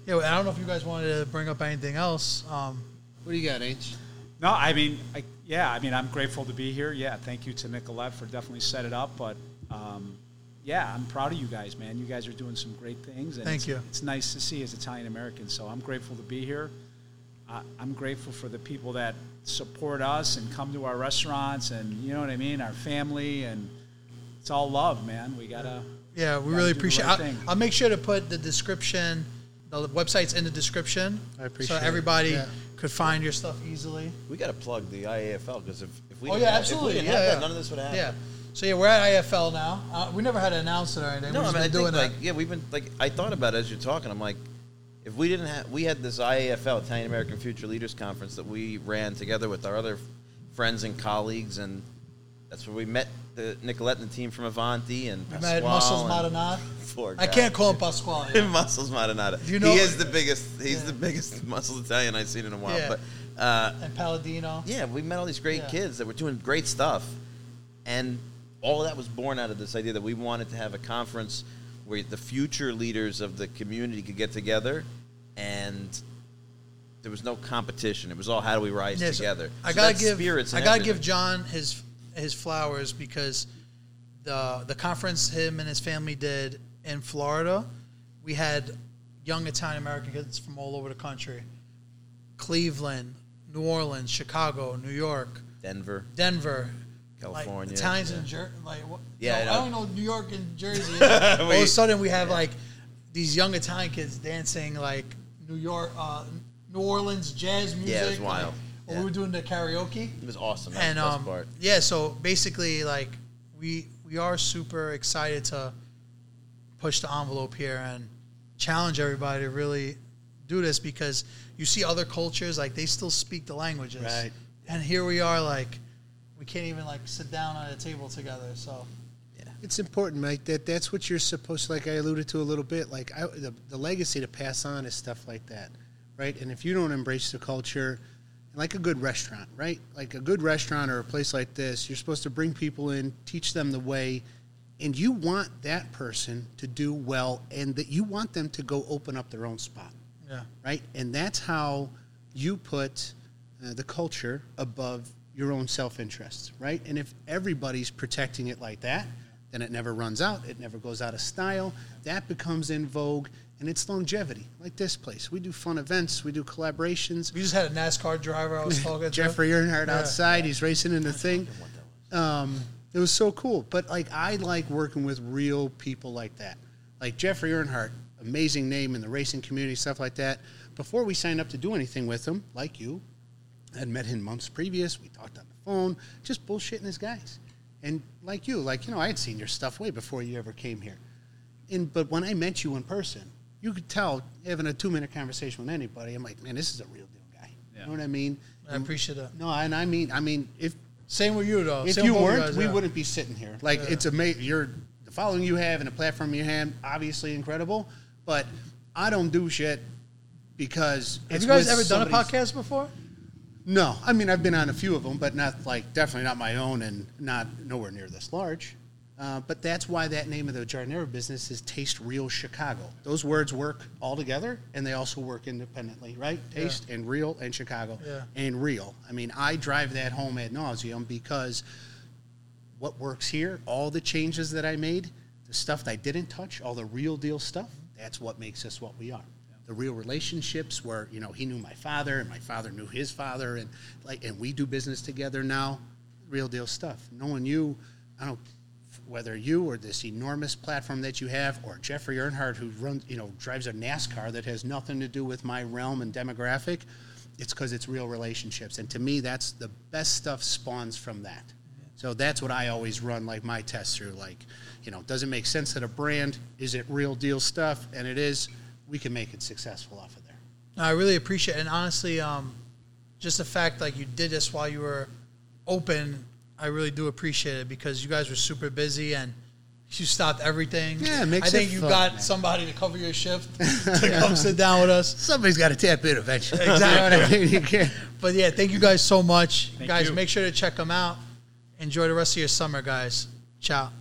[SPEAKER 3] yeah, well, I don't know if you guys wanted to bring up anything else. Um,
[SPEAKER 1] What do you got, H?
[SPEAKER 2] No, I mean, I, yeah, I mean, I'm grateful to be here. Yeah, thank you to Nicolette for definitely set it up. But um, yeah, I'm proud of you guys, man. You guys are doing some great things. And
[SPEAKER 3] Thank
[SPEAKER 2] it's,
[SPEAKER 3] you.
[SPEAKER 2] It's nice to see as Italian Americans. So I'm grateful to be here. I, I'm grateful for the people that support us and come to our restaurants, and you know what I mean, our family, and it's all love, man. We gotta.
[SPEAKER 3] yeah, we
[SPEAKER 2] Gotta
[SPEAKER 3] really
[SPEAKER 2] do the
[SPEAKER 3] appreciate.
[SPEAKER 2] right
[SPEAKER 3] I'll,
[SPEAKER 2] thing.
[SPEAKER 3] I'll make sure to put the description, the websites in the description,
[SPEAKER 1] I appreciate it.
[SPEAKER 3] so everybody
[SPEAKER 1] Yeah.
[SPEAKER 3] could find your stuff easily.
[SPEAKER 4] We got to plug the IAFL because if, if we
[SPEAKER 3] Oh
[SPEAKER 4] didn't
[SPEAKER 3] yeah,
[SPEAKER 4] have- if
[SPEAKER 3] absolutely.
[SPEAKER 4] we didn't
[SPEAKER 3] yeah,
[SPEAKER 4] have that,
[SPEAKER 3] yeah.
[SPEAKER 4] none of this would happen.
[SPEAKER 3] Yeah. So yeah, we're at IFL now. Uh, we never had to announce it or anything.
[SPEAKER 4] No,
[SPEAKER 3] We've
[SPEAKER 4] I
[SPEAKER 3] just
[SPEAKER 4] mean I
[SPEAKER 3] been
[SPEAKER 4] think
[SPEAKER 3] doing
[SPEAKER 4] like yeah we've been like I thought about it as you're talking. I'm like, if we didn't have we had this IAFL Italian American Future Leaders Conference that we ran together with our other f- friends and colleagues, and that's where we met the Nicolette and the team from Avanti and
[SPEAKER 3] that.
[SPEAKER 4] Pasquale
[SPEAKER 3] Mad Muscles
[SPEAKER 4] and-
[SPEAKER 3] Madanat.
[SPEAKER 4] Poor
[SPEAKER 3] I
[SPEAKER 4] guy.
[SPEAKER 3] can't call him Pasquale.
[SPEAKER 4] muscles Marinata.
[SPEAKER 3] Do you know-
[SPEAKER 4] he is the biggest. He's
[SPEAKER 3] Yeah.
[SPEAKER 4] the biggest muscle Italian I've seen in a while.
[SPEAKER 3] Yeah.
[SPEAKER 4] But uh,
[SPEAKER 3] and Palladino.
[SPEAKER 4] yeah, we met all these great
[SPEAKER 3] Yeah.
[SPEAKER 4] kids that were doing great stuff, and all of that was born out of this idea that we wanted to have a conference where the future leaders of the community could get together, and there was no competition. It was all how do we rise
[SPEAKER 3] Yeah, so
[SPEAKER 4] together.
[SPEAKER 3] I
[SPEAKER 4] So
[SPEAKER 3] gotta
[SPEAKER 4] that's
[SPEAKER 3] give
[SPEAKER 4] spirits.
[SPEAKER 3] I
[SPEAKER 4] and
[SPEAKER 3] gotta
[SPEAKER 4] everything.
[SPEAKER 3] give John his his flowers because the the conference him and his family did in Florida, we had young Italian American kids from all over the country, Cleveland, New Orleans, Chicago, New York,
[SPEAKER 4] Denver.
[SPEAKER 3] Denver. like,
[SPEAKER 4] California,
[SPEAKER 3] Italians
[SPEAKER 4] yeah.
[SPEAKER 3] and Jer- like what,
[SPEAKER 4] Yeah,
[SPEAKER 3] no,
[SPEAKER 4] I
[SPEAKER 3] I,
[SPEAKER 4] know.
[SPEAKER 3] don't know New York and Jersey. all of a
[SPEAKER 4] We-
[SPEAKER 3] sudden, we have like these young Italian kids dancing like New York, uh, New Orleans jazz music.
[SPEAKER 4] Yeah, it was wild.
[SPEAKER 3] Like, when
[SPEAKER 4] Yeah.
[SPEAKER 3] we were doing the karaoke,
[SPEAKER 4] It was awesome. That's
[SPEAKER 3] and
[SPEAKER 4] the best
[SPEAKER 3] um,
[SPEAKER 4] part.
[SPEAKER 3] yeah, so basically, like we we are super excited to push the envelope here and challenge everybody to really do this because you see other cultures like they still speak the languages,
[SPEAKER 1] Right.
[SPEAKER 3] And here we are, like we can't even like sit down at a table together. So
[SPEAKER 1] It's important, Mike, that that's what you're supposed to, like I alluded to a little bit, like I, the, the legacy to pass on is stuff like that, right? And if you don't embrace the culture, like a good restaurant, right? Like a good restaurant or a place like this, you're supposed to bring people in, teach them the way, and you want that person to do well and that you want them to go open up their own spot
[SPEAKER 3] yeah,
[SPEAKER 1] right? And that's how you put uh, the culture above your own self interests, right? And if everybody's protecting it like that, then it never runs out, it never goes out of style. That becomes in vogue and it's longevity, like this place. We do fun events, we do collaborations.
[SPEAKER 3] we just had a NASCAR driver I was talking to.
[SPEAKER 1] Jeffrey Earnhardt
[SPEAKER 3] Yeah.
[SPEAKER 1] outside, he's racing in the thing. Um, it was so cool. But like I like working with real people like that. Like Jeffrey Earnhardt, amazing name in the racing community, stuff like that. Before we signed up to do anything with him, like you, I'd met him months previous. We talked on the phone, just bullshitting his guys. And like you, like you know, I had seen your stuff way before you ever came here. And but when I met you in person, you could tell having a two minute conversation with anybody. I'm like, man, this is a real deal guy.
[SPEAKER 2] Yeah.
[SPEAKER 1] You know what I mean?
[SPEAKER 3] I appreciate that.
[SPEAKER 1] No, and I mean, I mean, if
[SPEAKER 3] Same with you though.
[SPEAKER 1] if
[SPEAKER 3] Same
[SPEAKER 1] you
[SPEAKER 3] with both
[SPEAKER 1] weren't,
[SPEAKER 3] guys,
[SPEAKER 1] we
[SPEAKER 3] yeah.
[SPEAKER 1] wouldn't be sitting here. Like it's amazing. You're the following you have and the platform you have, obviously incredible. But I don't do shit because
[SPEAKER 3] Have
[SPEAKER 1] it's
[SPEAKER 3] you guys
[SPEAKER 1] with
[SPEAKER 3] ever done a
[SPEAKER 1] somebody's-
[SPEAKER 3] podcast before?
[SPEAKER 1] No, I mean I've been on a few of them, but not like definitely not my own and not nowhere near this large. Uh, but that's why that name of the jardinero business is Taste Real Chicago. Those words work all together, and they also work independently, right? Taste and real and Chicago
[SPEAKER 3] Yeah.
[SPEAKER 1] and real. I mean, I drive that home ad nauseum because what works here, all the changes that I made, the stuff that I didn't touch, all the real deal stuff, that's what makes us what we are. The real relationships where, you know, he knew my father and my father knew his father and like and we do business together now. Real deal stuff. Knowing you, I don't whether you or this enormous platform that you have or Jeffrey Earnhardt who runs, you know, drives a NASCAR that has nothing to do with my realm and demographic, it's cuz it's real relationships and to me that's the best stuff spawns from that. So that's what I always run like my tests through. Like, you know, does it make sense that a brand is it real deal stuff? And it is. We can make it successful off of there.
[SPEAKER 3] No, I really appreciate it. And honestly, um, just the fact like you did this while you were open, I really do appreciate it because you guys were super busy and you stopped everything.
[SPEAKER 1] Yeah, it makes
[SPEAKER 3] I think
[SPEAKER 1] it
[SPEAKER 3] you
[SPEAKER 1] fun,
[SPEAKER 3] got
[SPEAKER 1] man.
[SPEAKER 3] somebody to cover your shift to come sit down with us.
[SPEAKER 1] Somebody's got to tap in eventually.
[SPEAKER 3] Exactly.
[SPEAKER 1] You know what I mean? You can't-
[SPEAKER 3] But yeah, thank you guys so much.
[SPEAKER 2] Thank
[SPEAKER 3] guys,
[SPEAKER 2] you.
[SPEAKER 3] make sure to check them out. Enjoy the rest of your summer, guys. Ciao.